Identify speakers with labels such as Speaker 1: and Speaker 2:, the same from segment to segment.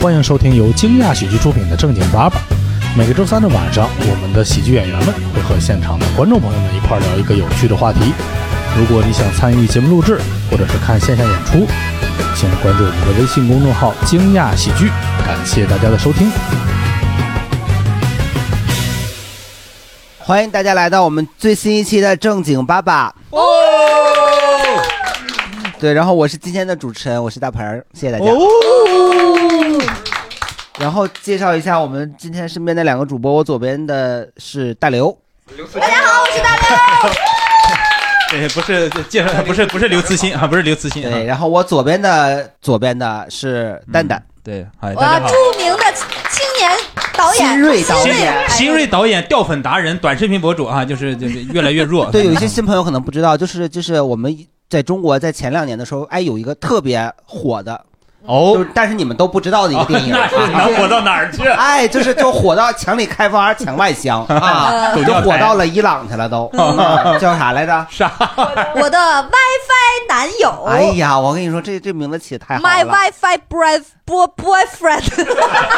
Speaker 1: 欢迎收听由惊讶喜剧出品的《正经八百》。每个周三的晚上，我们的喜剧演员们会和现场的观众朋友们一块儿聊一个有趣的话题。如果你想参与节目录制，或者是看线下演出，请关注我们的微信公众号“惊讶喜剧”。感谢大家的收听。
Speaker 2: 欢迎大家来到我们最新一期的正经爸爸。哦，
Speaker 3: 哦
Speaker 2: 对，然后我是今天的主持人，我是大鹏儿，谢谢大
Speaker 4: 哦
Speaker 2: 家。然后介绍一下我们今天身边的两个主播，我左边的是大刘，
Speaker 4: 对，不是介绍， 不是不是刘慈欣啊，不是刘慈欣
Speaker 2: 对，然后我左边的左边的是蛋蛋，
Speaker 4: 嗯对，
Speaker 2: 哎
Speaker 4: 嗨，
Speaker 5: 我
Speaker 4: 大家好。
Speaker 5: 著名的青年导演
Speaker 2: 新锐导
Speaker 5: 新
Speaker 2: 演
Speaker 5: 锐哎
Speaker 4: 新锐导演、掉粉达人、短视频博主啊，就是就是越来越 弱。啊
Speaker 2: 对，有一些新朋友可能不知道，就是就是我们在中国在前两年的时候，哎，有一个特别火的，就
Speaker 4: 哦
Speaker 2: 是，但是你们都不知道的一个电影， 啊
Speaker 4: 那是能火到哪儿去？
Speaker 2: 哎，就是就火到墙里开花墙 外香啊，
Speaker 4: 狗
Speaker 2: 就
Speaker 4: 尿
Speaker 2: 火
Speaker 4: 苔
Speaker 2: 到了伊朗去了 都，嗯叫啥来着？
Speaker 5: 我的 WiFi 男友，
Speaker 2: 哎呀，我跟你说，这这名字起的太好
Speaker 5: m y
Speaker 2: 了。
Speaker 5: WiFi boy boy boyfriend，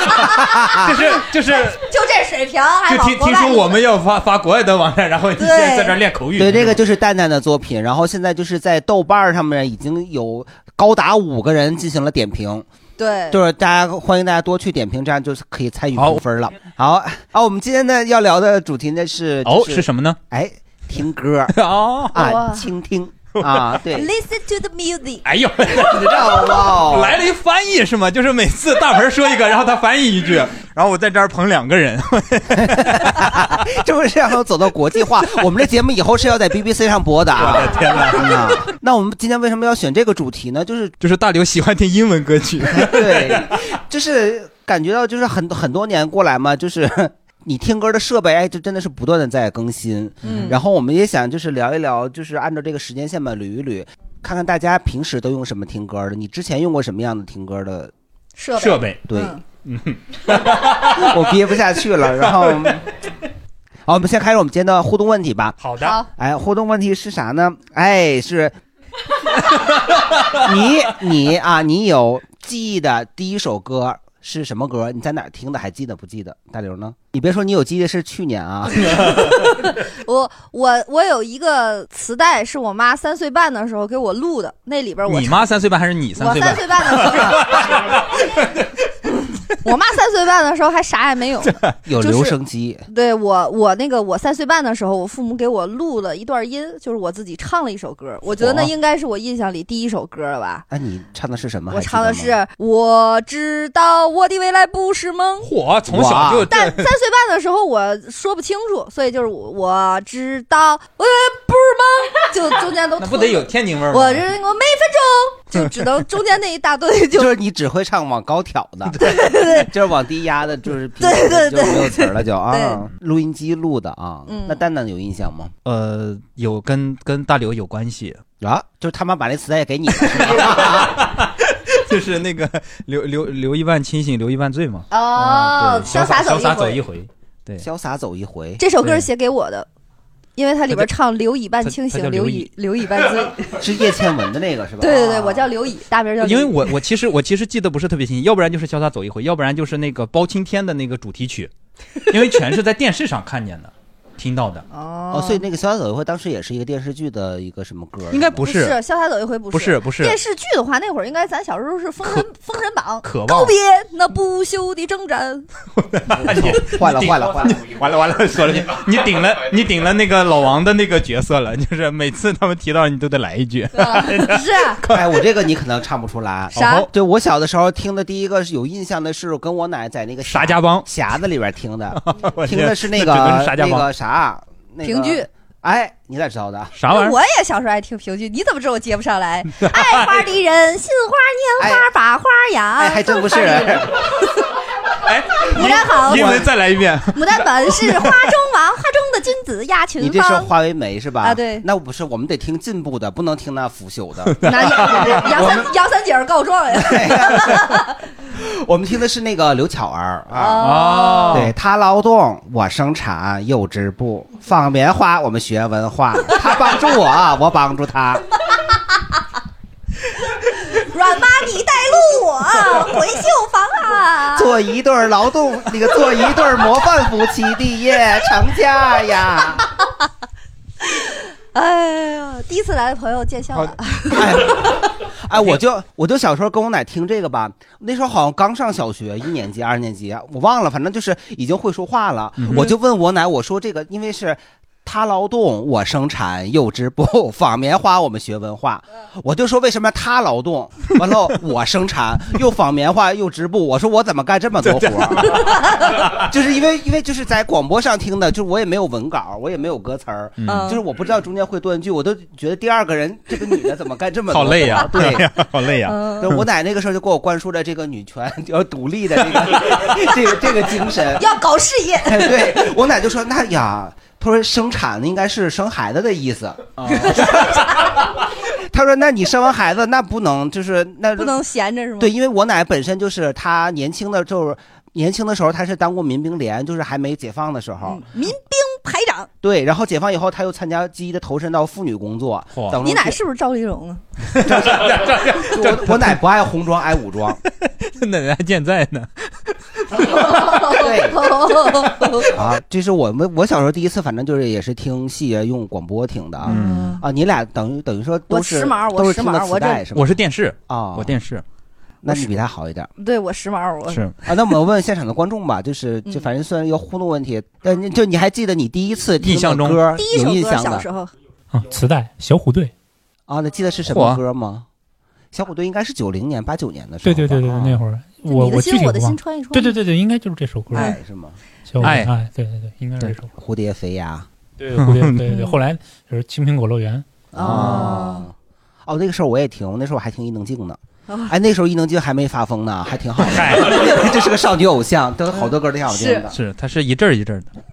Speaker 2: 啊
Speaker 4: 就是 就是，
Speaker 5: 就这水平，还
Speaker 4: 就
Speaker 5: 老
Speaker 4: 听
Speaker 5: 国
Speaker 4: 听
Speaker 5: 外
Speaker 4: 说我们要发发国外的网站，然后你
Speaker 5: 对
Speaker 4: 现在在这儿练口语。
Speaker 2: 对，这个就是蛋蛋的作品，然后现在就是在豆瓣儿上面已经有高达五个人进行了点评，
Speaker 5: 对，
Speaker 2: 就是大家欢迎大家多去点评，这样就是可以参与
Speaker 4: 好
Speaker 2: 评分了。好，啊，我们今天呢要聊的主题呢是
Speaker 4: 哦
Speaker 2: 就是
Speaker 4: 什么呢？
Speaker 2: 哎听歌
Speaker 4: 哦，
Speaker 2: 啊，
Speaker 5: 哇
Speaker 2: 倾听啊，对，
Speaker 5: Listen to the music，
Speaker 4: 哎呦，
Speaker 2: 知道 吗？
Speaker 4: 来了一翻译是吗？就是每次大鹏说一个，然后他翻译一句，然后我在这儿捧两个人。
Speaker 2: 这不是要走到国际化？我们这节目以后是要在 BBC 上播 的
Speaker 4: 我
Speaker 2: 啊！
Speaker 4: 的天哪！
Speaker 2: 真的。那我们今天为什么要选这个主题呢？就是
Speaker 4: 就是大刘喜欢听英文歌曲，
Speaker 2: 对，就是感觉到就是很很多年过来嘛，就是。 你听歌的设备，哎，就真的是不断的在更新。
Speaker 5: 嗯
Speaker 2: 然后我们也想就是聊一聊，就是按照这个时间线吧，捋一捋，看看大家平时都用什么听歌的。你之前用过什么样的听歌的？
Speaker 5: 设
Speaker 4: 设备
Speaker 2: 对，
Speaker 5: 嗯
Speaker 2: 我憋不下去了。然后，好，我们先开始我们今天的互动问题吧。
Speaker 4: 好的，
Speaker 5: 好，
Speaker 2: 哎，互动问题是啥呢？哎，是 你你啊，你有记忆的第一首歌是什么歌？你在哪儿听的？还记得不记得？大刘呢？你别说你有记忆的是去 年啊，
Speaker 5: 我我我有一个磁带，是我妈三岁半的时候给我录的，那里边我
Speaker 4: 你妈三岁半还是你三
Speaker 5: 我
Speaker 4: 岁半？
Speaker 5: 三岁半的时候， 我妈三岁半的时候还啥也没有呢，
Speaker 2: 有
Speaker 5: 就是
Speaker 2: 留声机。
Speaker 5: 对我，我那个我三岁半的时候，我父母给我录了一段音，就是我自己唱了一首歌。我觉得那
Speaker 2: 哇
Speaker 5: 应该是我印象里第一首歌了吧。
Speaker 2: 哎，你唱的是什么？
Speaker 5: 我
Speaker 2: 还记
Speaker 5: 唱的
Speaker 2: 得吗
Speaker 5: 是我知道我的未来不是梦，
Speaker 4: 嚯，从小就
Speaker 5: 但三岁半的时候我说不清楚，所以就是我我知道我的不是梦，就中间都
Speaker 4: 那不得有天津味儿吗？
Speaker 5: 我这我每分钟就只能中间那一大堆就
Speaker 2: 就是你只会唱往高挑 的，对对， 就是往低压的，就是平
Speaker 5: 对对
Speaker 2: 就没有词儿了就啊
Speaker 5: 对，
Speaker 2: 录音机录的啊。
Speaker 5: 嗯
Speaker 2: 那蛋蛋有印象吗？
Speaker 4: 呃，有跟跟大刘有关系，
Speaker 2: 啊，就是他妈把那磁带给你了，
Speaker 4: 就是那个留留留一半清醒，留一半醉嘛。啊
Speaker 5: 哦，
Speaker 4: 对
Speaker 5: 潇
Speaker 4: 潇洒
Speaker 5: 洒走
Speaker 4: 走
Speaker 5: 一
Speaker 4: 一
Speaker 5: 回。
Speaker 4: 回，对
Speaker 2: 潇洒走一回。
Speaker 5: 这首歌
Speaker 4: 对
Speaker 5: 是写给我的，因为它里边唱刘乙半
Speaker 4: 它
Speaker 5: 清
Speaker 4: 它
Speaker 5: 醒，
Speaker 4: 叫
Speaker 5: 刘
Speaker 4: 刘
Speaker 5: 乙刘乙半醉。
Speaker 2: 是叶倩文的那个是吧？
Speaker 5: 对对对，我
Speaker 2: 啊
Speaker 5: 叫刘乙，大名叫
Speaker 4: 因
Speaker 5: 刘
Speaker 4: 为
Speaker 5: 乙。
Speaker 4: 我我其实我其实记得不是特别清，要不然就是潇洒走一回，要不然就是那个包青天的那个主题 曲，因为全是在电视上看见的、听到的，
Speaker 5: 哦
Speaker 2: 哦，所以那个《潇洒走一回》当时也是一个电视剧的一个什么歌？
Speaker 4: 应该
Speaker 5: 不
Speaker 4: 不是
Speaker 5: 潇洒走一回不
Speaker 4: 不是不是
Speaker 5: 电视剧的话，那会儿应该咱小时候是《封神封神榜》。
Speaker 4: 渴
Speaker 5: 告
Speaker 4: 望。
Speaker 5: 别那不朽的征战，
Speaker 2: 换了换了换了，
Speaker 4: 完了完了，说了你顶了你顶了那个老王的那个角色了， 就是每次他们提到你都得来一句。
Speaker 5: 啊 是
Speaker 2: 哎，我这个你可能唱不出来。
Speaker 5: 啥
Speaker 4: 哦？
Speaker 2: 对我小的时候听的第一个是有印象的是跟我奶在那个
Speaker 4: 沙家浜，
Speaker 2: 匣子里边听的，
Speaker 4: 我
Speaker 2: 听的是那个
Speaker 4: 这只能是沙家浜
Speaker 2: 那个啥那个
Speaker 5: 评剧。
Speaker 2: 哎，你咋知道的？
Speaker 4: 啥玩意儿？
Speaker 5: 我也小时候爱听评剧，你怎么知道我接不上 来？爱花的人，心花拈花把花养。
Speaker 2: 哎，还真 不是。
Speaker 4: 哎，
Speaker 5: 牡丹好，
Speaker 4: 英文再来一遍。
Speaker 5: 牡丹本是花中王，花中的君子压
Speaker 2: 你
Speaker 5: 群
Speaker 2: 这是
Speaker 5: 芳。
Speaker 2: 花为媒是吧？
Speaker 5: 啊对
Speaker 2: 那不是，我们得听进步的，不能听那腐朽的。
Speaker 5: 拿 杨杨 三杨三姐儿告状呀！
Speaker 2: 我们听的是那个刘巧儿啊。
Speaker 4: 哦
Speaker 2: 对他劳动，我生产幼稚部；放棉花，我们学文化。 他帮助我，我帮助他。
Speaker 5: 阮妈你带路我，回绣房啊！
Speaker 2: 做一对儿劳动，那个做一对儿模范夫妻立业成家呀。
Speaker 5: 哎呀，第一次来的朋友见笑了。
Speaker 2: 哎，我就我就小时候跟我奶听这个吧，那时候好像刚上小学一年级、二年级，我忘了，反正就是已经会说话了。
Speaker 4: 嗯
Speaker 2: 我就问我奶，我说这个因为是。他劳动，我生产，幼稚部 纺棉花，我们学文化，我就说为什么他劳动，完了我生产，又纺棉花又织布，我说我怎么干这么多活儿？ 就是因为因为就是在广播上听的，就是我也没有文稿，我也没有歌词儿，
Speaker 4: 嗯
Speaker 2: 就是我不知道中间会断句，我都觉得第二个人这个女的怎么干这么多
Speaker 4: 好
Speaker 2: 活儿
Speaker 4: 累 啊呀、
Speaker 2: 对，
Speaker 4: 好累呀、
Speaker 6: 啊
Speaker 5: 嗯
Speaker 2: 对，我奶那个时候就给我灌输了这个女权 要独立的这个 这个这个精神。
Speaker 5: 要搞事业，
Speaker 2: 哎 对我奶就说：“那呀，她说生产应该是生孩子的意思。
Speaker 5: 哦
Speaker 2: 她说：“那你生完孩子，那不能就是那
Speaker 5: 不能闲着是吗？
Speaker 2: 对，因为我奶本身就是她年轻的就是年轻的时候，她是当过民兵连，就是还没解放的时候。
Speaker 5: 嗯，民兵排长，
Speaker 2: 对，然后解放以后，她又参加积极的投身到妇女工作。
Speaker 4: 嚯
Speaker 2: 当中
Speaker 5: 你奶是不是赵丽蓉 啊？
Speaker 2: 我我奶不爱红装，爱 武装。
Speaker 4: 奶奶还健在呢。
Speaker 5: 对，
Speaker 2: 啊，这是我们我小时候第一次，反正就是也是听戏啊用广播听的啊。
Speaker 4: 嗯，
Speaker 2: 啊，你俩等于等于说都
Speaker 5: 我
Speaker 2: 是
Speaker 5: 时髦我
Speaker 2: 都是
Speaker 5: 时
Speaker 2: 听的
Speaker 5: 髦
Speaker 2: 磁
Speaker 5: 我这
Speaker 2: 带是吗？
Speaker 4: 我是电视，
Speaker 2: 啊，
Speaker 4: 我电视
Speaker 2: 那你比他好一点
Speaker 5: 对我时髦，我
Speaker 4: 是
Speaker 2: 啊。那我们问问现场的观众吧，就是就
Speaker 5: 嗯
Speaker 2: 反正虽然有互动问题，但你就你还记得你第一次听
Speaker 4: 印象
Speaker 2: 的
Speaker 4: 中
Speaker 2: 歌
Speaker 5: 第一
Speaker 2: 有
Speaker 5: 首
Speaker 2: 印
Speaker 5: 歌
Speaker 2: 象
Speaker 5: 小
Speaker 2: 的
Speaker 5: 时候
Speaker 1: 啊，磁带小虎队，
Speaker 2: 啊？那记得是什
Speaker 4: 嚯
Speaker 2: 么歌吗？小虎队应该是九零年、八九年的时
Speaker 1: 对
Speaker 2: 候吧，
Speaker 1: 对对对，
Speaker 2: 啊
Speaker 1: 那会儿
Speaker 5: 就
Speaker 1: 我
Speaker 5: 你的
Speaker 1: 我具
Speaker 5: 心
Speaker 1: 体
Speaker 5: 我的
Speaker 1: 忘
Speaker 5: 心
Speaker 1: 了，
Speaker 5: 穿一穿，
Speaker 1: 对对对对，应该就是这首歌，
Speaker 2: 爱是吗？
Speaker 1: 小虎
Speaker 4: 爱
Speaker 1: 队，爱，对对对，应该是这首歌，
Speaker 2: 蝴蝶飞呀
Speaker 1: 对蝴蝶，对对对，
Speaker 5: 嗯
Speaker 1: 后来就是《青苹果乐园》，
Speaker 5: 哦，
Speaker 2: 哦，那个时候我也听，那时候我还听伊能静呢
Speaker 5: 哦。
Speaker 2: 哎，那时候伊能静还没发疯呢，还挺好的。
Speaker 4: 嗨，
Speaker 2: 这是个少女偶像，都有好多歌挺好听的。
Speaker 4: 是它是一阵儿一阵儿的。
Speaker 7: 啊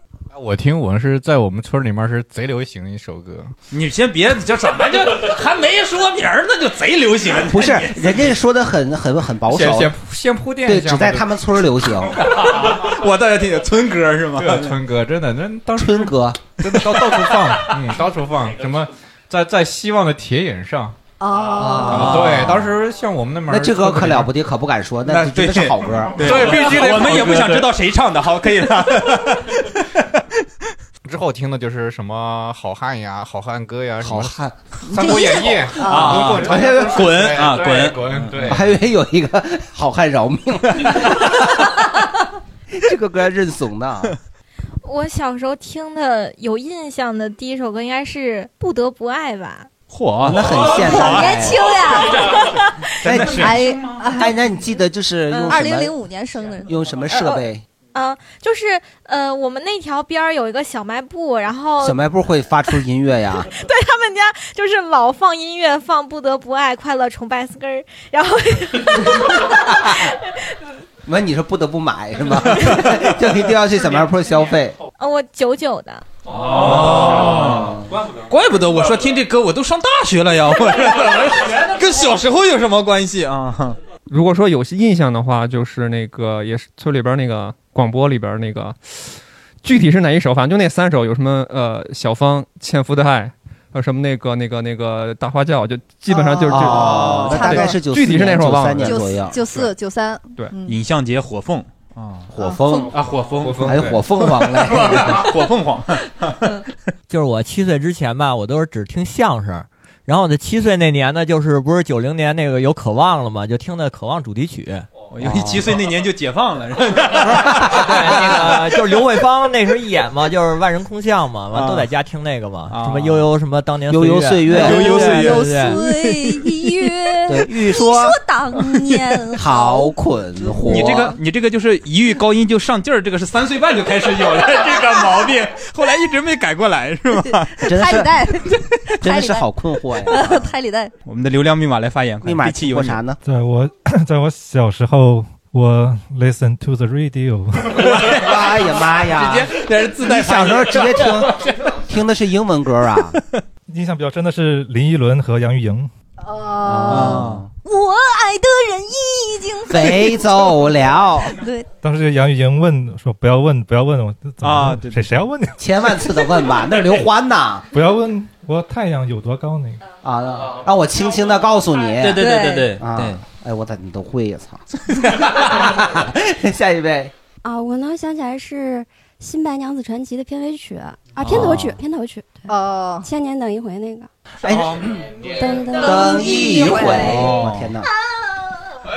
Speaker 7: 我听我是在我们村里面是贼流行一首歌，
Speaker 4: 你先别叫什么就还没说名儿呢，就贼流行。
Speaker 2: 不是，人家说的很很很保守
Speaker 7: 先，先铺先铺垫
Speaker 2: 对，
Speaker 7: 一下
Speaker 2: 只
Speaker 7: 嘛。
Speaker 2: 在他们村儿流 行，
Speaker 4: 我倒要听听村歌是吗
Speaker 7: 这个村歌真的，那当时
Speaker 2: 春哥
Speaker 7: 真的到到处 放，嗯，到处放什么。在在希望的铁影上，
Speaker 5: 哦
Speaker 2: 啊，
Speaker 7: 对，当时像我们那边儿，
Speaker 2: 那这歌可了不
Speaker 7: 得，
Speaker 2: 得，可不敢说，
Speaker 4: 那
Speaker 2: 那绝对是好歌。
Speaker 7: 对，必须得。
Speaker 4: 我们也不想知道谁唱的，好，可以了。
Speaker 7: 之后听的就是什么好汉呀、好汉歌呀，什
Speaker 2: 好
Speaker 7: 么
Speaker 2: 汉，
Speaker 7: 《三国演义》
Speaker 5: 啊
Speaker 7: 滚滚 长
Speaker 4: 滚啊
Speaker 7: 对
Speaker 4: 滚
Speaker 7: 滚，对
Speaker 2: 我，还以为有一个好汉 饶命，这个歌认怂的啊。
Speaker 8: 我小时候听的有印象的第一首歌应该是《不得不爱》吧？
Speaker 4: 嚯
Speaker 2: 那很现代
Speaker 5: 好 年轻呀！
Speaker 7: 真
Speaker 2: 哎
Speaker 7: 的是
Speaker 5: 哎，
Speaker 2: 哎，那你记得
Speaker 8: 嗯
Speaker 2: 就是用
Speaker 5: 嗯二
Speaker 2: 什
Speaker 5: 零
Speaker 2: 么
Speaker 5: 零五年生的人，
Speaker 2: 用什么设备？
Speaker 8: 啊、就是呃，我们那条边儿有一个小卖部，然后
Speaker 2: 小卖部会发出音乐呀？
Speaker 8: 对他们家就是老放音乐，放《不得不爱》《快乐崇拜斯根儿》，然后
Speaker 2: 完，你说不得不买是吗？ 就一定要去小卖部消费。
Speaker 8: 呃我九九 的，
Speaker 4: 怪不得我说听这歌我都上大学了呀， 我 跟小时候有什么关系啊？
Speaker 9: 如果说有些印象的话，就是那个也是村里边那个广播里边那个，具体是哪一首？反正就那三首，有什么呃小芳《纤夫的爱》，还有什么那个那个那个大花轿，就基本上就是这、
Speaker 2: 哦，那
Speaker 5: 差
Speaker 2: 大
Speaker 5: 不多
Speaker 2: 概是九
Speaker 9: 具体是哪时候
Speaker 2: 九
Speaker 9: 忘了
Speaker 2: 三年
Speaker 5: 九
Speaker 2: 左右，
Speaker 5: 九四九三，
Speaker 9: 对
Speaker 5: 嗯，
Speaker 4: 尹相杰火凤啊
Speaker 2: 火风，
Speaker 4: 啊火
Speaker 7: 火
Speaker 4: 凤
Speaker 7: 风
Speaker 2: 还有
Speaker 7: 对
Speaker 2: 火凤凰嘞。
Speaker 4: 火 凤凰，
Speaker 6: 就是我七岁之前吧，我都是只听相声。然后我的七岁那年呢，就是不是九零年那个有《渴望》了嘛，就听的《渴望》主题曲。
Speaker 4: 我由于七岁那年就解放了， 是吧
Speaker 6: 对，那啊呃个就是刘慧芳那时候演嘛，就是万人空巷嘛，完
Speaker 4: 啊
Speaker 6: 都在家听那个嘛，
Speaker 4: 啊
Speaker 6: 什么 悠悠什么当年
Speaker 2: 悠悠岁
Speaker 6: 岁
Speaker 2: 月
Speaker 6: 对
Speaker 4: 悠悠岁月
Speaker 6: 对
Speaker 5: 有
Speaker 6: 对对
Speaker 5: 岁月
Speaker 2: 对，，欲
Speaker 5: 你
Speaker 2: 说
Speaker 5: 说当 年
Speaker 2: 好捆活。
Speaker 4: 你这个你这个就是一遇高音就上劲儿，这个是三岁半就开始有了这个毛 病，后来一直没改过来，是吗？
Speaker 2: 真的
Speaker 5: 拍
Speaker 2: 是
Speaker 5: 李诞，
Speaker 2: 真的是好困惑呀！
Speaker 5: 拍李诞，
Speaker 4: 我们的流量密码来发言，快
Speaker 2: 密码
Speaker 4: 第七
Speaker 2: 提
Speaker 4: 有
Speaker 2: 过
Speaker 4: 你
Speaker 2: 啥呢？
Speaker 10: 在我 在我小时候，我 listen to the radio，
Speaker 2: 哎呀妈呀！
Speaker 4: 直接那是自带
Speaker 2: 你
Speaker 4: 发
Speaker 2: 小时
Speaker 4: 言。
Speaker 2: 候直 接听听的是英文歌啊？
Speaker 10: 印象比较深的是林依轮和杨钰莹。
Speaker 5: 哦，， 我爱的人已经
Speaker 2: 飞走了，
Speaker 5: 对，
Speaker 10: 当时杨钰莹问说：“不要问，不要问我怎么
Speaker 4: 啊
Speaker 10: 问
Speaker 4: 对对
Speaker 10: 谁谁要问你？
Speaker 2: 千万次的问吧，那是刘欢呐
Speaker 10: 不要问我太阳有多高那个。
Speaker 2: 啊！让我轻轻的告诉你，
Speaker 4: 对对对对
Speaker 5: 对
Speaker 4: 对
Speaker 2: 啊，哎，我咋你都会呀？ 操！下一位，
Speaker 11: 啊，我能想起来是《新白娘子传奇》的片尾曲啊，片头曲，
Speaker 2: 哦
Speaker 11: 片头曲，对
Speaker 5: 哦，
Speaker 11: 千年等一回那个，
Speaker 2: 哎，
Speaker 11: 嗯噔噔
Speaker 2: 等一回，
Speaker 11: 哦
Speaker 2: 我天哪！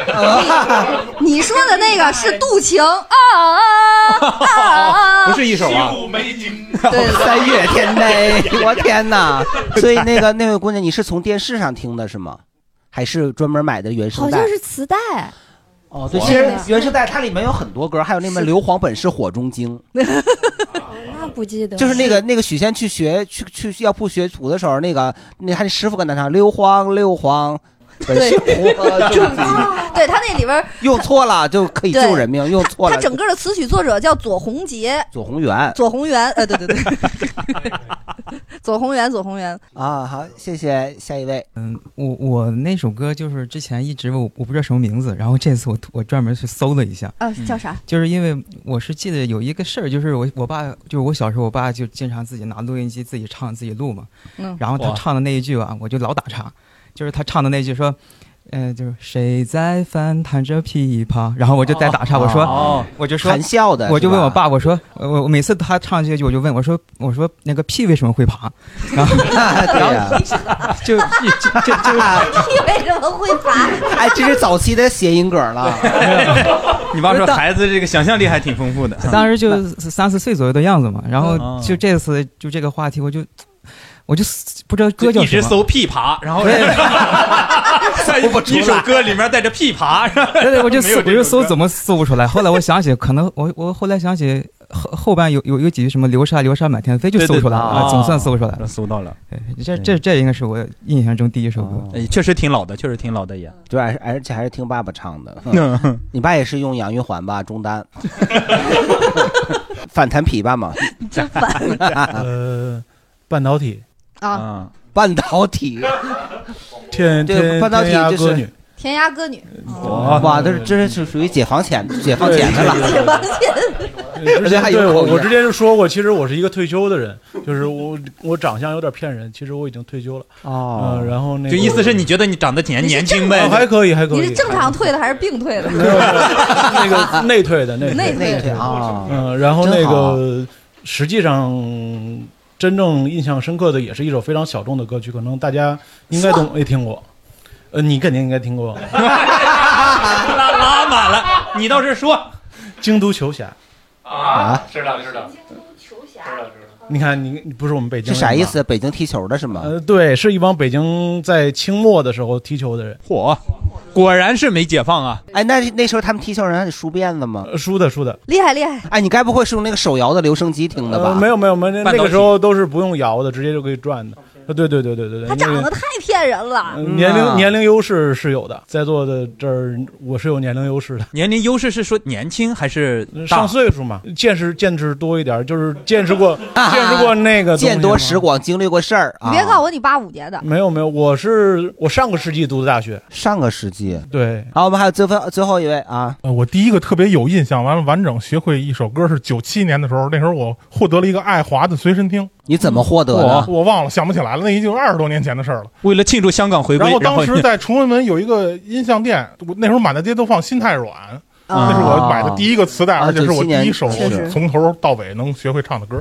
Speaker 4: 哦
Speaker 5: 你说的那个是渡情啊啊！
Speaker 4: 不是一首啊，
Speaker 5: 对
Speaker 2: 三月天 呗，我天哪！所以那个那位姑娘，你是从电视上听的是吗？还是专门买的原声
Speaker 11: 好
Speaker 2: 带
Speaker 11: 像？是磁带，
Speaker 2: 哦，对，其实原声带它里面有很多歌，还有那门《硫磺本是火中经
Speaker 11: 那不记得》，，
Speaker 2: 就是那个那个许仙去学去去药铺学徒的时候，那个那还是师傅跟他唱硫磺硫磺，本是 火中
Speaker 5: 正
Speaker 2: 经，
Speaker 5: 对他那里边，
Speaker 2: 用错了就可以救人命，用错
Speaker 5: 他
Speaker 2: 了
Speaker 5: 整个的词曲作者叫左宏杰、
Speaker 2: 左宏元
Speaker 5: 左宏元，呃，对对对，左宏元、左宏元，
Speaker 2: 啊。好，谢谢下一位，
Speaker 12: 嗯，我我那首歌就是之前一直我我不知道什么名字，然后这次我我专门去搜了一下，
Speaker 11: 哦
Speaker 5: 啊，
Speaker 2: 嗯
Speaker 5: 叫啥？
Speaker 12: 就是因为我是记得有一个事儿，就是我我爸就是我小时候我爸就经常自己拿录音机自己唱自己录嘛，
Speaker 5: 嗯
Speaker 12: 然后他
Speaker 5: 哇
Speaker 12: 唱的那一句啊，我就老打岔，就是他唱的那句说。呃，就是谁在翻弹着琵琶，然后我就在打岔，我说，
Speaker 2: 哦
Speaker 12: 我就说
Speaker 2: 含笑的
Speaker 12: 我就是
Speaker 2: 吧
Speaker 12: 问我爸，我说，呃我我每次他唱这句，我就问我说，我说那个屁为什么会爬？然 后，然后就就就就
Speaker 5: 你为什么会罚？
Speaker 2: 哎，这是早期的谐音梗了。
Speaker 4: 你爸说
Speaker 12: 不是
Speaker 4: 孩子这个想象力还挺丰富的。
Speaker 12: 当时就三四岁左右的样子嘛，然后
Speaker 4: 嗯
Speaker 12: 就这次就这个话题，我就我就不知道歌
Speaker 4: 就
Speaker 12: 叫
Speaker 4: 一
Speaker 12: 什
Speaker 4: 直
Speaker 12: 么，
Speaker 4: 搜屁爬，然 后
Speaker 2: 不
Speaker 12: 出来
Speaker 4: 一首歌里面带着屁爬，
Speaker 12: 对对，我 就
Speaker 4: 没
Speaker 12: 搜
Speaker 4: 有
Speaker 12: 我
Speaker 4: 这
Speaker 12: 就
Speaker 4: 首
Speaker 12: 搜
Speaker 4: 歌
Speaker 12: 怎么搜不出来。后来我想起，可能我我后来想起后后半有有有几句什么流沙流沙满天飞就
Speaker 4: 对对
Speaker 12: 搜出来了，
Speaker 4: 对
Speaker 12: 啊
Speaker 4: 哦
Speaker 12: 总算搜出来了，
Speaker 4: 搜到了。
Speaker 12: 这这这应该是我印象中第一首歌。
Speaker 4: 哎确实挺老的，确实挺老的也。
Speaker 2: 嗯对，而而且还是听爸爸唱 的。
Speaker 4: 嗯
Speaker 2: 你爸也是用杨玉环吧，中单， 反弹琵琶嘛，
Speaker 5: 真烦
Speaker 10: 呃，半导体，
Speaker 5: 啊，
Speaker 2: 半导体，
Speaker 10: 天
Speaker 2: 对，
Speaker 10: 天
Speaker 2: 半导体
Speaker 10: 天涯
Speaker 2: 就
Speaker 10: 歌
Speaker 2: 是
Speaker 10: 女，
Speaker 5: 天涯歌女，哦
Speaker 2: 哇，哇这是这是属于解放前解放前的了，
Speaker 5: 解放前，
Speaker 10: 之前
Speaker 2: 还有
Speaker 10: 对我
Speaker 2: 口音
Speaker 10: 我之前就说过，其实我是一个退休的人，就是我我长相有点骗人，其实我已经退休了。
Speaker 2: 哦
Speaker 10: 呃，然后那
Speaker 4: 就
Speaker 10: 个
Speaker 4: 意思是你觉得你长得年年轻
Speaker 10: 哦
Speaker 4: 呗？
Speaker 10: 还可以，还可以。
Speaker 5: 你是正常退的还是病退的？
Speaker 10: 那个内退的内
Speaker 5: 内
Speaker 10: 退
Speaker 5: 退内退
Speaker 2: 啊
Speaker 10: 嗯，然后那
Speaker 2: 真好
Speaker 10: 个实际上真正印象深刻的也是一首非常小众的歌曲，可能大家应该都没听过，呃，你肯定应该听过《
Speaker 4: 拉拉满
Speaker 1: 啊
Speaker 4: 了， 你倒是说
Speaker 10: 京都球侠》。
Speaker 2: 啊，
Speaker 7: 知道 知道。
Speaker 10: 你看，你你不是我们北京
Speaker 2: 这
Speaker 10: 人
Speaker 2: 啥意
Speaker 10: 吗？
Speaker 2: 思？北京踢球的是吗？
Speaker 10: 呃，对，是一帮北京在清末的时候踢球的人。
Speaker 4: 嚯，果然是没解放啊！
Speaker 2: 哎，那那时候他们踢球人还得梳辫子吗？
Speaker 10: 梳呃的梳的。
Speaker 5: 厉害厉害，
Speaker 2: 哎，你该不会是用那个手摇的留声机听的吧？
Speaker 10: 呃，没有没有没有，那
Speaker 2: 半导体
Speaker 10: 那个时候都是不用摇的，直接就可以转的。呃，对对对对对对，
Speaker 5: 他长
Speaker 10: 那
Speaker 5: 得
Speaker 10: 个
Speaker 5: 太骗人了
Speaker 10: 呃。年
Speaker 2: 嗯呐
Speaker 10: 龄年龄优势是有的，在座的这儿我是有年龄优势的，
Speaker 4: 年龄优势是说年轻还是大
Speaker 10: 上？岁数嘛，见识见识多一点，就是见识 过见识过那个东西
Speaker 2: 啊见多
Speaker 10: 嘛
Speaker 2: 识广，经历过事儿
Speaker 5: 你
Speaker 2: 啊。
Speaker 5: 别告诉我你八五年的，
Speaker 10: 没有没有，我是我上个世纪读的大学，
Speaker 2: 上个世纪。
Speaker 10: 对，
Speaker 2: 好，我们还有最后最后一位啊，
Speaker 13: 呃，我第一个特别有印象，完了完整学会一首歌是九七年的时候，那时候我获得了一个爱华的随身听，
Speaker 2: 你怎么获得
Speaker 13: 我
Speaker 2: 的？
Speaker 13: 我忘了，想不起来了，那已经二十多年前的事儿了。
Speaker 4: 为了庆祝香港回归，
Speaker 13: 然后
Speaker 4: 然
Speaker 13: 当
Speaker 4: 后
Speaker 13: 时在崇文门有一个音像店，我那时候满大街都放《心太软》，
Speaker 5: 啊
Speaker 13: 那是我买的第一个磁带，
Speaker 2: 啊
Speaker 13: 而且是我
Speaker 2: 97
Speaker 13: 第
Speaker 2: 年
Speaker 13: 一首
Speaker 5: 确实
Speaker 13: 从头到尾能学会唱的歌。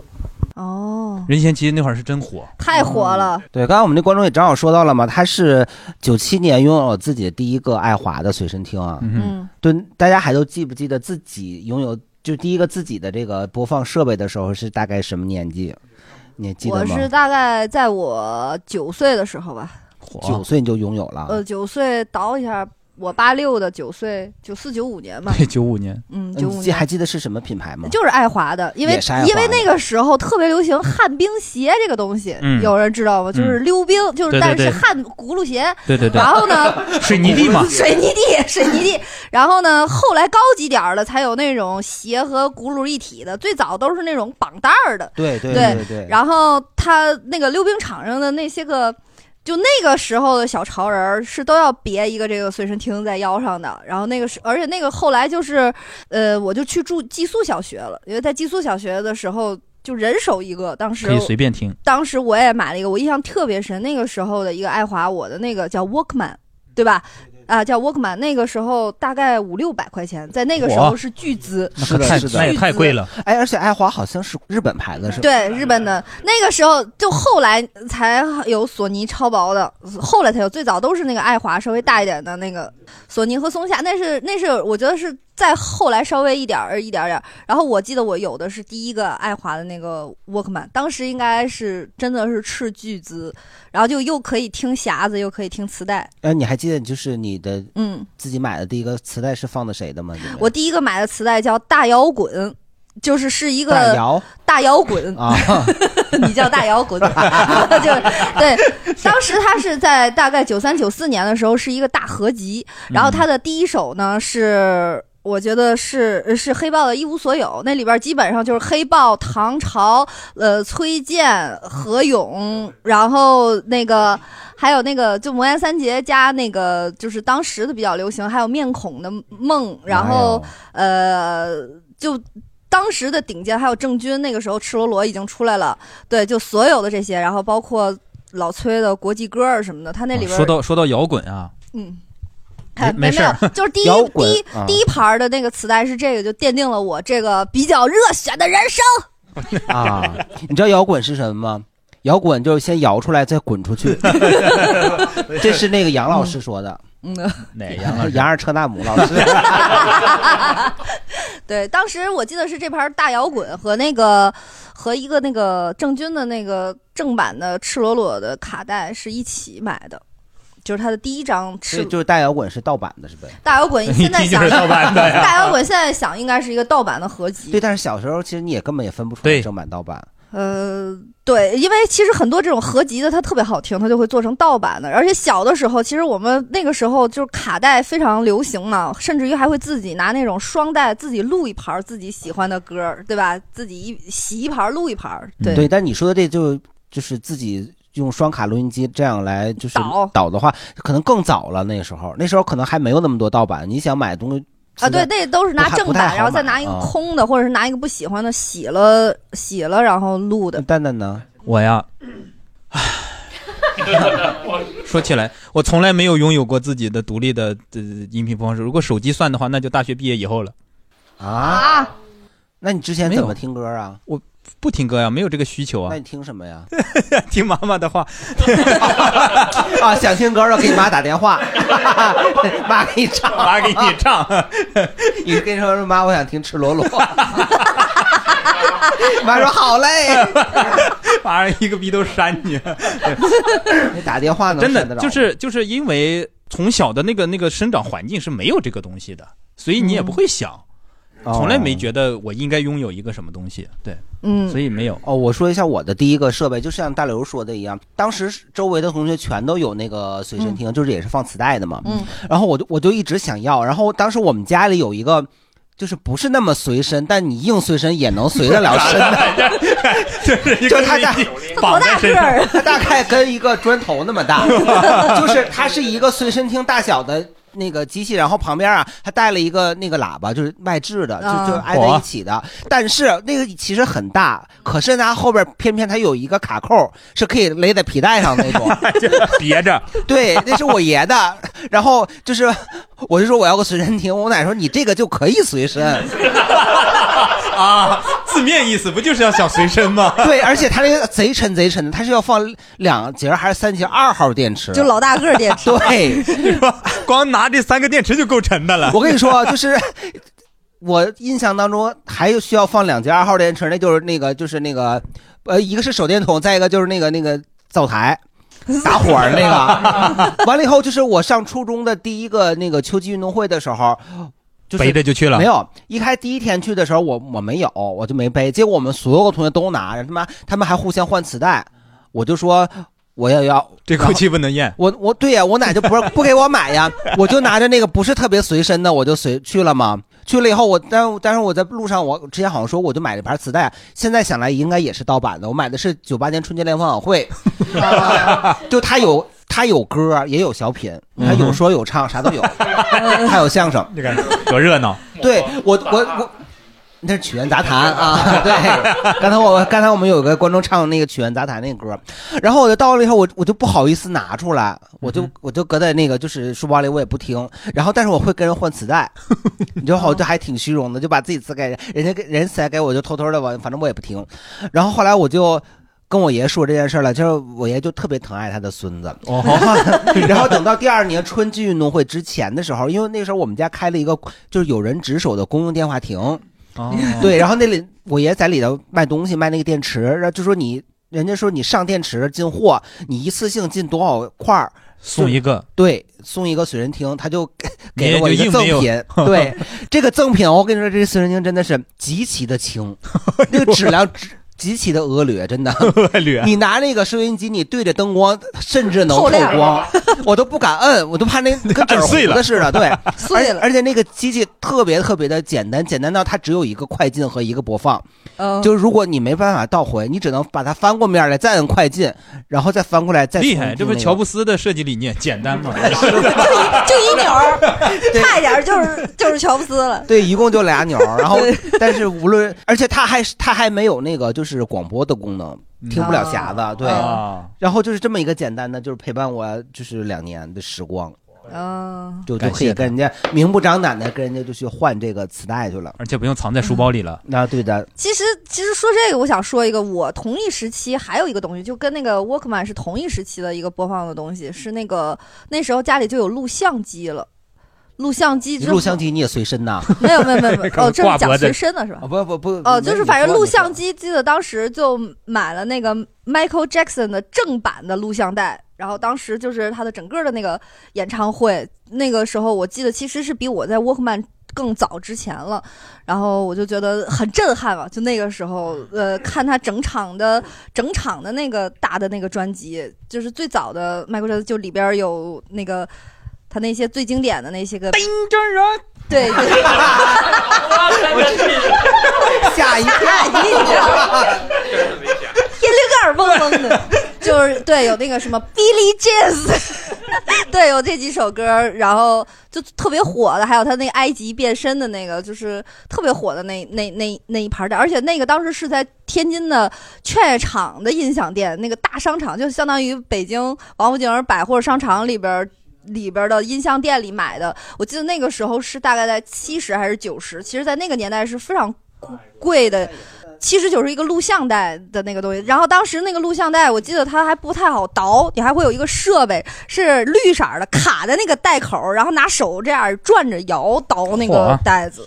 Speaker 5: 哦，
Speaker 4: 任贤齐那会儿是真火，
Speaker 5: 太火了，
Speaker 2: 对，刚才我们那观众也正好说到了嘛，他是九七年拥有了自己的第一个爱华的随身听啊。
Speaker 5: 嗯，
Speaker 2: 对，大家还都记不记得自己拥有就第一个自己的这个播放设备的时候是大概什么年纪？你还记得
Speaker 5: 我
Speaker 2: 吗
Speaker 5: 是？大概在我九岁的时候吧，
Speaker 2: 九岁你就拥有了。
Speaker 5: 呃，九岁倒一下，我八六的，九岁九四九五年嘛，
Speaker 4: 对，九五年，
Speaker 5: 嗯，九
Speaker 2: 你
Speaker 5: 五
Speaker 2: 记
Speaker 5: 年
Speaker 2: 还记得是什么品牌吗？
Speaker 5: 就是爱华的，因为
Speaker 2: 也是爱华的
Speaker 5: 因为那个时候特别流行旱冰鞋这个东西，
Speaker 4: 嗯
Speaker 5: 有人知道吗？就是溜冰，就是
Speaker 4: 对对
Speaker 5: 但是
Speaker 4: 对
Speaker 5: 是旱轱辘鞋，
Speaker 4: 对对对
Speaker 5: 然，后呢，，
Speaker 4: 水泥地嘛
Speaker 5: 水泥地，水泥地，然后呢，后来高级点儿了才有那种鞋和轱辘一体的，最早都是那种绑带儿的，
Speaker 2: 对对
Speaker 5: 对
Speaker 2: 对对。
Speaker 5: 然后他那个溜冰场上的那些个，就那个时候的小潮人儿是都要别一个这个随身听在腰上的。然后那个是，而且那个后来就是，呃，我就去住寄宿小学了，因为在寄宿小学的时候就人手一个，当时
Speaker 4: 可以随便听。
Speaker 5: 当时我也买了一个，我印象特别深，那个时候的一个爱华，我的那个叫 Walkman，对吧？啊，叫 Walkman，那个时候大概五六百块钱，在那个时候
Speaker 2: 哇
Speaker 5: 是巨资，
Speaker 2: 是的，
Speaker 5: 巨
Speaker 2: 是
Speaker 5: 资
Speaker 2: 的，哎，而且爱华好像是日本牌子，是吧？
Speaker 5: 对，日本的那个时候，就后来才有索尼超薄的，后来才有，最早都是那个爱华稍微大一点的那个索尼和松下，那是那是我觉得是再后来稍微一点儿一点儿点儿。然后我记得我有的是第一个爱华的那个 Walkman，当时应该是真的是斥巨资，然后就又可以听匣子，又可以听磁带。
Speaker 2: 哎，你还记得就是你的
Speaker 5: 嗯
Speaker 2: 自己买的第一个磁带是放的谁的吗？你们
Speaker 5: 我第一个买的磁带叫大摇滚，就是是一个
Speaker 2: 大摇
Speaker 5: 大摇滚
Speaker 2: 啊，
Speaker 5: 你叫大摇滚，就对。当时他是在大概九三九四年的时候是一个大合集，然后他的第一首呢是。我觉得是是黑豹的《一无所有》，那里边基本上就是黑豹、唐朝、呃崔健、何勇，然后那个还有那个就魔岩三杰加那个就是当时的比较流行，还有面孔的梦，然后呃就当时的顶尖还有郑钧，那个时候赤裸裸已经出来了，对，就所有的这些，然后包括老崔的国际歌儿什么的，他那里边、
Speaker 4: 说到说到摇滚啊，
Speaker 5: 嗯。
Speaker 4: 没
Speaker 5: 哎
Speaker 4: 没
Speaker 5: 没
Speaker 4: 事
Speaker 5: 有
Speaker 4: 儿，
Speaker 5: 就是第一
Speaker 4: 摇滚
Speaker 5: 第一、
Speaker 4: 啊
Speaker 5: 第一盘儿的那个磁带是这个，就奠定了我这个比较热血的人生。
Speaker 2: 啊，你知道摇滚是什么吗？摇滚就是先摇出来再滚出 去， 这是那个杨老师说的。
Speaker 5: 嗯，
Speaker 4: 哪
Speaker 2: 杨老师？ 杨二车纳姆老 师。
Speaker 5: 对，当时我记得是这盘儿大摇滚和那个和一个那个郑钧的那个正版的赤裸裸的卡带是一起买的，就是他的第一张
Speaker 2: 所
Speaker 5: 赤
Speaker 2: 以就是大摇滚是盗版的，是呗？
Speaker 5: 大摇滚现 在
Speaker 2: 一听
Speaker 5: 想
Speaker 2: 就是盗版的呀
Speaker 5: 大摇滚现在想应该是一个盗版的合集。
Speaker 2: 对，但是小时候其实你也根本也分不出来正版盗版。
Speaker 5: 呃，对，因为其实很多这种合集的它特别好听，它就会做成盗版的。而且小的时候，其实我们那个时候就是卡带非常流行嘛，甚至于还会自己拿那种双带自己录一盘儿自己喜欢的歌儿，对吧？自己一洗一盘儿录一盘
Speaker 4: 嗯
Speaker 5: 儿，对。
Speaker 2: 但你说的这就就是自己用双卡录音机这样来就是
Speaker 5: 导
Speaker 2: 导的话，可能更早了。那时候，那时候可能还没有那么多盗版，你想买东西
Speaker 5: 啊，对，那都是拿
Speaker 2: 不太
Speaker 5: 正
Speaker 2: 不太
Speaker 5: 版，
Speaker 2: 好
Speaker 5: 然后再
Speaker 2: 买
Speaker 5: 拿一个
Speaker 2: 啊
Speaker 5: 空的，或者是拿一个不喜欢的洗了洗了，然后录的。
Speaker 2: 蛋蛋呢？
Speaker 4: 我呀，说起来，我从来没有拥有过自己的独立的呃音频播放室。如果手机算的话，那就大学毕业以后了。
Speaker 2: 啊？那你之前
Speaker 4: 没有
Speaker 2: 怎么听歌啊？
Speaker 4: 我不听歌呀，没有这个需求
Speaker 2: 那
Speaker 4: 啊
Speaker 2: 你。听什么呀？
Speaker 4: 听妈妈的话。
Speaker 2: 啊，想听歌了，给你妈打电话， 妈给你唱，
Speaker 4: 妈给你唱。
Speaker 2: 你跟你说说妈，我想听赤 裸裸。 妈说好嘞，
Speaker 4: 马上一个逼都扇你。
Speaker 2: 你打电话能
Speaker 4: 真
Speaker 2: 扇得
Speaker 4: 的
Speaker 2: 着
Speaker 4: 就是就是因为从小的那个那个生长环境是没有这个东西的，所以你也不会想，
Speaker 2: 嗯哦
Speaker 4: 从来没觉得我应该拥有一个什么东西。对，
Speaker 5: 嗯
Speaker 4: 所以没有。
Speaker 2: 哦，我说一下我的第一个设备，就像大刘说的一样，当时周围的同学全都有那个随身听，就是也是放磁带的嘛。
Speaker 5: 嗯，
Speaker 2: 然后我就我就一直想要，然后当时我们家里有一个。就是不是那么随身，但你硬随身也能随得了身的，
Speaker 4: 就是
Speaker 2: 就他在
Speaker 5: 绑在身上多大个儿
Speaker 2: 他大概哎跟一个砖头那么大，就是它是一个随身听大小的那个机器，然后旁边啊还带了一个那个喇叭，就是外置的，
Speaker 1: 啊
Speaker 2: 就就挨在一起的。但是那个其实很大，可是它后边偏偏它有一个卡扣，是可以勒在皮带上那种。
Speaker 4: 别着。
Speaker 2: 对，那是我爷的。然后就是，我就说我要个随身听，我奶说你这个就可以随身。
Speaker 4: 啊，字面意思不就是要想随身吗？
Speaker 2: 对，而且它那个贼沉贼沉的，它是要放两节儿还是三节儿二号电池？
Speaker 5: 就老大个儿电池
Speaker 2: 对，
Speaker 4: 光拿这三个电池就够沉的了。
Speaker 2: 我跟你说，就是我印象当中还有需要放两节二号电池，那就是那个就是那个呃，一个是手电筒，再一个就是那个那个灶台。 打火儿那 个，完了以后就是我上初中的第一个那个秋季运动会的时候，就是
Speaker 4: 背着就去了
Speaker 2: 没有，一开第一天去的时候我我没有，我就没背。结果我们所有的同学都拿，然后他妈他们还互相换磁带，我就说我也要
Speaker 4: 这
Speaker 2: 然后
Speaker 4: 口气不能咽。
Speaker 2: 我我对呀、我奶就不是不给我 买呀，我就拿着那个不是特别随身的，我就随去了嘛。去了以后我，但但是我在路上，我之前好像说我就买了一盘磁带，现在想来应该也是盗版的。我买的是九八年春节联欢晚会，啊就它有它有歌，也有小品，它
Speaker 4: 嗯
Speaker 2: 有说 有唱，啥都有，还有相声。
Speaker 4: 你看多热闹。
Speaker 2: 对我我我那是曲苑杂谈啊，对。 刚才我刚才我们有个观众唱那个曲苑杂谈那歌，然后我就到了以后，我我就不好意思拿出来，我就我就搁在那个就是书包里，我也不听。然后但是我会跟人换磁带，你知道我就还挺虚荣的，就把自己磁带给人人家给人磁带给我，就偷偷的我反正我也不听。然后后来我就。跟我爷说这件事儿了，就是我爷就特别疼爱他的孙子， 然后等到第二年春季运动会之前的时候，因为那时候我们家开了一个就是有人值守的公用电话亭，对，然后那里我爷在里头卖东西，卖那个电池，然后就说你，人家说你上电池进货，你一次性进多少块儿。
Speaker 4: 送一个，
Speaker 2: 对，送一个随身听，他就
Speaker 4: 你
Speaker 2: 给
Speaker 4: 也
Speaker 2: 给了我
Speaker 4: 就
Speaker 2: 一个
Speaker 4: 硬
Speaker 2: 赠
Speaker 4: 没有
Speaker 2: 品。对，这个赠品，我跟你说，这随身听真的是极其的轻，那个质量极极其的恶劣， 真的恶
Speaker 4: 哎劣
Speaker 2: 你拿那个收音机，你对着灯光，甚至能
Speaker 4: 透
Speaker 2: 透
Speaker 4: 亮
Speaker 2: 光，我都不敢摁，我都怕 那跟纸
Speaker 4: 按碎
Speaker 2: 糊
Speaker 4: 了
Speaker 2: 的似的。对， 而
Speaker 5: 碎了
Speaker 2: 而且那个机器特别特别的简单，简单到它只有一个快进和一个播放。
Speaker 5: 嗯
Speaker 2: 就是如果你没办法倒回，你只能把它翻过面来，再摁快进，然后再翻过来 再
Speaker 4: 厉
Speaker 2: 重
Speaker 4: 害，
Speaker 2: 听
Speaker 4: 这不
Speaker 2: 那
Speaker 4: 是
Speaker 2: 个
Speaker 4: 乔布斯的设计理念，简单嘛。
Speaker 5: 就一钮儿，差一点 儿就是就是乔布斯了。
Speaker 2: 对，一共就俩钮儿，然后
Speaker 5: 对
Speaker 2: 但是无论，而且它还是它还没有那个就是广播的功能，听不了匣子，对
Speaker 4: 啊。
Speaker 5: 哦
Speaker 2: 然后就是这么一个简单的，就是陪伴我就是两年的时光，
Speaker 5: 嗯，
Speaker 2: 就就可以跟人家明目张胆的跟人家就去换这个磁带去了，
Speaker 4: 而且不用藏在书包里了。
Speaker 2: 那对的，
Speaker 5: 其实，其实说这个，我想说一个，我同一时期还有一个东西，就跟那个 Walkman 是同一时期的一个播放的东西，是那个那时候家里就有录像机了，录像机之后
Speaker 2: 录像机你也随身呐？
Speaker 5: 没有没有没有 没有 哦，这是讲随身的是吧？
Speaker 2: 哦不不不，
Speaker 5: 哦，就是
Speaker 2: 你
Speaker 5: 反正
Speaker 2: 说
Speaker 5: 录
Speaker 2: 你说
Speaker 5: 像机，记得当时就买了那个 Michael Jackson 的正版的录像带，然后当时就是他的整个的那个演唱会，那个时候我记得其实是比我在 Walkman 更早之前了，然后我就觉得很震撼吧，就那个时候，呃，看他整场的整场的那个大的那个专辑，就是最早的 Michael Jackson 就里边儿有那个他那些最经典的那些个。
Speaker 14: 真人，
Speaker 5: 对，
Speaker 2: 吓一
Speaker 5: 跳，你知道吗？ 天灵盖儿嗡嗡 的，就是对，有那个什么 Billy Jeans，对， 有这几首歌儿，然后就特别火的，还有他那个埃及变身的那个，就是特别火的那那那那一盘儿的，而且那个当时是在天津的劝业场的音响店，那个大商场，就相当于北京王府井百货商场里边儿。里边儿的音像店里买的，我记得那个时候是大概在七十还是九十，其实，在那个年代是非常贵的，七十九是一个录像带的那个东西。然后当时那个录像带，我记得它还不太好倒，你还会有一个设备是绿色儿的，卡在那个带口儿，然后拿手这样转着摇倒那个
Speaker 14: 嚯
Speaker 5: 带子。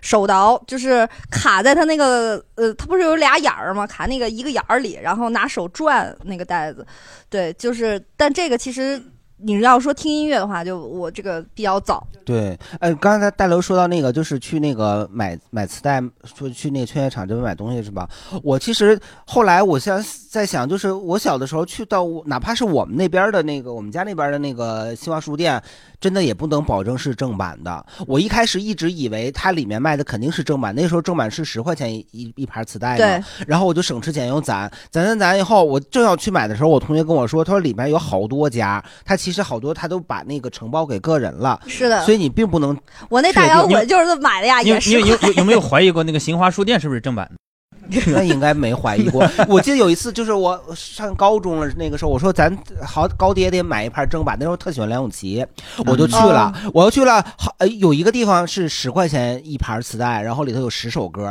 Speaker 5: 手倒就是卡在它那个呃，它不是有俩眼儿吗？卡那个一个眼儿里，然后拿手转那个带子，对，就是。但这个其实你要说听音乐的话，就我这个比较早，
Speaker 2: 对，哎，刚才大刘说到那个，就是去那个买买磁带，说去那个劝业场这边买东西是吧？我其实后来我现在在想，就是我小的时候去到我，哪怕是我们那边的那个，我们家那边的那个新华书店，真的也不能保证是正版的。我一开始一直以为它里面卖的肯定是正版，那时候正版是十块钱一一一盘磁带嘛，然后我就省吃俭用攒攒攒攒以后，我正要去买的时候，我同学跟我说，他说里面有好多家，他其实好多他都把那个承包给个人了。
Speaker 5: 是的
Speaker 2: 所以你并不能。
Speaker 5: 我那大摇滚就是买的呀，
Speaker 4: 你
Speaker 5: 也
Speaker 4: 你
Speaker 5: 是
Speaker 4: 有有 有有没有怀疑过那个新华书店是不是正版的？
Speaker 2: 那应该没怀疑过。我记得有一次，就是我 上高中了那个时候，我说咱好高低也得买一盘正版。那时候特喜欢梁咏琪，我就去了。
Speaker 5: 嗯
Speaker 2: 我又去了，好、呃有一个地方是十块钱一盘磁带，然后里头有十首歌；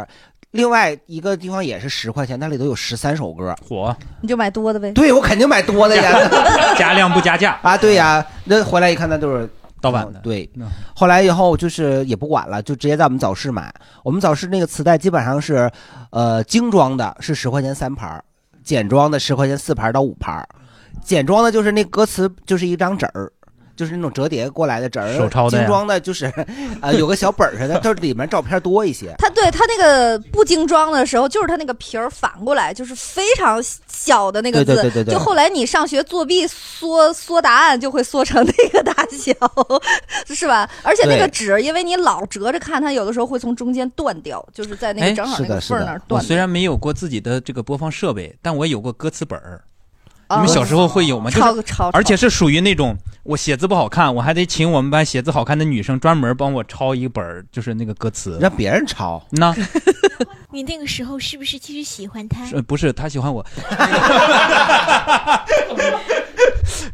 Speaker 2: 另外一个地方也是十块钱，它里头有十三首歌。
Speaker 4: 火！
Speaker 5: 你就买多的呗。
Speaker 2: 对我肯定买多的 呀，
Speaker 4: 加量不加价
Speaker 2: 啊！对呀，那回来一看，那都是
Speaker 4: 盗版的。嗯
Speaker 2: 对，后来以后就是也不管了，就直接在我们早市买。我们早市那个磁带基本上是，呃，精装的是十块钱三盘儿，简装的十块钱四盘儿到五盘儿。简装的就是那歌词就是一张纸儿，就是那种折叠过来的纸儿。
Speaker 4: 手抄的呀
Speaker 2: 精装的就是，呃，有个小本儿似的，它里面照片多一些。
Speaker 5: 它对它那个不精装的时候，就是它那个皮儿反过来，就是非常小的那个字。
Speaker 2: 对对对对对
Speaker 5: 就后来你上学作弊缩缩答案，就会缩成那个大小， 是吧？而且那个
Speaker 4: 对
Speaker 5: 纸，因为你老折着看，它有的时候会从中间断掉，就是在那
Speaker 4: 哎
Speaker 5: 个正好那个缝儿那儿
Speaker 4: 我
Speaker 5: 断
Speaker 4: 虽
Speaker 5: 掉。
Speaker 4: 然没有过自己的这个播放设备，但我有过歌词本儿。
Speaker 2: 哦
Speaker 4: 你们小时
Speaker 5: 哦
Speaker 4: 候会有吗？就
Speaker 5: 超
Speaker 4: 是
Speaker 5: 超，
Speaker 4: 而且是属于那种我写字不好看，我还得请我们班写字好看的女生专门帮我抄一本儿，就是那个歌词，
Speaker 2: 让别人抄。
Speaker 4: 那
Speaker 8: 你那个时候是不是其实喜欢他？
Speaker 4: 是呃不是他喜欢我？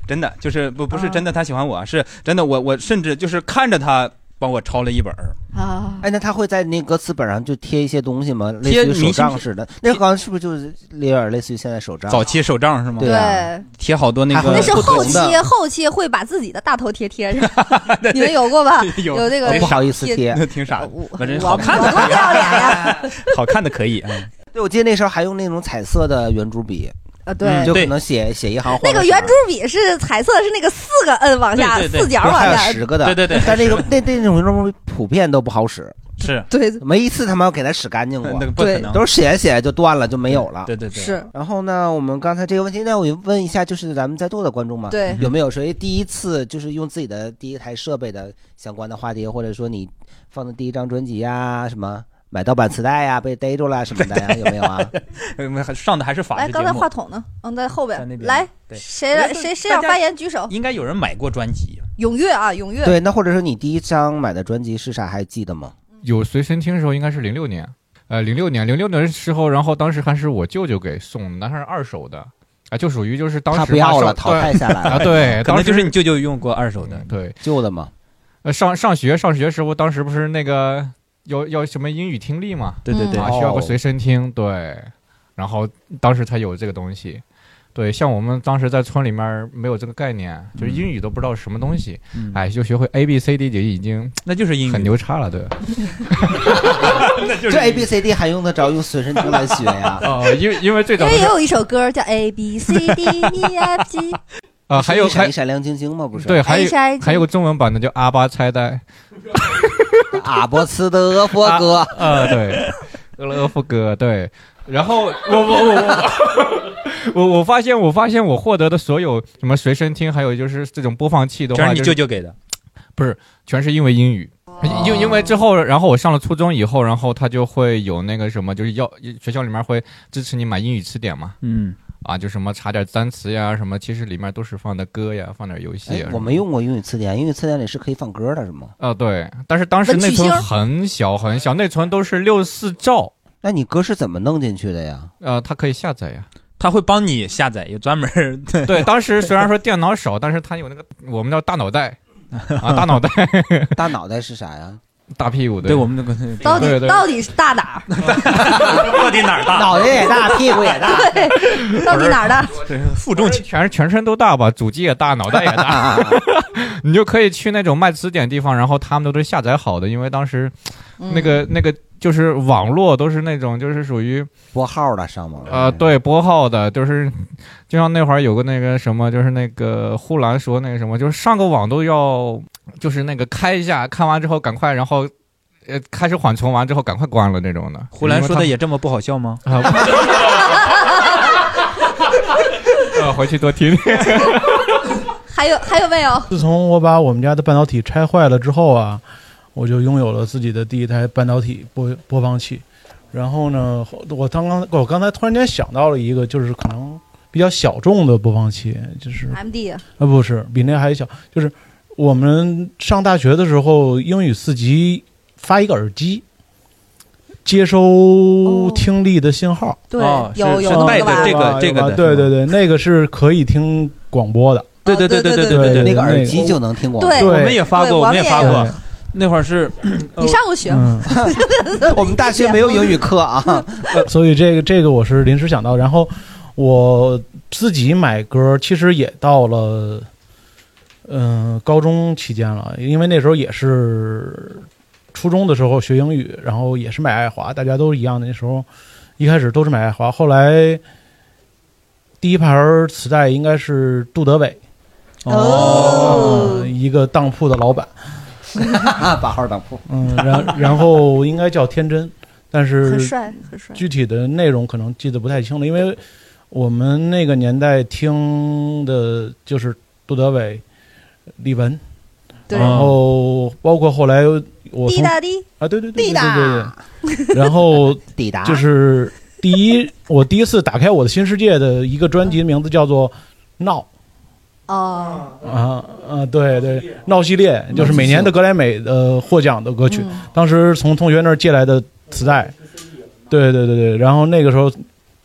Speaker 4: 真的就是不不是
Speaker 5: 嗯
Speaker 4: 真的他喜欢我，啊是真的我我甚至就是看着他帮我抄了一本儿，
Speaker 2: 啊，哎，那他会在那歌词本上就贴一些东西吗？类
Speaker 4: 贴
Speaker 2: 似于手
Speaker 4: 明信
Speaker 2: 账
Speaker 4: 片
Speaker 2: 似的，那好像是不是就是有点类似于现在手账？
Speaker 4: 早期手账是吗？
Speaker 2: 对啊
Speaker 4: 贴好多那个
Speaker 5: 那是
Speaker 4: 不同
Speaker 5: 后期
Speaker 4: 的，
Speaker 5: 后期会把自己的大头贴贴上， 你们有过 吧？
Speaker 2: 啊
Speaker 4: 有哎
Speaker 5: 那个
Speaker 4: 不好
Speaker 2: 意思贴
Speaker 4: 那挺傻的，反正
Speaker 2: 我
Speaker 4: 好看的
Speaker 2: 我多
Speaker 4: 可以，好看的可以，嗯
Speaker 2: 对，我记得那时候还用那种彩色的圆珠笔，
Speaker 5: 啊对
Speaker 2: 嗯就可能写写一 行。
Speaker 5: 那个圆珠笔是彩色，是那个四个摁往下，
Speaker 2: 对对对
Speaker 5: 四角
Speaker 2: 对
Speaker 5: 往
Speaker 2: 还有
Speaker 5: 下，
Speaker 2: 十个的，
Speaker 5: 对对对
Speaker 2: 但那个
Speaker 5: 是
Speaker 2: 那 那种圆珠笔普遍都不好使，
Speaker 4: 是嗯
Speaker 5: 对，
Speaker 2: 没一次他妈给它使干净过，
Speaker 4: 那个不可能
Speaker 2: 都是写着写着就断了，就没有了。
Speaker 4: 对对对
Speaker 5: 是。
Speaker 2: 然后呢，我们刚才这个问题，那我问一下，就是咱们在座的观众嘛，
Speaker 4: 嗯
Speaker 5: 对
Speaker 2: 有没有谁第一次就是用自己的第一台设备的相关的话题，或者说你放的第一张专辑呀，什么买到版磁带呀，被逮住了什么的呀，有没有 啊？
Speaker 4: 呃上的还是法
Speaker 5: 来，
Speaker 4: 制
Speaker 5: 刚
Speaker 4: 节
Speaker 5: 才
Speaker 4: 目
Speaker 5: 话筒呢？嗯，在后边。
Speaker 4: 边
Speaker 5: 来，
Speaker 4: 对
Speaker 5: 谁来？谁谁想发言举手？
Speaker 4: 应该有人买过专辑，
Speaker 5: 踊跃啊，踊跃！
Speaker 2: 对，那或者说你第一张买的专辑是啥？还记 得吗？
Speaker 14: 有随身听的时候应该是零六年，呃，零六年，零六年的时候，然后当时还是我舅舅给送的，那还是二手的，啊、就属于就是当时
Speaker 2: 他不要
Speaker 14: 马
Speaker 2: 了，
Speaker 14: 上
Speaker 2: 淘汰
Speaker 14: 对
Speaker 2: 下来了嗯
Speaker 14: 啊，对，
Speaker 4: 可能就是你
Speaker 14: 舅
Speaker 4: 舅用过二手的，
Speaker 14: 对，
Speaker 2: 旧的嘛。
Speaker 14: 呃，上上学上学时候，当时不是那个要要什么英语听力嘛，
Speaker 4: 对对对
Speaker 14: 啊，需要个
Speaker 4: 哦
Speaker 14: 随身听，对，然后当时才有这个东西。对，像我们当时在村里面没有这个概念，就是英语都不知道是什么东西，
Speaker 4: 嗯
Speaker 14: 哎，就学会 A B C D 就已经
Speaker 4: 那就是英语
Speaker 14: 很牛叉了，对。？
Speaker 2: 这 A B C D 还用得着用随身听来学呀
Speaker 14: 哦，因为因为最
Speaker 5: 因
Speaker 14: 早
Speaker 5: 为也有一首歌叫 A B C D E F G，
Speaker 14: 啊，还有
Speaker 2: 一闪
Speaker 14: 还
Speaker 2: 一闪亮晶晶吗？不是，
Speaker 14: 对，还
Speaker 5: 一闪一
Speaker 14: 有
Speaker 5: 闪
Speaker 14: 还有个中文版的叫阿巴拆呆，
Speaker 2: 阿波斯的俄波哥
Speaker 14: 啊， 对，俄罗夫哥，对。然后我我我我我我发现我发现我获得的所有什么随身听，还有就是这种播放器的
Speaker 4: 全
Speaker 14: 话，
Speaker 4: 是你
Speaker 14: 就
Speaker 4: 舅
Speaker 14: 是
Speaker 4: 舅给的，
Speaker 14: 不是全是因为英语。因因为之后，然后我上了初中以后，然后他就会有那个什么，就是要学校里面会支持你买英语词典嘛，
Speaker 4: 嗯，
Speaker 14: 啊，就什么查点单词呀，什么，其实里面都是放的歌呀，放点游戏
Speaker 2: 哎
Speaker 14: 呀。
Speaker 2: 我没用过英语词典，英语词典里是可以放歌的，是吗？
Speaker 14: 啊，对，但是当时
Speaker 2: 文曲
Speaker 14: 内存
Speaker 2: 星
Speaker 14: 很小很小，内存都是六四兆。
Speaker 2: 那你歌是怎么弄进去的呀？
Speaker 14: 呃，它可以下载呀。
Speaker 4: 他会帮你下载，有专门儿
Speaker 14: 对，当时虽然说电脑少，但是它有那个我们叫大 脑袋啊，大脑袋，
Speaker 2: 大脑袋是啥呀？
Speaker 14: 大屁股。
Speaker 4: 对我们那个
Speaker 5: 到
Speaker 14: 对
Speaker 5: 底
Speaker 14: 对
Speaker 5: 到底是大哪儿？
Speaker 4: 到底哪儿大？
Speaker 2: 脑袋也大，屁股也 大。
Speaker 5: 对，到底哪儿 大？
Speaker 4: 对，负重
Speaker 14: 全全身都大吧，主机也大，脑袋也 大，你就可以去那种卖词典地方，然后他们都是下载好的，因为当时
Speaker 5: 嗯
Speaker 14: 那个、那个就是网络都是那种就是属于
Speaker 2: 拨号的上 网
Speaker 14: 呃对拨号的，就是就像那会儿有个那个什么，就是那个呼兰说那个什么，就是上个网都要就是那个开一下，看完之后赶快然后。呃，开始缓存完之后，赶快关了那种的。
Speaker 4: 胡兰说的
Speaker 14: 因
Speaker 4: 也
Speaker 14: 为
Speaker 4: 这么不好笑吗？
Speaker 14: 啊他，呃，回去多听听。
Speaker 5: 还有还有没有？
Speaker 10: 自从我把我们家的半导体拆坏了之后啊，我就拥有了自己的第一台半导体播播放器。然后呢，我刚刚我刚才突然间想到了一个，就是可能比较小众的播放器，就是啊
Speaker 5: M D，
Speaker 10: 不是比那还小，就是我们上大学的时候英语四级发一个耳机，接收听力的信号。
Speaker 5: 对
Speaker 4: 哦是
Speaker 5: 有
Speaker 4: 是
Speaker 5: 有
Speaker 4: 带
Speaker 5: 那
Speaker 4: 着这
Speaker 5: 个
Speaker 10: 有吧
Speaker 4: 个这
Speaker 10: 有吧
Speaker 4: 个的，
Speaker 10: 对对对，那个是可以听广播的。
Speaker 4: 对对对对对对
Speaker 10: 那
Speaker 4: 对，
Speaker 10: 个耳机就
Speaker 2: 能听
Speaker 10: 广播对
Speaker 4: 我们也发
Speaker 5: 对
Speaker 4: 过，我们
Speaker 5: 我们也
Speaker 4: 发过
Speaker 10: 有，
Speaker 4: 那会儿是
Speaker 5: 你上过学吗？
Speaker 2: 嗯 我们大学没有英语课啊。
Speaker 10: 所以这个这个我是临时想到，然后我自己买歌，其实也到了，嗯、高中期间了，因为那时候也是初中的时候学英语，然后也是买爱华，大家都一样的，那时候一开始都是买爱华，后来第一盘磁带应该是杜德伟，哦、一个当铺的老板，
Speaker 2: 啊把号当铺。
Speaker 10: 嗯，然然后应该叫天 真，但是
Speaker 5: 很帅很帅
Speaker 10: 具体的内容可能记得不太清了，因为我们那个年代听的就是杜德伟、李玟，
Speaker 5: 对
Speaker 10: 然后包括后来我从
Speaker 5: 滴答滴
Speaker 10: 啊，对对对对
Speaker 5: 滴
Speaker 10: 对
Speaker 5: 答
Speaker 10: 对对，然后
Speaker 2: 抵达
Speaker 10: 就是第一，我第一次打开我的新世界的一个专辑名字叫做《闹》。
Speaker 5: 哦，
Speaker 10: 啊啊，对对，闹系列就是每年的格莱美呃获奖的歌曲，当时从同学那儿借来的磁带，对对对对，然后那个时候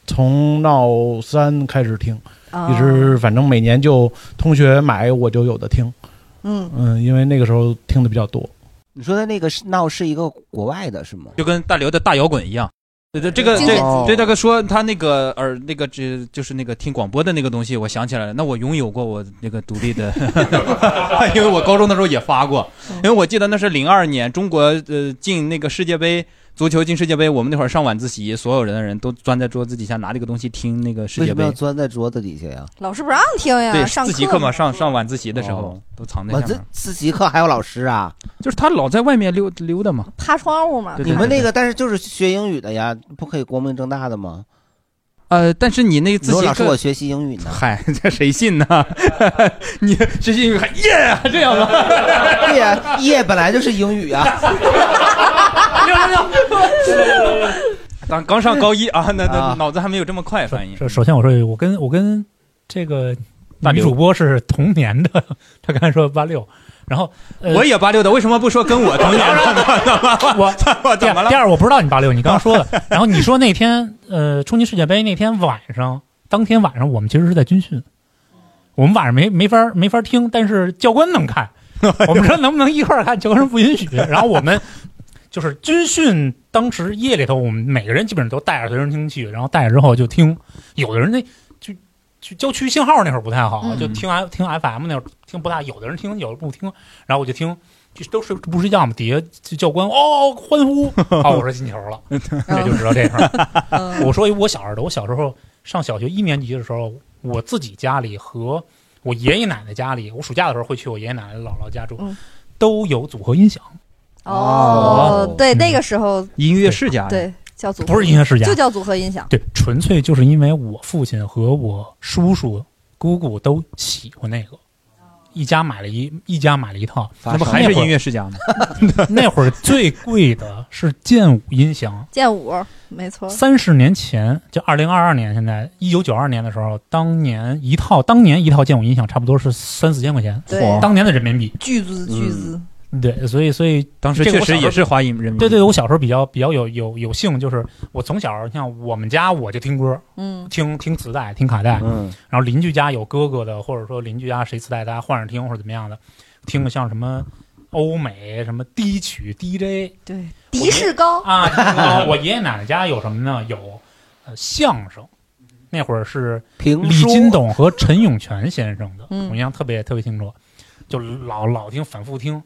Speaker 10: 从闹三开始听，
Speaker 5: 哦
Speaker 10: 一直反正每年就同学买我就有的听，
Speaker 2: 嗯，
Speaker 10: 嗯，因为那个时候听的比较多，
Speaker 2: 你说的那个是闹是一个国外的是吗？
Speaker 4: 就跟大刘的大摇滚一样。对对，这个
Speaker 2: 精
Speaker 4: 对
Speaker 2: 神疾病
Speaker 4: 对大哥说他那个耳那个这就是那个听广播的那个东西，我想起来了。那我拥有过我那个独立的，因为我高中的时候也发过，因为我记得那是零二年中国呃进那个世界杯足球进世界杯，我们那会儿上晚自习，所有人的人都钻在桌子底下拿这个东西听那个世
Speaker 2: 为
Speaker 4: 界
Speaker 2: 什么要
Speaker 4: 杯，
Speaker 2: 钻在桌子底下呀？
Speaker 5: 老师不让听呀，
Speaker 4: 对
Speaker 5: 上
Speaker 4: 自习
Speaker 5: 课
Speaker 4: 课
Speaker 5: 嘛
Speaker 4: 嘛，上上晚自习的时候都藏在
Speaker 2: 我
Speaker 4: 下
Speaker 2: 这
Speaker 4: 面，
Speaker 2: 自习课还有老师啊？
Speaker 4: 就是他老在外面溜溜达嘛。
Speaker 5: 趴窗户嘛。
Speaker 2: 你们那个但是就是学英语的呀，不可以光明正大的吗？
Speaker 4: 呃，但是你那自
Speaker 2: 你说
Speaker 4: 习
Speaker 2: 老师
Speaker 4: 课
Speaker 2: 我学习英语呢，
Speaker 4: 嗨， 这谁信呢？你学习英语还耶 这样吗？
Speaker 2: 对呀，耶本来就是 英语啊。
Speaker 4: 当刚上高一啊，那那
Speaker 3: 啊
Speaker 4: 脑子还没有这么快反应。
Speaker 3: 首首先我说一句，我跟我跟这个
Speaker 4: 大
Speaker 3: 女
Speaker 4: 刘
Speaker 3: 主播是同年的， 她刚才说八六，然后、呃
Speaker 4: 我也八六的，为什么不说跟我同年 的？
Speaker 3: 我
Speaker 4: 我怎么了
Speaker 3: 第？二，我不知道你八六，你刚刚说的。然后你说那天，呃，冲击世界杯那天晚上，当天晚上我们其实是在军训，我们晚上没没法没法听，但是教官能 看。
Speaker 4: 哎
Speaker 3: 我们说能不能一块儿看，教官说不允许。然后我们就是军训，当时夜里头，我们每个人基本上都带着随身听器，然后带着之后就听。有的人那就就郊区信号那会儿不太好，
Speaker 4: 嗯
Speaker 3: 就听 F 听 FM 那会儿听不大，有的人听，有的不听。然后我就听，就都睡不睡觉嘛，底下就教官哦欢呼，哦我说进球了，这就知道这事儿。 我说我小时候，我小时候上小学一年级的时候，我自己家里和我爷爷奶奶家里，我暑假的时候会去我爷爷奶奶姥姥家住，都有组合音响。
Speaker 2: 啊
Speaker 5: 哦，对，那个时候
Speaker 4: 音乐世家
Speaker 5: 对叫组合
Speaker 3: 不是音乐世家
Speaker 5: 就叫组合音响。
Speaker 3: 对，纯粹就是因为我父亲和我叔叔、姑姑都喜欢那个，一家买了一一家买了一套，
Speaker 4: 那不还是音乐世家吗？
Speaker 3: 那会儿最贵的是剑舞音响，
Speaker 5: 剑舞没错，
Speaker 3: 三十年前，就二零二二年，现在一九九二年的时候，当年一套当年一套剑舞音响差不多是三四千块钱，
Speaker 5: 对
Speaker 3: 当年的人民币，
Speaker 5: 巨资巨
Speaker 2: 嗯
Speaker 5: 资。
Speaker 3: 嗯对，所以所以
Speaker 4: 当时
Speaker 3: 这个
Speaker 4: 确
Speaker 3: 我小时
Speaker 4: 实
Speaker 3: 候
Speaker 4: 也是花一人民币
Speaker 3: 对对，我小时候比较比较有有有幸，就是我从小像我们家我就听歌，
Speaker 5: 嗯，
Speaker 3: 听听磁带，听卡带，
Speaker 2: 嗯，
Speaker 3: 然后邻居家有哥哥的，或者说邻居家谁磁带，大家换着听或者怎么样的，听个像什么欧美什么低曲 DJ，
Speaker 5: 对，迪士高
Speaker 3: 啊， 然后我爷爷奶奶家有什么呢？有呃相声，那会儿是
Speaker 2: 评
Speaker 3: 李金斗和陈永泉先生的，
Speaker 5: 嗯
Speaker 3: 我印象特别特别清楚，就老老听反复听啊。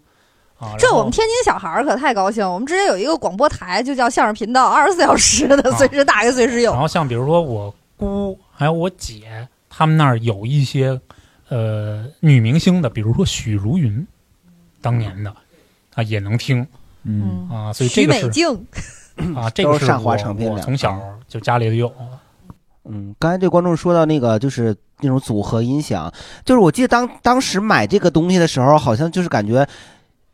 Speaker 5: 这
Speaker 3: 然后
Speaker 5: 我们天津小孩儿可太高兴，我们之前有一个广播台，就叫相声频道，二十四小时的，
Speaker 3: 啊
Speaker 5: 随时打开随时有
Speaker 3: 然。后像比如说我姑还有我姐，他们那儿有一些呃女明星的，比如说许茹芸，当年的啊也能听，
Speaker 4: 嗯
Speaker 3: 啊， 所以这
Speaker 5: 许
Speaker 3: 个
Speaker 5: 美
Speaker 3: 是
Speaker 5: 静，
Speaker 3: 啊，这个
Speaker 2: 都是上
Speaker 3: 我
Speaker 2: 华唱片
Speaker 3: 我
Speaker 2: 的
Speaker 3: 从小就家里就有。
Speaker 2: 嗯，刚才这观众说到那个就是那种组合音响，就是我记得当当时买这个东西的时候，好像就是感觉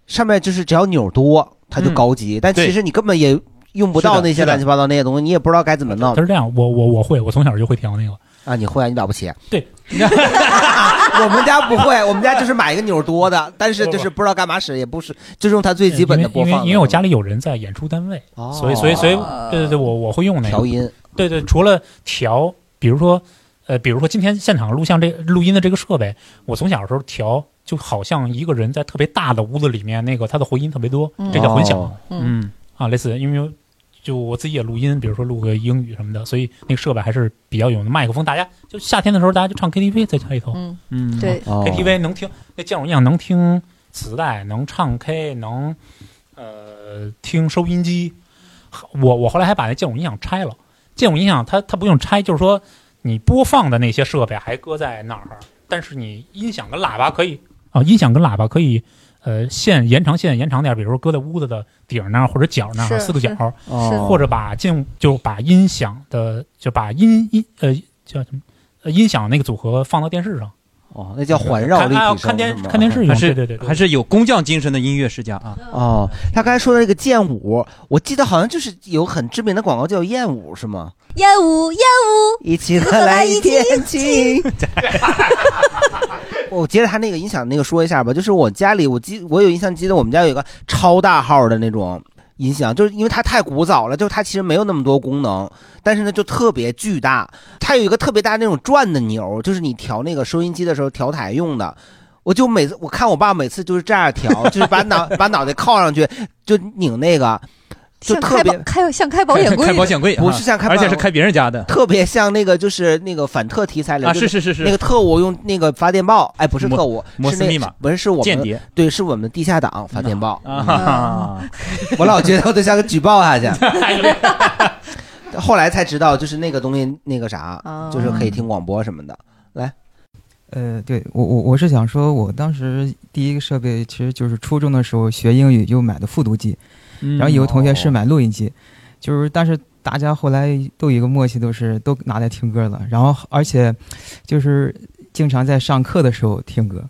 Speaker 2: 上面就是只要钮多，它就高级，但其实你根本也用不到那些乱七八糟那些东西，你也不知道该怎么弄
Speaker 3: 他是这样，我我我会，我从小就会调那个。
Speaker 2: 啊！你会啊，你了不起。
Speaker 3: 对，
Speaker 2: 我们家不会，我们家就是买一个钮多的，但是就是不知道干嘛使，也不是，就是用它最基本的哦播
Speaker 3: 因为
Speaker 2: 放
Speaker 3: 因为我家里有人在演出单位，所以所以所以，
Speaker 5: 哦
Speaker 3: 呃对对对，我我会用那个
Speaker 2: 呃调音。
Speaker 3: 对对，除了调，比如说呃，比如说今天现场录像这录音的这个设备，我从小时候调，就好像一个人在特别大的屋子里面，那个它的回音特别多，
Speaker 4: 嗯
Speaker 3: 这叫混响
Speaker 4: 哦。嗯
Speaker 3: 啊，类似，因为就我自己也录音，比如说录个英语什么的，所以那个设备还是比较有的麦克风，大家就夏天的时候大家就唱 KTV 在家里头。
Speaker 5: 嗯
Speaker 4: 嗯
Speaker 3: 对
Speaker 4: 哦
Speaker 3: KTV 能听那建筑一样，能听磁带，能唱 K，能呃听收音机。我我后来还把那建筑音响拆了。建筑音响它它不用拆，就是说你播放的那些设备还搁在那儿，但是你音响跟喇叭可以啊，音响跟喇叭可以呃线延长线延长点儿，比如说搁在屋子的顶儿那儿或者角儿那
Speaker 4: 是
Speaker 3: 儿四个角儿
Speaker 4: 是是，
Speaker 3: 或者把进就把音响的就把音音呃叫什么呃音响那个组合放到电视 上。
Speaker 2: 哦，那叫环绕立体
Speaker 3: 看啊
Speaker 2: 声
Speaker 3: 看电
Speaker 2: 是吗
Speaker 3: 看电视用，
Speaker 2: 还是
Speaker 3: 对对对对，
Speaker 4: 还是有工匠精神的音乐世家啊。
Speaker 2: 哦，他刚才说的那个剑舞，我记得好像就是有很知名的广告叫燕舞是吗？
Speaker 5: 烟雾，烟雾，
Speaker 2: 一起
Speaker 5: 喝
Speaker 2: 喝
Speaker 5: 来
Speaker 2: 来
Speaker 5: 一
Speaker 2: 一
Speaker 5: 天
Speaker 2: 天晴。 我接着他那个音响那个说一下吧，就是我家里，我记我有印象，记得我们家有一个超大号的那种音响，就是因为它太古早了，就是它其实没有那么多功能，但是呢就特别巨大，它有一个特别大那种转的钮，就是你调那个收音机的时候调台用的。我就每次我看我爸每次就是这 样调，就是把脑把脑袋靠上去就拧那个，就
Speaker 5: 像
Speaker 2: 特
Speaker 5: 开
Speaker 2: 别
Speaker 5: 保开像开保险柜，
Speaker 4: 开保险柜
Speaker 2: 不是像开保
Speaker 4: 而
Speaker 2: 险
Speaker 4: 且
Speaker 2: 柜，
Speaker 4: 是开别人家的。
Speaker 2: 特别像那个就是那个反特题材里
Speaker 4: 啊
Speaker 2: 就是
Speaker 4: 是是是
Speaker 2: 那个特务用那个发电报，哎，不是
Speaker 4: 摩
Speaker 2: 特务，
Speaker 4: 摩
Speaker 2: 是
Speaker 4: 斯
Speaker 2: 那
Speaker 4: 密码
Speaker 2: 不是是我们
Speaker 4: 间谍，
Speaker 2: 对，是我们的地下党发电报。
Speaker 4: 啊哎
Speaker 2: 嗯 我老觉得我得想举报他去。 后来才知道，就是那个东西，那个啥，就是可以听广播什么的。来，
Speaker 12: 呃，对我我我是想说，我当时第一个设备其实就是初中的时候学英语就买的复读机，
Speaker 15: 嗯
Speaker 12: 然后有个同学是买录音机，就是但是大家后来都有一个默契，都是都拿来听歌了，然后而且就是经常在上课的时候听歌。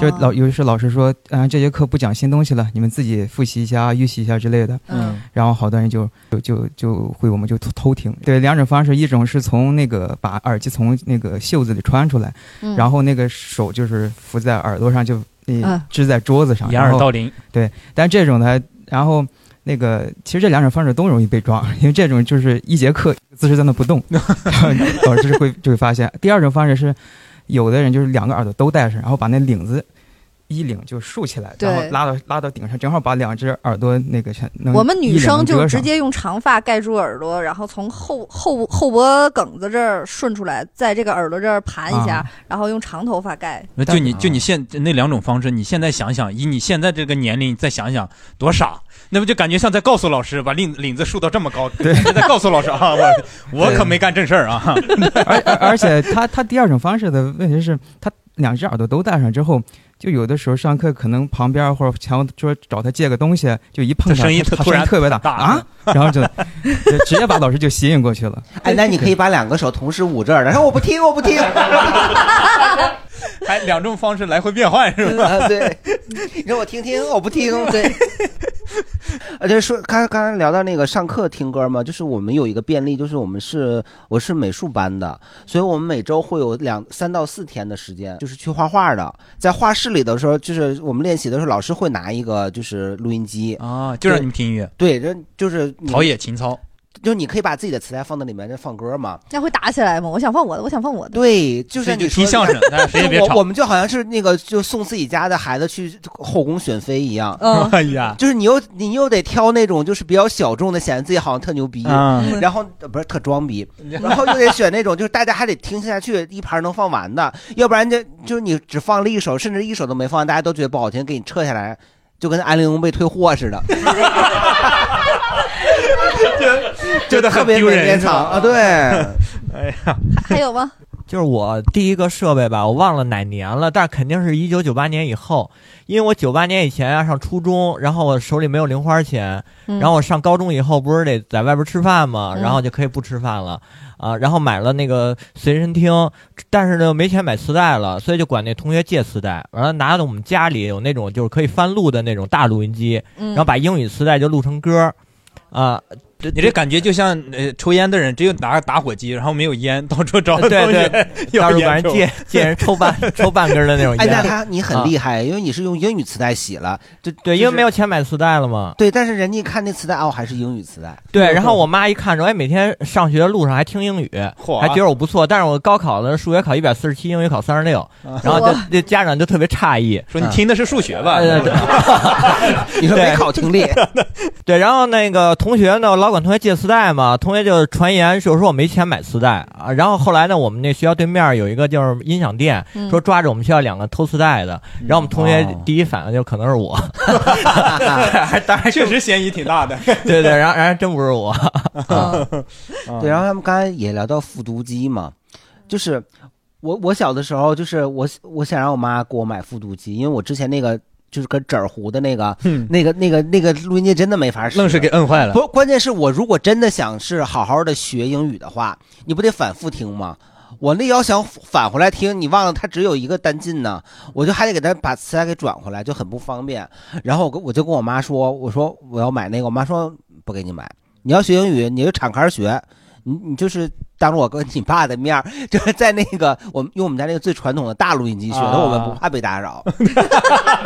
Speaker 12: 就是
Speaker 15: 哦
Speaker 12: 老，尤其是老师说，嗯、这节课不讲新东西了，你们自己复习一下、预习一下之类的。
Speaker 15: 嗯，
Speaker 12: 然后好多人就就就就会，我们就偷偷听。对，两种方式，一种是从那个把耳机从那个袖子里穿出来，
Speaker 15: 嗯
Speaker 12: 然后那个手就是扶在耳朵上，就
Speaker 15: 嗯
Speaker 12: 呃支在桌子上，
Speaker 4: 掩
Speaker 12: 然
Speaker 4: 耳
Speaker 12: 后
Speaker 4: 盗铃。
Speaker 12: 对，但这种呢，然后那个其实这两种方式都容易被抓，因为这种就是一节课姿势在那 不动，然后老师会就会发现。第二种方式是，有的人就是两个耳朵都戴上，然后把那领子。衣领就竖起来，然后
Speaker 5: 对
Speaker 12: 拉到拉到顶上，正好把两只耳朵那个全能
Speaker 5: 我们女生
Speaker 12: 一
Speaker 5: 就
Speaker 12: 两遮
Speaker 5: 直
Speaker 12: 上
Speaker 5: 接用长发盖住耳朵，然后从后后后脖梗子这儿顺出来，在这个耳朵这儿盘一下，
Speaker 4: 啊
Speaker 5: 然后用长头发盖。
Speaker 4: 那就你就
Speaker 2: 啊
Speaker 4: 你现那两种方式，你现在想想，以你现在这个年龄，你再想想多傻，那不就感觉像在告诉老师，把领领子竖到这么高，在告诉老师啊，我我可没干正事儿 啊。
Speaker 12: 而 而且他他第二种方式的问题是他两只耳朵都戴上之后，就有的时候上课可能旁边或者墙桌找他借个东西，就一碰
Speaker 4: 这
Speaker 12: 上
Speaker 4: 声音
Speaker 12: 他
Speaker 4: 特
Speaker 12: 他
Speaker 4: 突
Speaker 12: 声音
Speaker 4: 然
Speaker 12: 特别大
Speaker 4: 大
Speaker 12: 啊， 然后就就直接把老师就吸引过去了。
Speaker 2: 哎，那 你可以把两个手同时捂这儿，然后我不听，我不听。
Speaker 4: 还哎两种方式来回变换是吧？
Speaker 2: 啊对， 你说我听听，我不听。对，而且呃说刚刚才聊到那个上课听歌嘛，就是我们有一个便利，就是我们是我是美术班的，所以我们每周会有两三到四天的时间，就是去画画的。在画室里的时候，就是我们练习的时候，老师会拿一个就是录音机
Speaker 4: 啊就让你们听音乐。
Speaker 2: 对，这就是你
Speaker 4: 陶冶情操。
Speaker 2: 就你可以把自己的磁带放到里面，再放歌嘛。
Speaker 5: 那会打起来吗？我想放我的，我想放我的。
Speaker 2: 对，就
Speaker 4: 所
Speaker 2: 是
Speaker 4: 以就
Speaker 2: 你
Speaker 4: 听
Speaker 2: 说
Speaker 4: 相
Speaker 2: 的
Speaker 4: 声大家谁也别
Speaker 2: 我
Speaker 4: 吵
Speaker 2: 我们就好像是那个就送自己家的孩子去后宫选妃一样。
Speaker 4: 嗯 哎呀
Speaker 2: 就是你又你又得挑那种就是比较小众的，显得自己好像特牛逼，
Speaker 4: 嗯
Speaker 2: 然后呃不是特装 逼，然后又得选那种就是大家还得听下去，一盘能放完的，要不然就就是你只放了一首，甚至一首都没放，大家都觉得不好听，给你撤下来，就跟安陵容被退货似的。
Speaker 6: 觉
Speaker 2: 就
Speaker 6: 得很
Speaker 2: 特别
Speaker 6: 丢
Speaker 2: 没
Speaker 6: 人
Speaker 2: 面
Speaker 6: 是吧哎
Speaker 2: 场 啊，对。
Speaker 5: 还有吗？
Speaker 6: 就是我第一个设备吧，我忘了哪年了，但是肯定是一九九八年以后，因为我九八年以前啊上初中，然后我手里没有零花钱，
Speaker 15: 嗯
Speaker 6: 然后我上高中以后不是得在外边吃饭嘛，
Speaker 15: 嗯
Speaker 6: 然后就可以不吃饭了啊、然后买了那个随身听，但是呢没钱买磁带了，所以就管那同学借磁带，完了拿到我们家里有那种就是可以翻录的那种大录音机，
Speaker 4: 嗯
Speaker 6: 然后把英语磁带就录成歌啊。
Speaker 4: 你这感觉就像呃抽烟的人，只有拿个打火机，然后没有烟，到处找
Speaker 6: 对
Speaker 4: 同学
Speaker 6: 对
Speaker 4: 要
Speaker 6: 到处
Speaker 4: 烟
Speaker 6: 把人
Speaker 4: 抽
Speaker 6: 借 借人抽半抽半根儿的那种
Speaker 2: 哎，
Speaker 6: 烟
Speaker 2: 那他你很
Speaker 6: 啊
Speaker 2: 厉害，因为你是用英语磁带洗了，就
Speaker 6: 对，因为没有钱买磁带了嘛。
Speaker 2: 对，但是人家一看那磁带哦，还是英语磁带。
Speaker 6: 对，然后我妈一看说，哎，每天上学路上还听英语，
Speaker 2: 嚯
Speaker 6: 还觉得我不错。但是我高考的数学考一百四十七，英语考三十六，然后就
Speaker 4: 嚯
Speaker 6: 这家长就特别诧异，
Speaker 4: 嗯说你听的是数学吧？
Speaker 6: 呃对
Speaker 2: 你说没考听力。
Speaker 6: 对，然后那个同学呢，老管同学借磁带嘛，同学就传言就说我没钱买磁带啊。然后后来呢，我们那学校对面有一个就是音响店，
Speaker 15: 嗯
Speaker 6: 说抓着我们学校两个偷磁带的，然后我们同学
Speaker 4: 哦
Speaker 6: 第一反应就可能是我， 当然
Speaker 4: 确实嫌疑挺大的。
Speaker 6: 对对，然后然后真不是我，
Speaker 2: 嗯
Speaker 4: 嗯
Speaker 2: 对，然后他们刚才也聊到复读机嘛，就是我我小的时候，就是我我想让我妈给我买复读机，因为我之前那个就是跟纸儿糊的那个、那个那个那个录音机真的没法使，
Speaker 4: 愣是给摁坏了
Speaker 2: 不，关键是我如果真的想是好好的学英语的话，你不得反复听吗？我那要想返回来听，你忘了它只有一个单进呢，我就还得给它把磁带给转回来，就很不方便。然后我跟我就跟我妈说，我说我要买那个，我妈说不给你买，你要学英语你就敞开学，你你就是当着我跟你爸的面儿，就是在那个我们用我们家那个最传统的大录音机学的，
Speaker 4: 啊
Speaker 2: 我们不怕被打扰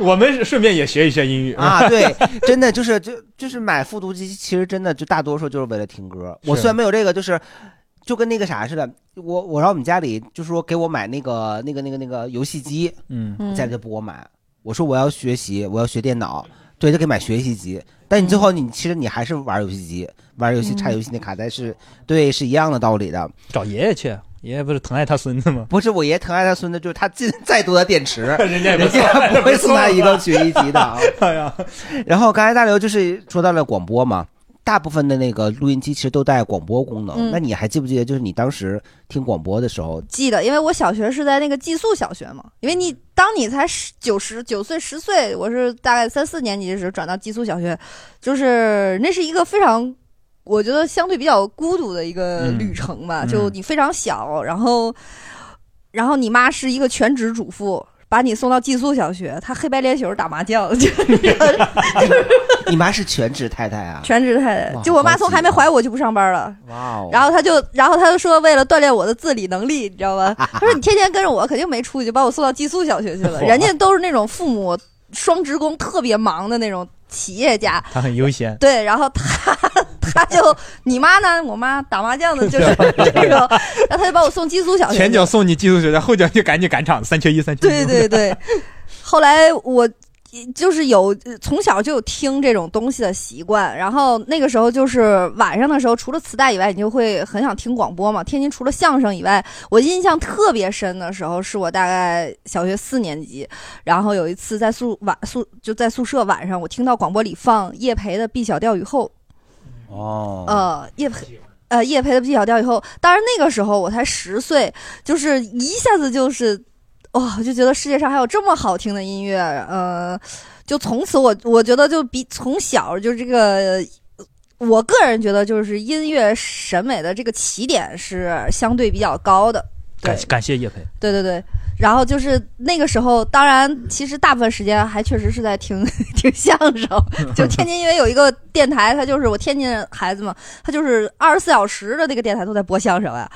Speaker 4: 我们顺便也学一学英 语
Speaker 2: 啊。对，真的就是就就是买复读机，其实真的就大多数就是为了听歌。我
Speaker 4: 是
Speaker 2: 虽然没有这个，就是就跟那个啥似的，我我让我们家里就说给我买那个那个那个那个游戏机，
Speaker 4: 嗯
Speaker 2: 我家里就不给我买。我说我要学习，我要学电脑，对，就给买学习机。但你最后你其实你还是玩游戏机，玩游戏插游戏那卡带是对是一样的道理的。
Speaker 4: 找爷爷去，爷爷不是疼爱他孙子吗？
Speaker 2: 不是我爷疼爱他孙子，就是他进 再多的电池，人
Speaker 4: 家也不送
Speaker 2: 不会送他 移动学习机的 啊。
Speaker 4: 哎呀，
Speaker 2: 然后刚才大刘就是说到了广播嘛，大部分的那个录音机其实都带广播功能。
Speaker 5: 嗯
Speaker 2: 那你还记不记得，就是你当时听广播的时候，
Speaker 5: 记得，因为我小学是在那个寄宿小学嘛。因为你当你才十九十九岁十岁，我是大概三四年级的时候转到寄宿小学，就是那是一个非常。我觉得相对比较孤独的一个
Speaker 15: 嗯
Speaker 5: 旅程吧，
Speaker 15: 嗯
Speaker 5: 就你非常小，然后，然后你妈是一个全职主妇，把你送到寄宿小学，她黑白连球打麻将， 就
Speaker 2: 你妈是全职太太啊？
Speaker 5: 全职太太。
Speaker 2: 哇
Speaker 5: 就我妈从
Speaker 2: 高级
Speaker 6: 啊
Speaker 5: 还没怀我就不上班了，
Speaker 2: 哇哦！
Speaker 5: 然后他就，然后他就说，为了锻炼我的自理能力，你知道吧？他说你天天跟着我，肯定没出息，就把我送到寄宿小学去了。
Speaker 4: 哇
Speaker 5: 人家都是那种父母双职工特别忙的那种企业家，
Speaker 4: 他很悠闲。
Speaker 5: 对，然后他他就你妈呢？我妈打麻将的，就是这种，然后他就把我送寄宿小学去了，
Speaker 4: 前脚送你寄宿学校，后脚就赶紧赶场，三缺一，三缺一。
Speaker 5: 对对对，后来我就是有呃从小就有听这种东西的习惯，然后那个时候就是晚上的时候，除了磁带以外，你就会很想听广播嘛。天津除了相声以外，我印象特别深的时候是我大概小学四年级，然后有一次在宿晚宿就在宿舍晚上，我听到广播里放叶培的《碧晓钓鱼后》。
Speaker 2: 哦，
Speaker 5: 呃，叶培。呃，叶培的《碧小调》以后，当然那个时候我才十岁，就是一下子就是，哇、我就觉得世界上还有这么好听的音乐，呃，就从此我我觉得就比从小就这个，我个人觉得就是音乐审美的这个起点是相对比较高的，
Speaker 4: 感感谢叶培。
Speaker 5: 对对对，然后就是那个时候，当然其实大部分时间还确实是在听 听相 声。就天津因为有一个电台，它就是我天津人孩子嘛，它就是二十四小时的这个电台都在播相声啊。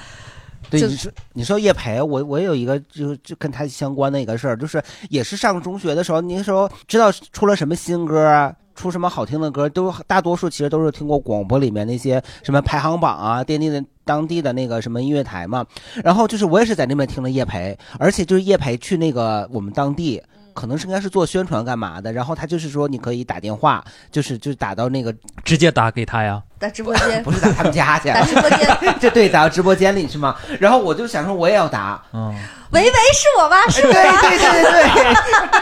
Speaker 2: 对，
Speaker 5: 就
Speaker 2: 你说你说叶培，我我有一个就就跟他相关的一个事儿，就是也是上中学的时候，那时候知道出了什么新歌啊，出什么好听的歌，都大多数其实都是听过广播里面那些什么排行榜啊，当地的当地的那个什么音乐台嘛。然后就是我也是在那边听了叶培，而且就是叶培去那个我们当地。可能是应该是做宣传干嘛的，然后他就是说你可以打电话，就是就是打到那个
Speaker 4: 直接打给他呀，
Speaker 5: 在直播间
Speaker 2: 不是打他们家去，
Speaker 5: 打直播 间，
Speaker 2: 这对打到直播间里是吗？然后我就想说我也要打，
Speaker 4: 嗯，
Speaker 5: 维维是我吗？是我
Speaker 2: 对
Speaker 5: 吗？
Speaker 2: 哎对对对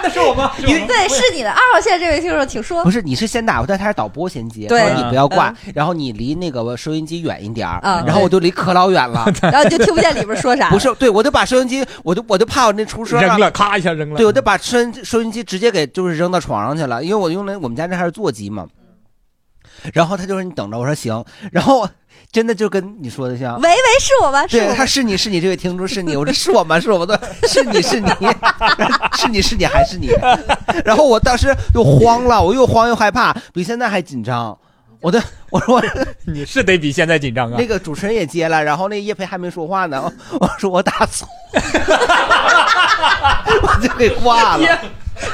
Speaker 5: 那 是我吗？对，是你的二号线这位听众，请说。
Speaker 2: 不是，你是先打，但他是导播先接，
Speaker 5: 对
Speaker 2: 他说你不要挂
Speaker 5: 嗯，
Speaker 2: 然后你离那个收音机远一点儿，
Speaker 5: 嗯
Speaker 2: 然后我就离可老远了，
Speaker 5: 然后你就听不见里边说啥了
Speaker 2: 不是，对我就把收音机，我就我就怕我那出声
Speaker 4: 扔了，咔一下扔了。
Speaker 2: 对，我就把收音收音机直接给就是扔到床上去了，因为我用的我们家那还是座机嘛。然后他就说你等着，我说行，然后真的就跟你说的像，
Speaker 5: 维维是我吗？是我
Speaker 2: 对，
Speaker 5: 吗
Speaker 2: 他是你是你这位听众是你，我这是我吗？ 是我的，是你是你，是你是你还是你？然后我当时就慌了， 我又慌又害怕，比现在还紧张。我的，我说我
Speaker 4: 你是得比现在紧张啊。
Speaker 2: 那个主持人也接了，然后那叶培还没说话呢， 我我说我打错，我就 给挂了。
Speaker 4: 叶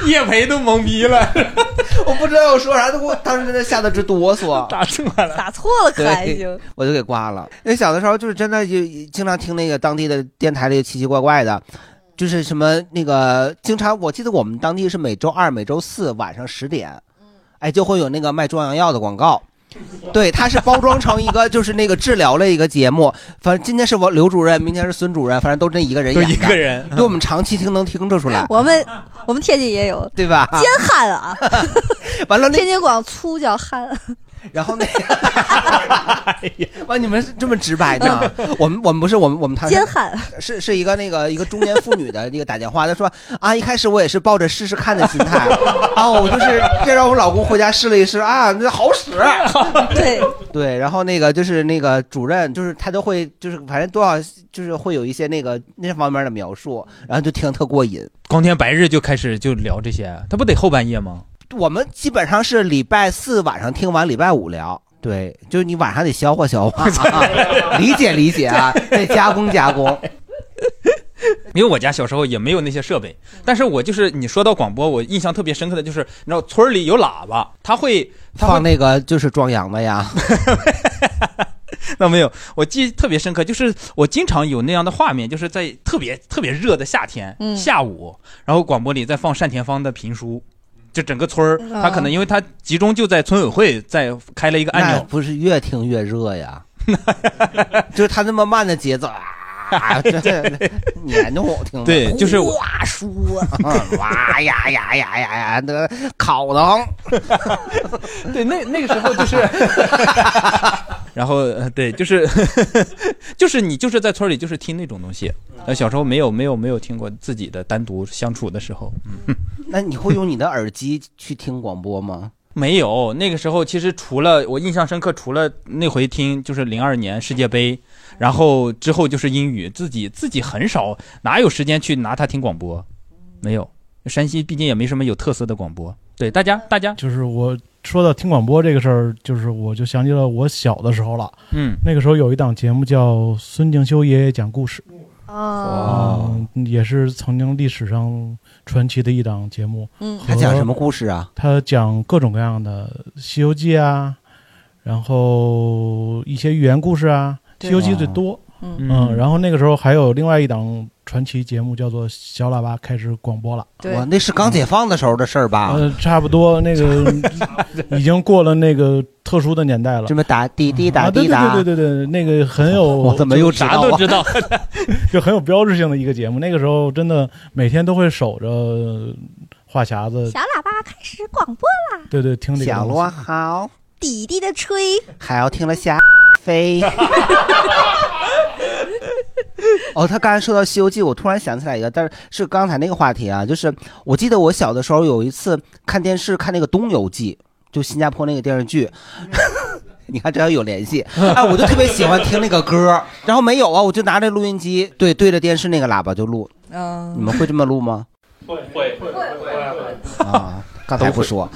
Speaker 4: 叶培都 懵逼了，
Speaker 2: 我不知道我说啥，我当时真的吓得直哆嗦，
Speaker 4: 打错了，
Speaker 5: 打错了可还行。
Speaker 2: 我就给挂了。因为小的时候就是真的就经常听那个当地的电台里奇奇怪怪的，就是什么那个经常我记得我们当地是每周二、每周四晚上十点，
Speaker 5: 嗯
Speaker 2: 哎，就会有那个卖壮阳药的广告。对，它是包装成一个就是那个治疗类一个节目，反正今天是我刘主任，明天是孙主任，反正都这一个人
Speaker 4: 都
Speaker 2: 演的，
Speaker 4: 一个人
Speaker 2: 对我们长期听能听得出来，
Speaker 5: 我们我们天津也有
Speaker 2: 对吧？
Speaker 5: 奸汉啊！
Speaker 2: 完了那
Speaker 5: 天津广粗叫汉。
Speaker 2: 然后那哇，你们是这么直 白呢？我们我们不是我们我们他
Speaker 5: 奸汉
Speaker 2: 是是一个那个一个中年妇女的那个打电话，她说啊，一开始我也是抱着试试看的心态， 啊，我就是这让我老公回家试了一试啊，那好使。
Speaker 10: 啊
Speaker 5: 对
Speaker 2: 对，然后那个就是那个主任，就是他都会就是反正多少就是会有一些那个那方面的描述，然后就听得特过瘾。
Speaker 4: 光天白日就开始就聊这些，他不得后半夜吗？
Speaker 2: 我们基本上是礼拜四晚上听完，礼拜五聊。对，就是你晚上得消化 消化、啊，理解理解啊，得加工加工。
Speaker 4: 因为我家小时候也没有那些设备，
Speaker 2: 嗯
Speaker 4: 但是我就是你说到广播，我印象特别深刻的就是，你知道村儿里有喇叭，他会他会
Speaker 2: 放那个就是壮阳的呀，
Speaker 4: 那没有，我记忆特别深刻，就是我经常有那样的画面，就是在特别特别热的夏天、
Speaker 2: 嗯
Speaker 4: 下午，然后广播里在放单田芳的评书，就整个村儿，
Speaker 2: 嗯
Speaker 4: 他可能因为他集中就在村委会在开了一个按
Speaker 2: 那
Speaker 4: 钮，
Speaker 2: 不是越听越热呀， 就是他那么慢的节奏啊，这撵得我听。
Speaker 4: 对就是我
Speaker 2: 哇说，嗯哇呀呀呀呀呀，那个烤的慌。
Speaker 4: 对，那那个时候就是，然后呃对，就是 就是你就是在村里就是听那种东西，呃，小时候没有没有没有听过自己的单独相处的时候，嗯，
Speaker 2: 那你会用你的耳机去听广播吗？
Speaker 4: 没有，那个时候其实除了我印象深刻，除了那回听就是零二年世界杯，然后之后就是英语，自己自己很少哪有时间去拿它听广播，没有，山西毕竟也没什么有特色的广播，对大家大家
Speaker 10: 就是我说到听广播这个事儿，就是我就想起了我小的时候了。
Speaker 4: 嗯，
Speaker 10: 那个时候有一档节目叫《孙敬修爷爷讲故事》，
Speaker 5: 哦
Speaker 10: 嗯，也是曾经历史上传奇的一档节目。
Speaker 2: 嗯
Speaker 10: 和
Speaker 2: 他讲什么故事啊？
Speaker 10: 他讲各种各样的《西游记》啊，然后一些寓言故事啊，《
Speaker 15: 对
Speaker 10: 西游记》最多。
Speaker 15: 嗯
Speaker 10: 嗯，然后那个时候还有另外一档传奇节目叫做《小喇叭开始广播了》。
Speaker 2: 哇，那是刚解放的时候的事儿吧？
Speaker 10: 呃，差不多那个已经过了那个特殊的年代了。
Speaker 2: 这么打滴滴
Speaker 10: 啊
Speaker 2: 打
Speaker 10: 对
Speaker 2: 滴答，
Speaker 10: 对对对对对，那个很有，
Speaker 2: 我怎么又知道啊啥都知道，
Speaker 10: 就很有标志性的一个节目。那个时候真的每天都会守着话匣子
Speaker 5: 小，喇叭开始广播啦，
Speaker 10: 对对，听这个
Speaker 2: 响
Speaker 10: 东西
Speaker 2: 落好，
Speaker 5: 滴滴的吹，
Speaker 2: 还要听了霞飞。 哦，他刚才说到《西游记》，我突然想起来一个，但是是刚才那个话题啊，就是我记得我小的时候有一次看电视看那个《东游记》，就新加坡那个电视剧。
Speaker 5: 嗯
Speaker 2: 你看这还有联系，哎，我就特别喜欢听那个歌，然后没有啊，我就拿着录音机对对着电视那个喇叭就录。
Speaker 5: 嗯
Speaker 2: 你们会这么录 吗？
Speaker 7: 会会会会
Speaker 2: 啊，刚才不说。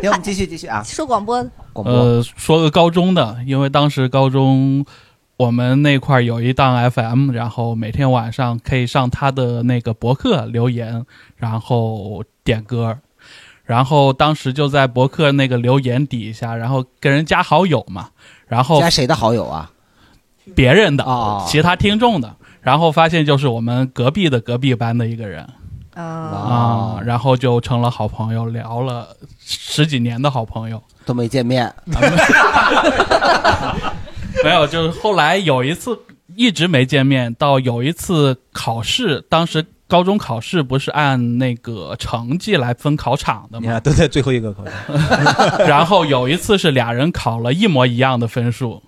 Speaker 2: 行，我们继续继续啊，
Speaker 5: 说广 播，
Speaker 2: 广播。
Speaker 16: 呃，说个高中的，因为当时高中我们那块儿有一档 FM，然后每天晚上可以上他的那个博客留言，然后点歌，然后当时就在博客那个留言底下，然后给人加好友嘛，然后
Speaker 2: 加谁的好友啊？哦
Speaker 16: 别人的，其他听众的，然后发现就是我们隔壁的隔壁班的一个人。啊、然后就成了好朋友，聊了十几年的好朋友，
Speaker 2: 都没见面。
Speaker 16: 没有，就是后来有一次一直没见面，到有一次考试，当时高中考试不是按那个成绩来分考场的
Speaker 4: 你
Speaker 16: 吗
Speaker 4: 看？都在最后一个口罩。
Speaker 16: 然后有一次是俩人考了一模一样的分数，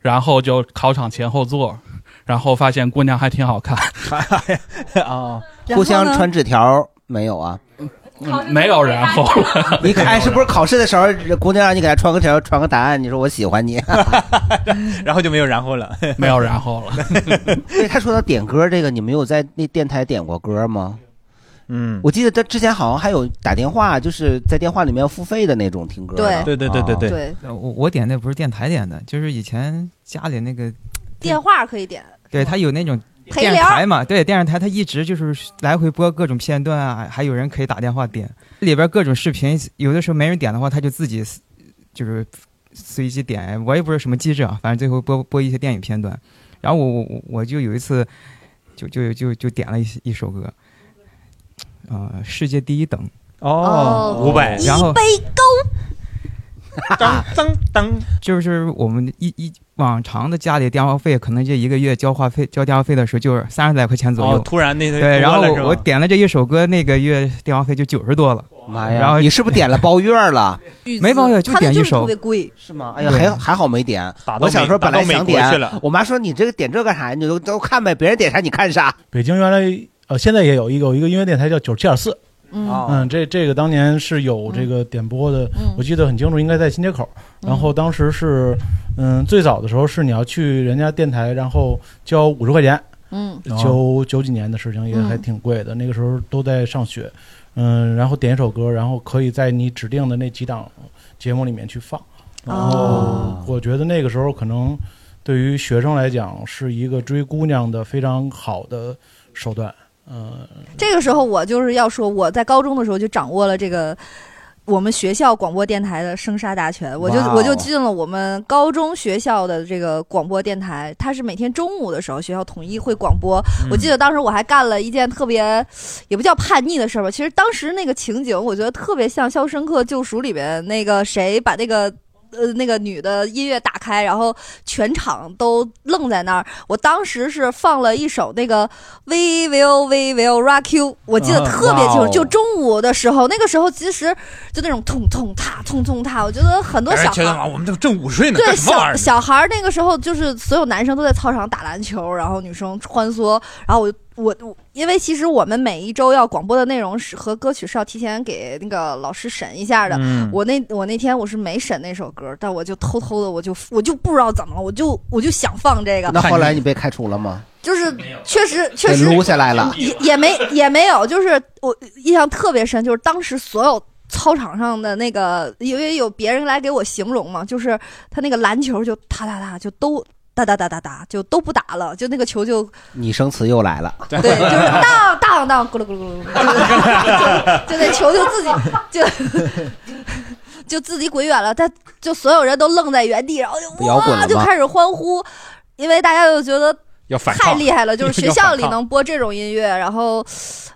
Speaker 16: 然后就考场前后座，然后发现姑娘还挺好看。
Speaker 4: 啊，
Speaker 2: 哦互相传纸条没有啊？
Speaker 4: 嗯
Speaker 16: 没有然后了。
Speaker 2: 你哎，是不是考试的时候，姑娘让你给她传个纸条，传个答案，你说我喜欢你，
Speaker 4: 然后就没有然后了，
Speaker 16: 没有然后了。
Speaker 2: 对，他说到点歌这个，你们有在那电台点过歌吗？
Speaker 4: 嗯，
Speaker 2: 我记得他之前好像还有打电话，就是在电话里面付费的那种听歌的。
Speaker 5: 对对对对对对
Speaker 2: 啊
Speaker 12: 呃我我点的不是电台点的，就是以前家里那个，
Speaker 5: 电话可以点，
Speaker 12: 对他有那种
Speaker 5: 陪聊
Speaker 12: 电视台嘛，对电视台，他一直就是来回播各种片段啊，还有人可以打电话点里边各种视频，有的时候没人点的话，他就自己就是随机点，我也不是什么机制啊，反正最后播播一些电影片段，然后我我我我就有一次就就就就点了一一首歌，呃，世界第一等。
Speaker 4: 哦500
Speaker 12: 然后
Speaker 5: 一杯羹，
Speaker 4: 当当当，
Speaker 12: 啊就是我们一一往常的家里电话费，可能这一个月交话费交电话费的时候就是三十来块钱左右。
Speaker 4: 哦突然那
Speaker 12: 对，然后
Speaker 4: 多了是吧
Speaker 12: 我我点了这一首歌，那个月电话费就九十多了。
Speaker 2: 妈呀
Speaker 12: 然后
Speaker 2: 你是不是点了包月了？
Speaker 12: 没包月，就点一首。
Speaker 5: 贵，
Speaker 2: 是吗？哎呀，
Speaker 12: 对
Speaker 2: 还还好没点
Speaker 12: 打。到
Speaker 2: 我小时候
Speaker 12: 美
Speaker 2: 本来想
Speaker 12: 打到美国去
Speaker 2: 点
Speaker 12: 了，
Speaker 2: 我妈说你这个点这干啥？你都都看呗，别人点啥你 看啥。
Speaker 10: 北京原来呃现在也有一个有一个音乐电台叫九十七点四。
Speaker 2: 哦
Speaker 10: 嗯，这这个当年是有这个点播的，我记得很清楚，应该在新街口。然后当时是，嗯，最早的时候是你要去人家电台，然后交五十块钱。
Speaker 5: 嗯
Speaker 10: 九九几年的事情也还挺贵的，那个时候都在上学。嗯，然后点一首歌，然后可以在你指定的那几档节目里面去放。哦，我觉得那个时候可能对于学生来讲是一个追姑娘的非常好的手段。嗯、
Speaker 5: 这个时候我就是要说，我在高中的时候就掌握了这个我们学校广播电台的生杀大权，我就、
Speaker 11: 哇哦
Speaker 5: 我就进了我们高中学校的这个广播电台，它是每天中午的时候学校统一会广播。
Speaker 11: 嗯
Speaker 5: 我记得当时我还干了一件特别也不叫叛逆的事儿吧，其实当时那个情景我觉得特别像《肖申克救赎》里边那个谁把那个。呃，那个女的音乐打开，然后全场都愣在那儿。我当时是放了一首那个 We Will We Will Rock You，我记得
Speaker 11: 啊
Speaker 5: 特别清
Speaker 11: 哇
Speaker 5: 楚，
Speaker 11: 哦
Speaker 5: 就中午的时候，那个时候其实就那种痛痛踏痛痛踏，我觉得很多小
Speaker 4: 哎觉
Speaker 5: 孩
Speaker 4: 得啊，
Speaker 5: 儿。
Speaker 4: 我们这正午睡呢，
Speaker 5: 对
Speaker 4: 干什么玩意
Speaker 5: 小
Speaker 4: 儿？
Speaker 5: 小孩儿那个时候，就是所有男生都在操场打篮球，然后女生穿梭，然后我我我，因为其实我们每一周要广播的内容是和歌曲是要提前给那个老师审一下的。
Speaker 11: 嗯
Speaker 5: 我那我那天我是没审那首歌，但我就偷偷的，我就我就不知道怎么了，我就我就想放这个。
Speaker 2: 那后来你被开除了吗？
Speaker 5: 就是确实确实
Speaker 2: 给撸下来了
Speaker 5: 也也没也没有，就是我印象特别深，就是当时所有。操场上的那个，因为有别人来给我形容嘛，就是他那个篮球就哒哒哒，就都哒哒哒哒哒，就都不打了，就那个球 就
Speaker 2: 拟声词又来了，
Speaker 5: 对， 就是当当当，咕噜咕噜咕噜咕噜，就就那球就自己就 就自己滚远了，但就所有人都愣在原地，然后就
Speaker 4: 摇滚了
Speaker 5: 哇
Speaker 4: 吗
Speaker 5: 就开始欢呼，因为大家就觉得
Speaker 4: 要反抗
Speaker 5: 太厉害了，就是 学校里能播这种音乐，然后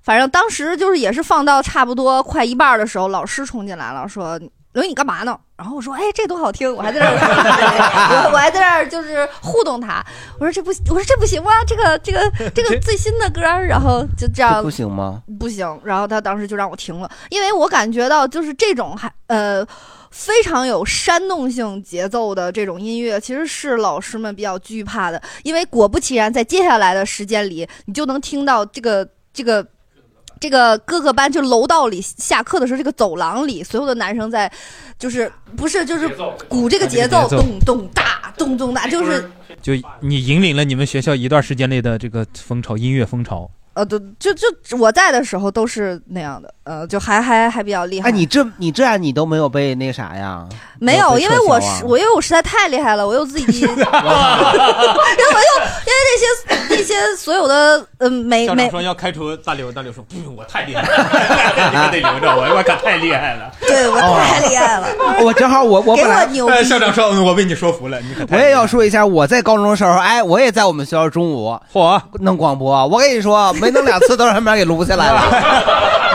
Speaker 5: 反正当时就是也是放到差不多快一半儿的时候，老师冲进来了，说。刘你干嘛呢？然后我说，哎，这多好听！我还在这儿， 我我还在这儿就是互动他。我说这不，我说这不行吗？这个这个这个最新的歌儿，然后就这样
Speaker 2: 这不行吗？
Speaker 5: 不行，然后他当时就让我停了，因为我感觉到就是这种还呃非常有煽动性节奏的这种音乐，其实是老师们比较惧怕的，因为果不其然，在接下来的时间里，你就能听到这个这个。这个各个班就楼道里下课的时候，这个走廊里所有的男生在，就是不是就是鼓这个节奏，
Speaker 4: 节奏
Speaker 5: 咚咚哒，咚咚哒，就是
Speaker 4: 就你引领了你们学校一段时间内的这个风潮，音乐风潮。
Speaker 5: 呃，对，就就我在的时候都是那样的，呃，就还还还比较厉害。
Speaker 2: 哎，你这你这样你都没有被那啥呀？
Speaker 5: 没有，
Speaker 2: 被
Speaker 5: 因
Speaker 2: 撤
Speaker 5: 为我
Speaker 2: 销啊
Speaker 5: 是我，因为我实在太厉害了，我又自 己，因为我又因为那些那些所有的嗯每
Speaker 4: 校
Speaker 5: 每
Speaker 4: 长说要开除大刘，大刘说不，我太厉害了，你们得留着我，我可太厉害了。 哦
Speaker 5: 对我太厉害了，
Speaker 2: 我正好 我我
Speaker 5: 给
Speaker 2: 本来
Speaker 5: 我牛 逼
Speaker 4: 哎，校长说嗯我被你说服了，你可
Speaker 2: 我也要说一下，我在高中的时候，哎，我也在我们学校中午
Speaker 4: 嚯
Speaker 2: 弄广播，我跟你说，没弄两次都让他们俩给撸下来 了，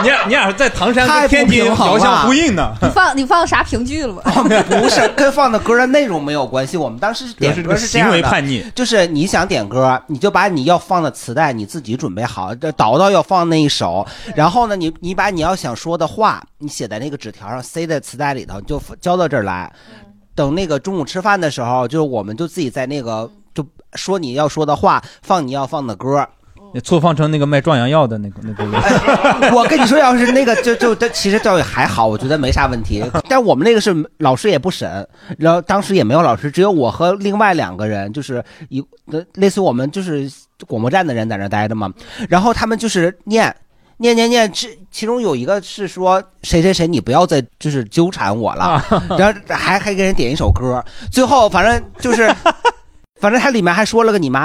Speaker 4: 你俩你俩是在唐山
Speaker 2: 太
Speaker 4: 跟天
Speaker 2: 不
Speaker 4: 津
Speaker 2: 平衡
Speaker 4: 遥相
Speaker 2: 了
Speaker 4: 呼应呢。
Speaker 5: 你放你放啥评剧了
Speaker 2: 哎
Speaker 5: 吗？
Speaker 2: 不是跟放的歌的内容没有关系，我们当时点歌是这样的，
Speaker 4: 主要是这个行为叛逆
Speaker 2: 就是你想点歌，你就把你要放的磁带你自己准备好，这导到要放那一首，然后呢，你你把你要想说的话，你写在那个纸条上，塞在磁带里头，你就交到这儿来。等那个中午吃饭的时候，就是我们就自己在那个就说你要说的话，放你要放的歌。
Speaker 4: 错呃放成那个卖壮阳药的那个那个，
Speaker 2: 哎我跟你说，要是那个就就其实教育还好，我觉得没啥问题。但我们那个是老师也不审，然后当时也没有老师，只有我和另外两个人，就是一呃类似我们就是广播站的人在那待着嘛。然后他们就是念念念念，这其中有一个是说谁谁谁，你不要再就是纠缠我了，然后还还给人点一首歌，最后反正就是，反正他里面还说了个你妈。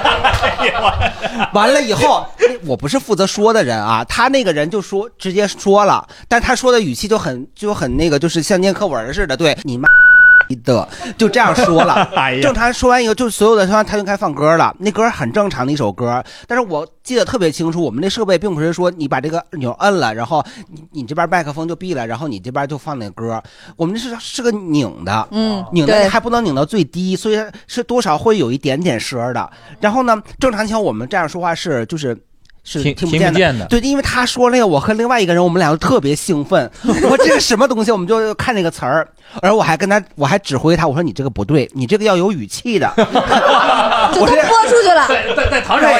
Speaker 2: 完了以后，那我不是负责说的人啊，他那个人就说直接说了，但他说的语气就很就很那个，就是像念课文似的，对你妈的，就这样说了
Speaker 4: 哎呀。
Speaker 2: 正常说完以后，就所有的他他就开放歌了，那歌很正常的一首歌，但是我记得特别清楚，我们那设备并不是说你把这个按钮摁了，然后你你这边麦克风就闭了，然后你这边就放那歌，我们这是是个拧的，
Speaker 5: 嗯
Speaker 2: 拧的
Speaker 5: 对
Speaker 2: 还不能拧到最低，所以是多少会有一点点声儿的。然后呢，正常情况我们这样说话是就是。是
Speaker 4: 听
Speaker 2: 听
Speaker 4: 听不
Speaker 2: 不
Speaker 4: 见
Speaker 2: 见
Speaker 4: 的
Speaker 2: 对，因为他说那个，我和另外一个人，我们俩就特别兴奋。我这是什么东西？我们就看这个词儿，而我还跟他，我还指挥他，我说你这个不对，你这个要有语气的。
Speaker 5: 就
Speaker 2: 我
Speaker 5: 都
Speaker 2: 这
Speaker 5: 播出去了，
Speaker 4: 在在唐
Speaker 2: 对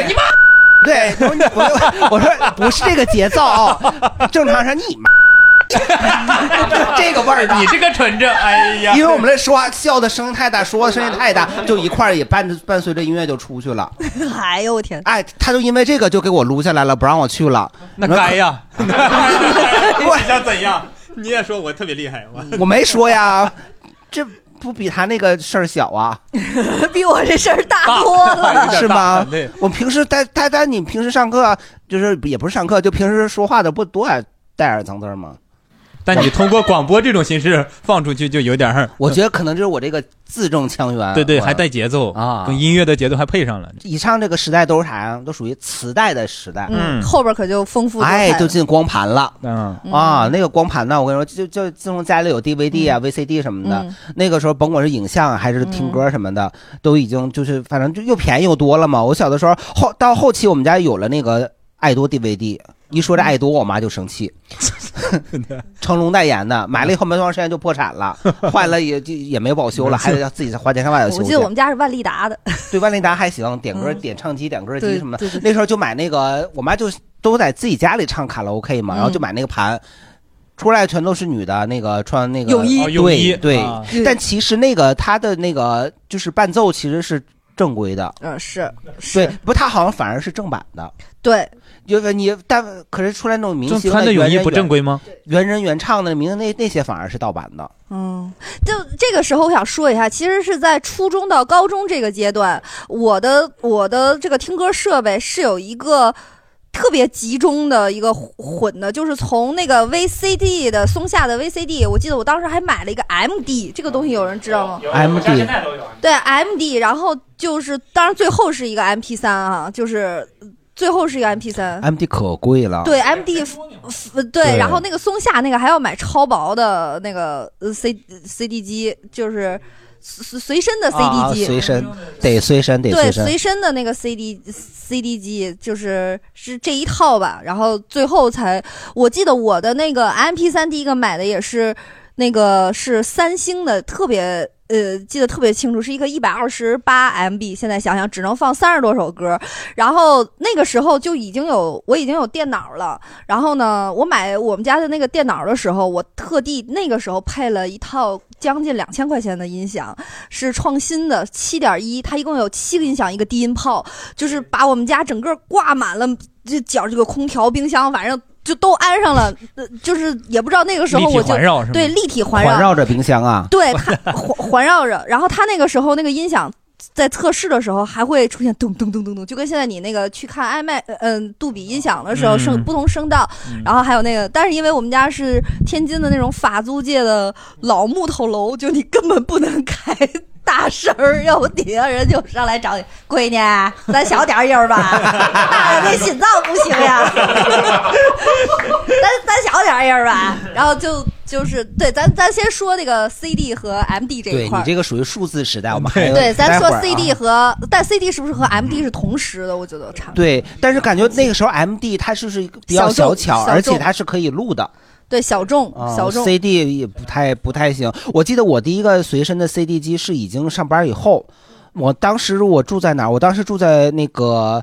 Speaker 2: 对，我说你不用，我说不是这个节奏啊、正常是你妈，这个味儿的。
Speaker 4: 你这个纯正，哎呀，
Speaker 2: 因为我们这说话笑的声音太大，说的声音太大，就一块儿也伴着伴随着音乐就出去了。
Speaker 5: 哎呦我天！
Speaker 2: 哎，他就因 为这个就给我撸下来了，不让我去了。
Speaker 4: 哎那该呀，你想怎样？你也说我特别厉害吗？
Speaker 2: 我没说呀，这不比他那个事儿小啊，
Speaker 5: 比我这事儿大多 了，
Speaker 2: 是吗
Speaker 4: 对？
Speaker 2: 我平时戴戴戴，你平时上课就是也不是上课，就平时说话的不都爱带点脏字儿吗？
Speaker 4: 但你通过广播这种形式放出去，就有点儿，
Speaker 2: 我觉得可能就是我这个字正腔圆，
Speaker 4: 对对，
Speaker 2: 啊我
Speaker 4: 还带节奏
Speaker 2: 啊
Speaker 4: 跟音乐的节奏还配上了。
Speaker 2: 以上这个时代都是啥呀？都属于磁带的时代，
Speaker 5: 嗯，后边可就丰富多彩
Speaker 2: 哎，
Speaker 5: 了
Speaker 2: 就进光盘了。
Speaker 4: 嗯
Speaker 2: 啊，那个光盘呢，我跟你说，就就自从家里有 DVD 啊、VCD 什么的，
Speaker 5: 嗯
Speaker 2: 那个时候甭管是影像啊还是听歌什么的，都已经就是反正就又便宜又多了嘛。我小的时候后到后期我们家有了那个爱多 DVD。一说这爱多，我妈就生气。成龙代言的，买了以后没多长时间就破 产了，坏了也就也没保修了，还得要自己花钱上外头修
Speaker 5: 我
Speaker 2: 去。
Speaker 5: 记得我们家是万利达的，
Speaker 2: 对万利达还行，点歌、
Speaker 5: 嗯
Speaker 2: 点唱机、点歌
Speaker 5: 对
Speaker 2: 机什么的
Speaker 5: 对对。对
Speaker 2: 那时候就买那个，我妈就都在自己家里唱卡拉 OK
Speaker 5: 嗯
Speaker 2: 嘛，然后就买那个盘。出来全都是女的，那个穿那个
Speaker 5: 泳衣哦泳衣
Speaker 2: 对对
Speaker 5: 啊，
Speaker 2: 但其实那个她的那个就是伴奏其实是正规的，
Speaker 5: 嗯，是
Speaker 2: 对
Speaker 5: 是，，
Speaker 2: 不，她好像反而是正版的，
Speaker 5: 对，
Speaker 2: 因为你但可是出来那种明
Speaker 4: 就
Speaker 2: 星
Speaker 4: 穿的泳衣不正规
Speaker 2: 吗？
Speaker 4: 吗？
Speaker 2: 原人原唱的明星那那些反而是盗版的，
Speaker 5: 嗯，就这个时候，我想说一下，其实是在初中到高中这个阶段，我的我的这个听歌设备是有一个特别集中的一个混的，就是从那个 VCD 的松下的 VCD，我记得我当时还买了一个 MD，这个东西有人知道吗
Speaker 2: MD
Speaker 5: 对 MD，然后就是当然最后是一个 MP 三啊，就是最后是一个 MP 三。
Speaker 2: MD 可贵了，
Speaker 5: 对 MD，f- f- 对，
Speaker 2: 啊对
Speaker 5: 然后那个松下那个还要买超薄的那个呃 C CD 机，就是随随身的 CD
Speaker 2: 啊，
Speaker 5: 机，
Speaker 2: 随身得随身得
Speaker 5: 对
Speaker 2: 随身，
Speaker 5: 随身的那个 CD CD 机，就是是这一套吧。然后最后才，我记得我的那个 MP 三第一个买的也是那个是三星的，特别。呃，记得特别清楚，是一个一百二十八 MB，现在想想只能放三十多首歌。然后那个时候就已经有我已经有电脑了，然后呢，我买我们家的那个电脑的时候，我特地那个时候配了一套将近两千块钱的音响，是创新的七点一，它一共有七个音响，一个低音炮，就是把我们家整个挂满了，这脚这个空调、冰箱，反正就都安上了，呃就是也不知道那个时候
Speaker 2: 立体
Speaker 5: 我就
Speaker 2: 环绕是吗
Speaker 5: 对立体环绕，
Speaker 2: 环绕着冰箱啊，
Speaker 5: 对它环环绕着，然后它那个时候那个音响。在测试的时候还会出现咚咚咚咚咚，就跟现在你那个去看 i 麦嗯杜比音响的时候
Speaker 8: 嗯
Speaker 5: 声不同声道，然后还有那个，但是因为我们家是天津的那种法租界的老木头楼，就你根本不能开大声儿，要不底下人就上来找你，闺女，啊咱小点儿音儿吧， 大的那心脏不行呀。咱咱小点儿音儿吧，然后就就是对，咱咱先说那个 CD 和 MD 这
Speaker 2: 对
Speaker 5: 一块儿。
Speaker 2: 你这个属于数字时代，我们还有
Speaker 5: 对，咱
Speaker 2: 待
Speaker 5: 说
Speaker 2: 会儿啊
Speaker 5: CD 和，但 CD 是不是和 MD 是同时的？我觉得差不多。
Speaker 2: 对，但是感觉那个时候 M D 它是不是一个比较
Speaker 5: 小
Speaker 2: 小
Speaker 5: 众
Speaker 2: 巧，
Speaker 5: 小
Speaker 2: 而且
Speaker 5: 众
Speaker 2: 它是可以录的。
Speaker 5: 对，小众，
Speaker 2: 啊
Speaker 5: 小众。
Speaker 2: C D 也不太不太行。我记得我第一个随身的 C D 机是已经上班以后，我当时我住在哪儿？我当时住在那个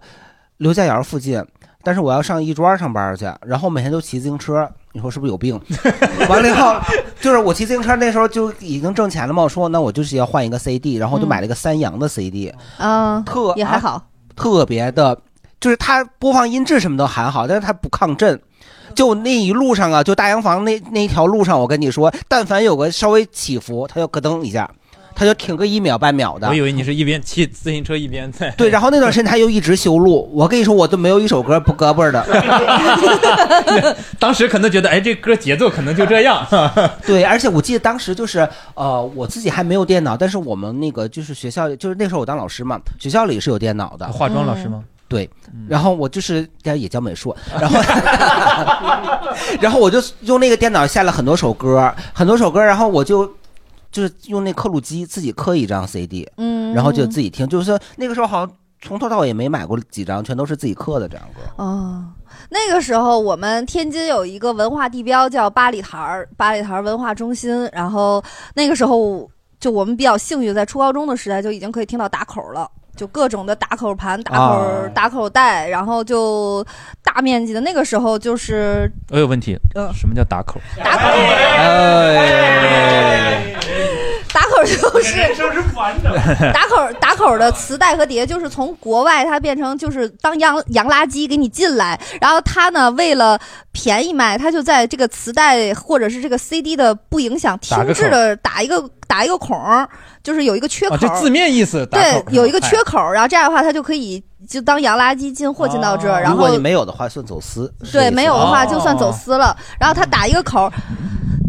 Speaker 2: 刘家窑附近，但是我要上亦庄上班去，然后每天都骑自行车。你说是不是有病？ 完了以后，就是我骑自行车那时候就已经挣钱了嘛。我说那我就是要换一个 CD，然后我就买了一个三洋的 CD。
Speaker 5: 嗯，
Speaker 2: 特啊
Speaker 5: 也还好。
Speaker 2: 特别的，就是它播放音质什么都还好，但是它不抗震。就那一路上啊，就大洋房那那一条路上，我跟你说，但凡有个稍微起伏，它就咯噔一下，它就停个一秒半秒的。
Speaker 4: 我以为你是一边骑自行车一边哎在。
Speaker 2: 对，然后那段时间他又一直修路，我跟你说，我都没有一首歌不胳膊的。
Speaker 4: 当时可能觉得，哎，这歌节奏可能就这 样。
Speaker 2: 对，而且我记得当时就是，呃，我自己还没有电脑，但是我们那个就是学校，就是那时候我当老师嘛，学校里是有电脑的。嗯
Speaker 4: 化妆老师吗？嗯
Speaker 2: 对，然后我就是哎也教美术，然后 然后我就用那个电脑下了很多首歌，很多首歌，然后我就就是用那刻录机自己刻一张 CD，
Speaker 5: 嗯
Speaker 2: 然后就自己听，就是说那个时候好像从头到尾没买过几张，全都是自己刻的这样歌。
Speaker 5: 哦，那个时候我们天津有一个文化地标叫八里台儿，八里台儿文化中心。然后那个时候就我们比较幸运，在初高中的时代就已经可以听到打口了。就各种的打口盘、打口、
Speaker 2: 哦
Speaker 4: 啊
Speaker 5: 打口袋，然后就大面积的。那个时候就是
Speaker 4: 我有问题，
Speaker 5: 嗯
Speaker 4: 什么叫打口？
Speaker 2: 哎
Speaker 5: 打口，打口口就是
Speaker 3: 人生是完整的。
Speaker 5: 打口打口的磁带和碟，就是从国外它变成就是当洋洋垃圾给你进来，然后它呢为了便宜卖，它就在这个磁带或者是这个 CD 的不影响听
Speaker 4: 打个
Speaker 5: 质的打一个打一个孔儿，就是有一个缺口
Speaker 4: 啊，，这字面意思，打口
Speaker 5: 对
Speaker 4: 是吧
Speaker 5: 有一个缺
Speaker 4: 哎
Speaker 5: 口儿，然后这样的话它就可以就当洋垃圾进货进到
Speaker 4: 哦
Speaker 5: 这儿，然
Speaker 2: 如果
Speaker 5: 后
Speaker 2: 你没有的话，算走私。是这
Speaker 5: 对，
Speaker 2: 意思
Speaker 5: 没有的话就算
Speaker 2: 哦
Speaker 5: 走。私了。然后他打一个 口儿，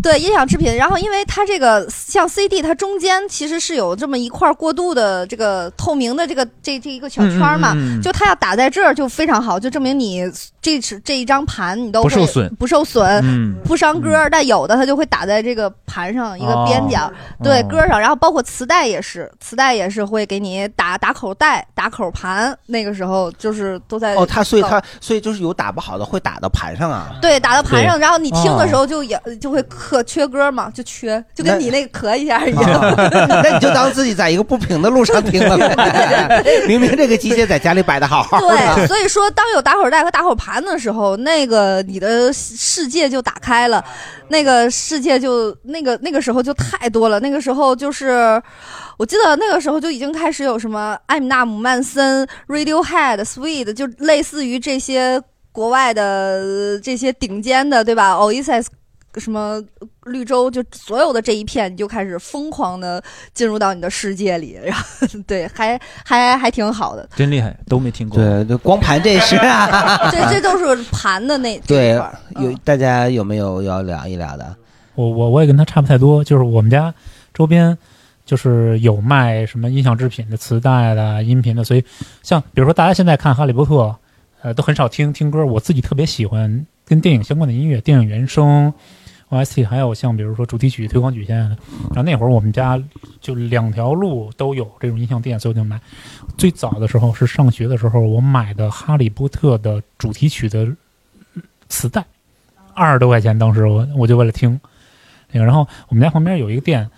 Speaker 5: 对音响制品。然后因为它这个像 CD，它中间其实是有这么一块过渡的这个透明的这个这这一个小圈儿嘛，
Speaker 8: 嗯嗯嗯嗯
Speaker 5: 就它要打在这儿就非常好，就证明你这是这一张盘你都
Speaker 4: 不
Speaker 5: 会
Speaker 4: 受损
Speaker 5: 不受损，
Speaker 4: 嗯
Speaker 5: 不伤歌儿。但有的它就会打在这个盘上一个边角，
Speaker 4: 哦
Speaker 5: 对
Speaker 4: 哦
Speaker 5: 歌儿上。然后包括磁带也是，磁带也是会给你打打口袋、打口盘。那个时候就是都在
Speaker 2: 哦，他所以
Speaker 5: 搞
Speaker 2: 他所以就是有打不好的会打到盘上啊。
Speaker 5: 对，打到盘上，
Speaker 2: 对
Speaker 5: 然后你听的时候
Speaker 2: 哦
Speaker 5: 就也、就会咳缺歌嘛，就缺，就跟
Speaker 2: 那啊
Speaker 5: 你那个咳一下一样。
Speaker 2: 那你就当自己在一个不平的路上听了 呗。明明这个机械在家里摆的好啊好的。
Speaker 5: 对，所以说当有打火带和打火盘的时候，那个你的世界就打开了，那个世界就那个那个时候就太多了，那个时候就是。我记得那个时候就已经开始有什么艾米纳姆、曼森、Radiohead、Sweet，就类似于这些国外的呃这些顶尖的，对吧？Oasis 什么绿洲，就所有的这一片，你就开始疯狂的进入到你的世界里，然后对，还还还挺好的。
Speaker 4: 真厉害，都没听过。
Speaker 2: 对，对光盘这是啊
Speaker 5: 这这都是盘的那
Speaker 2: 对，有
Speaker 5: 嗯
Speaker 2: 大家有没有要聊一聊的？
Speaker 3: 我我我也跟他差不太多，就是我们家周边就是有卖什么音响制品的、磁带的、音频的，所以像比如说大家现在看《哈利波特》，呃，都很少听听歌。我自己特别喜欢跟电影相关的音乐，电影原声、OST，还有像比如说主题曲、推广曲线。然后那会儿我们家就两条路都有这种音像店，所以我就买。最早的时候是上学的时候，我买的《哈利波特》的主题曲的磁带，二十多块钱，当时我我就为了听那个。然后我们家旁边有一个店，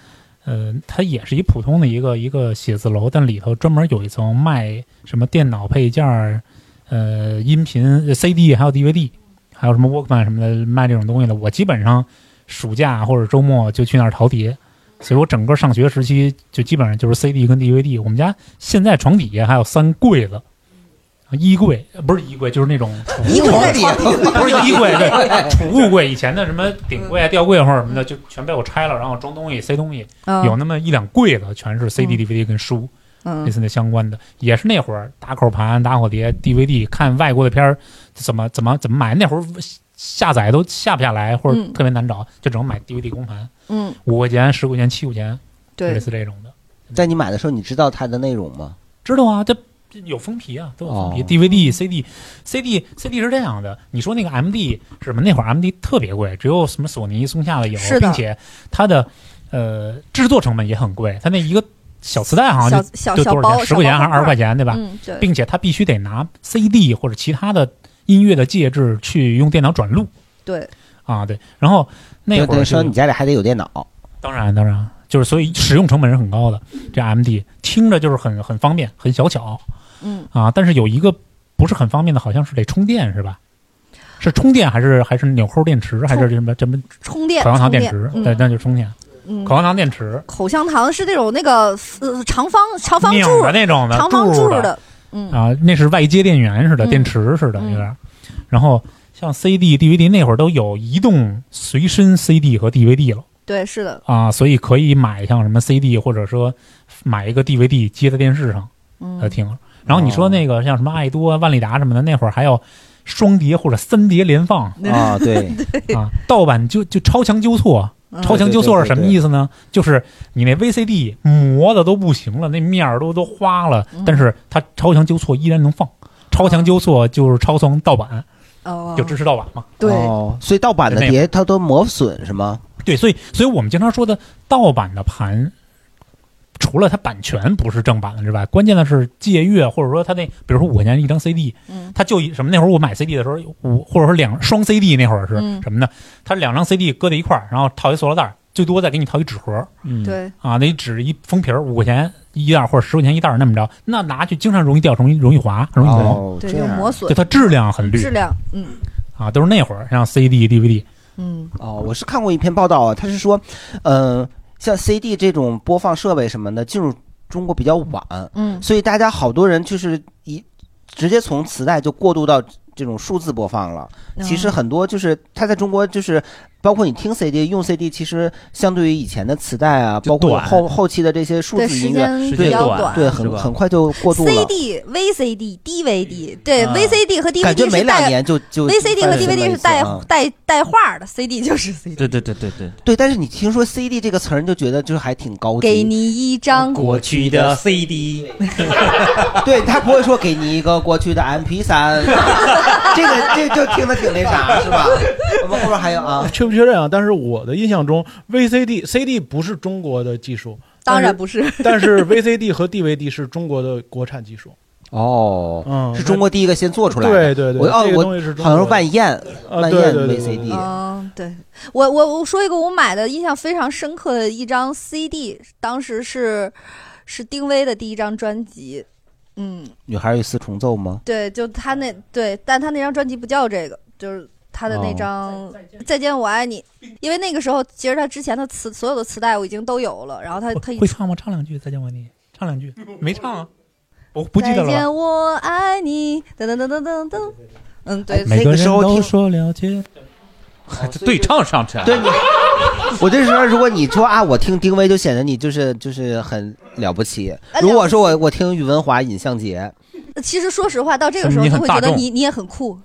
Speaker 3: 呃，它也是一普通的一个一个写字楼，但里头专门有一层卖什么电脑配件儿、呃音频、呃 CD 还有 DVD，还有什么 Walkman 什么的卖这种东西的。我基本上暑假或者周末就去那儿淘碟。所以我整个上学时期就基本上就是 CD 跟 DVD。我们家现在床底下还有三柜子，衣柜呃不是衣柜，就是那种储物
Speaker 2: 衣柜
Speaker 3: 柜
Speaker 2: 在床底下
Speaker 3: 不是衣柜，对，储物柜。以前的什么顶柜啊、吊柜或者什么的，就全被我拆了，然后装东西、塞东西，
Speaker 5: 嗯
Speaker 3: 有那么一两柜子全是 CD、DVD 跟书，
Speaker 5: 嗯
Speaker 3: 类似的相关的。也是那会儿打口盘、打火碟、DVD，看外国的片儿怎么怎么怎么买。那会儿下载都下不下来，或者
Speaker 5: 嗯
Speaker 3: 特别难找，就只能买 DVD 公盘。
Speaker 5: 嗯，
Speaker 3: 五块钱、十块钱、七块钱，
Speaker 5: 对
Speaker 3: 类似这种的。
Speaker 2: 在你买的时候，你知道它的内容吗？
Speaker 3: 知道啊，这有封皮啊，都有封皮。
Speaker 2: 哦
Speaker 3: DVD、CD、CD、CD 是这样的，你说那个 MD 是什么？那会儿 MD 特别贵，只有什么索尼、松下的有，
Speaker 5: 是的
Speaker 3: 并且它的呃制作成本也很贵，它那一个小磁带好像就
Speaker 5: 小小
Speaker 3: 就
Speaker 5: 小
Speaker 3: 多
Speaker 5: 包
Speaker 3: 少钱？十块
Speaker 5: 小
Speaker 3: 钱
Speaker 5: 包
Speaker 3: 还是二
Speaker 5: 块
Speaker 3: 十
Speaker 5: 儿
Speaker 3: 块钱对吧？
Speaker 5: 嗯对
Speaker 3: 并且它必须得拿 CD 或者其他的音乐的介质去用电脑转录
Speaker 5: 对，
Speaker 3: 啊，对。然后那
Speaker 2: 就
Speaker 3: 会
Speaker 2: 等
Speaker 3: 儿
Speaker 2: 于说
Speaker 3: 就
Speaker 2: 你家里还得有电脑。
Speaker 3: 当然，当然，就是所以使用成本是很高的。这 MD 听着就是很很方便，很小巧
Speaker 5: 嗯，
Speaker 3: 啊，但是有一个不是很方便的，好像是得充电是吧？是充电还是还是纽扣电池还是什么什么
Speaker 5: 充电
Speaker 3: 口香糖
Speaker 5: 充
Speaker 3: 电池？
Speaker 5: 嗯
Speaker 3: 对，那就是充电。
Speaker 5: 嗯
Speaker 3: 口香糖电池
Speaker 5: 口香糖是那种那个呃长方长方
Speaker 3: 拧
Speaker 5: 柱
Speaker 3: 的那种的
Speaker 5: 长方柱
Speaker 3: 柱的
Speaker 5: 的，嗯
Speaker 3: 啊，那是外接电源似的，
Speaker 5: 嗯
Speaker 3: 电池似的，
Speaker 5: 嗯
Speaker 3: 有点儿。然后像 CD、DVD 那会儿都有移动随身 CD 和 DVD 了。
Speaker 5: 对，是的，
Speaker 3: 啊，所以可以买像什么 CD，或者说买一个 DVD 接在电视上
Speaker 5: 嗯
Speaker 3: 来听。然后你
Speaker 2: 哦
Speaker 3: 说那个像什么爱多、啊万利达什么的，那会儿还有双碟或者三碟连放
Speaker 2: 啊对
Speaker 3: 啊，盗版就就超强纠错
Speaker 2: 嗯。
Speaker 3: 超强纠错是什么意思呢？就是你那 VCD 磨的都不行了，那面儿都都花了，但是它超强纠错依然能放。超强纠错就是超强盗版，
Speaker 5: 哦
Speaker 3: 就支持盗版嘛。
Speaker 2: 哦所以盗版的
Speaker 3: 就那
Speaker 2: 碟它都磨损是吗？
Speaker 3: 对，所以所以我们经常说的盗版的盘，除了它版权不是正版的之外，关键的是借阅，或者说它那，比如说五块钱一张 CD，
Speaker 5: 嗯，
Speaker 3: 它就以什么那会儿我买 CD 的时候，五或者说两双 CD 那会儿是
Speaker 5: 嗯
Speaker 3: 什么呢？它两张 CD 搁在一块儿，然后套一塑料袋儿，最多再给你套一纸盒儿，
Speaker 4: 嗯
Speaker 5: 对
Speaker 3: 啊，那纸一封皮儿五块钱一袋儿或者十块钱一袋儿那么着，那拿去经常容易掉，容易容易滑，容易磨，
Speaker 2: 哦
Speaker 5: 对这样有磨损
Speaker 3: 就它质量很绿，
Speaker 5: 质量，嗯
Speaker 3: 啊，都是那会儿像 CD、DVD，
Speaker 5: 嗯，
Speaker 2: 哦，我是看过一篇报道啊，他是说，呃，像 CD 这种播放设备什么的进入中国比较晚，
Speaker 15: 嗯
Speaker 2: 所以大家好多人就是一直接从磁带就过渡到这种数字播放了。
Speaker 15: 嗯
Speaker 2: 其实很多就是它在中国就是包括你听 CD 用 CD，其实相对于以前的磁带啊，包括
Speaker 15: 短
Speaker 2: 后后期的这些数
Speaker 5: 对
Speaker 2: 字
Speaker 5: 时
Speaker 2: 音
Speaker 5: 间
Speaker 2: 乐，
Speaker 5: 比
Speaker 2: 对
Speaker 5: 较短
Speaker 2: 对，
Speaker 5: 是
Speaker 2: 很
Speaker 5: 吧
Speaker 2: 很快就过渡了。
Speaker 5: CD、VCD、DVD，对、
Speaker 2: 啊
Speaker 5: VCD 和 DVD
Speaker 2: 感觉
Speaker 5: 是
Speaker 2: 没
Speaker 5: 带
Speaker 2: 两年就就
Speaker 5: VCD 和
Speaker 2: 翻了这么
Speaker 5: DVD
Speaker 2: 一
Speaker 5: 是
Speaker 2: 次
Speaker 5: 带
Speaker 2: 啊
Speaker 5: 带带画的，CD 就是 CD。
Speaker 4: 对对对对对，
Speaker 2: 对，但是你听说 CD 这个词儿，你就觉得就是还挺高级。
Speaker 5: 给你一张
Speaker 2: 过去
Speaker 4: 的 CD，
Speaker 2: 对他不会说给你一个过去的 MP 三，这个这就听的挺那啥，是吧？我们后边还有啊，
Speaker 10: 确不确认啊？但是我的印象中，VCD、CD 不是中国的技术，
Speaker 5: 当然
Speaker 10: 但
Speaker 5: 不是
Speaker 10: 但是 VCD 和 DVD 是中国的国产技术。
Speaker 2: 哦，
Speaker 10: 嗯
Speaker 2: 是中国第一个先做出来的，
Speaker 10: 对对对
Speaker 2: 我哦
Speaker 10: 这个
Speaker 2: 我
Speaker 10: 东西是中国的
Speaker 2: 好像是万燕，
Speaker 10: 啊
Speaker 2: 万
Speaker 10: 对
Speaker 2: 燕
Speaker 10: 对对对
Speaker 2: VCD，
Speaker 5: 嗯，对我我我说一个我买的印象非常深刻的一张 CD，当时是是丁薇的第一张专辑，嗯，
Speaker 2: 女孩与四重奏吗？
Speaker 5: 对，就他那
Speaker 3: 哦
Speaker 5: 对，但他那张专辑不叫这个，就是他的那
Speaker 2: 哦
Speaker 5: 张《再见我爱你》，因为那个时候其实他之前的磁所有的磁带我已经都有了，然后他他一
Speaker 3: 会唱吗？唱两句，再见我爱你，唱 两句，没唱啊，我不记
Speaker 5: 再
Speaker 3: 得了吧。
Speaker 5: 见我爱你，噔噔噔噔噔噔，嗯，对，
Speaker 3: 哎每
Speaker 5: 那
Speaker 3: 个
Speaker 5: 个时
Speaker 3: 人
Speaker 5: 候
Speaker 3: 都
Speaker 5: 听哦
Speaker 3: 说了解，
Speaker 4: 这对唱上去了。啊
Speaker 2: 对你，我这时候如果你说啊，我听丁薇就显得你就是就是很呃了不起。如果说我我听宇文华、尹相杰，
Speaker 5: 其实说实话，到这个时
Speaker 2: 什么
Speaker 5: 候
Speaker 2: 你
Speaker 5: 就
Speaker 2: 很
Speaker 5: 会
Speaker 2: 大
Speaker 5: 觉得
Speaker 2: 众
Speaker 5: 你你也很 酷，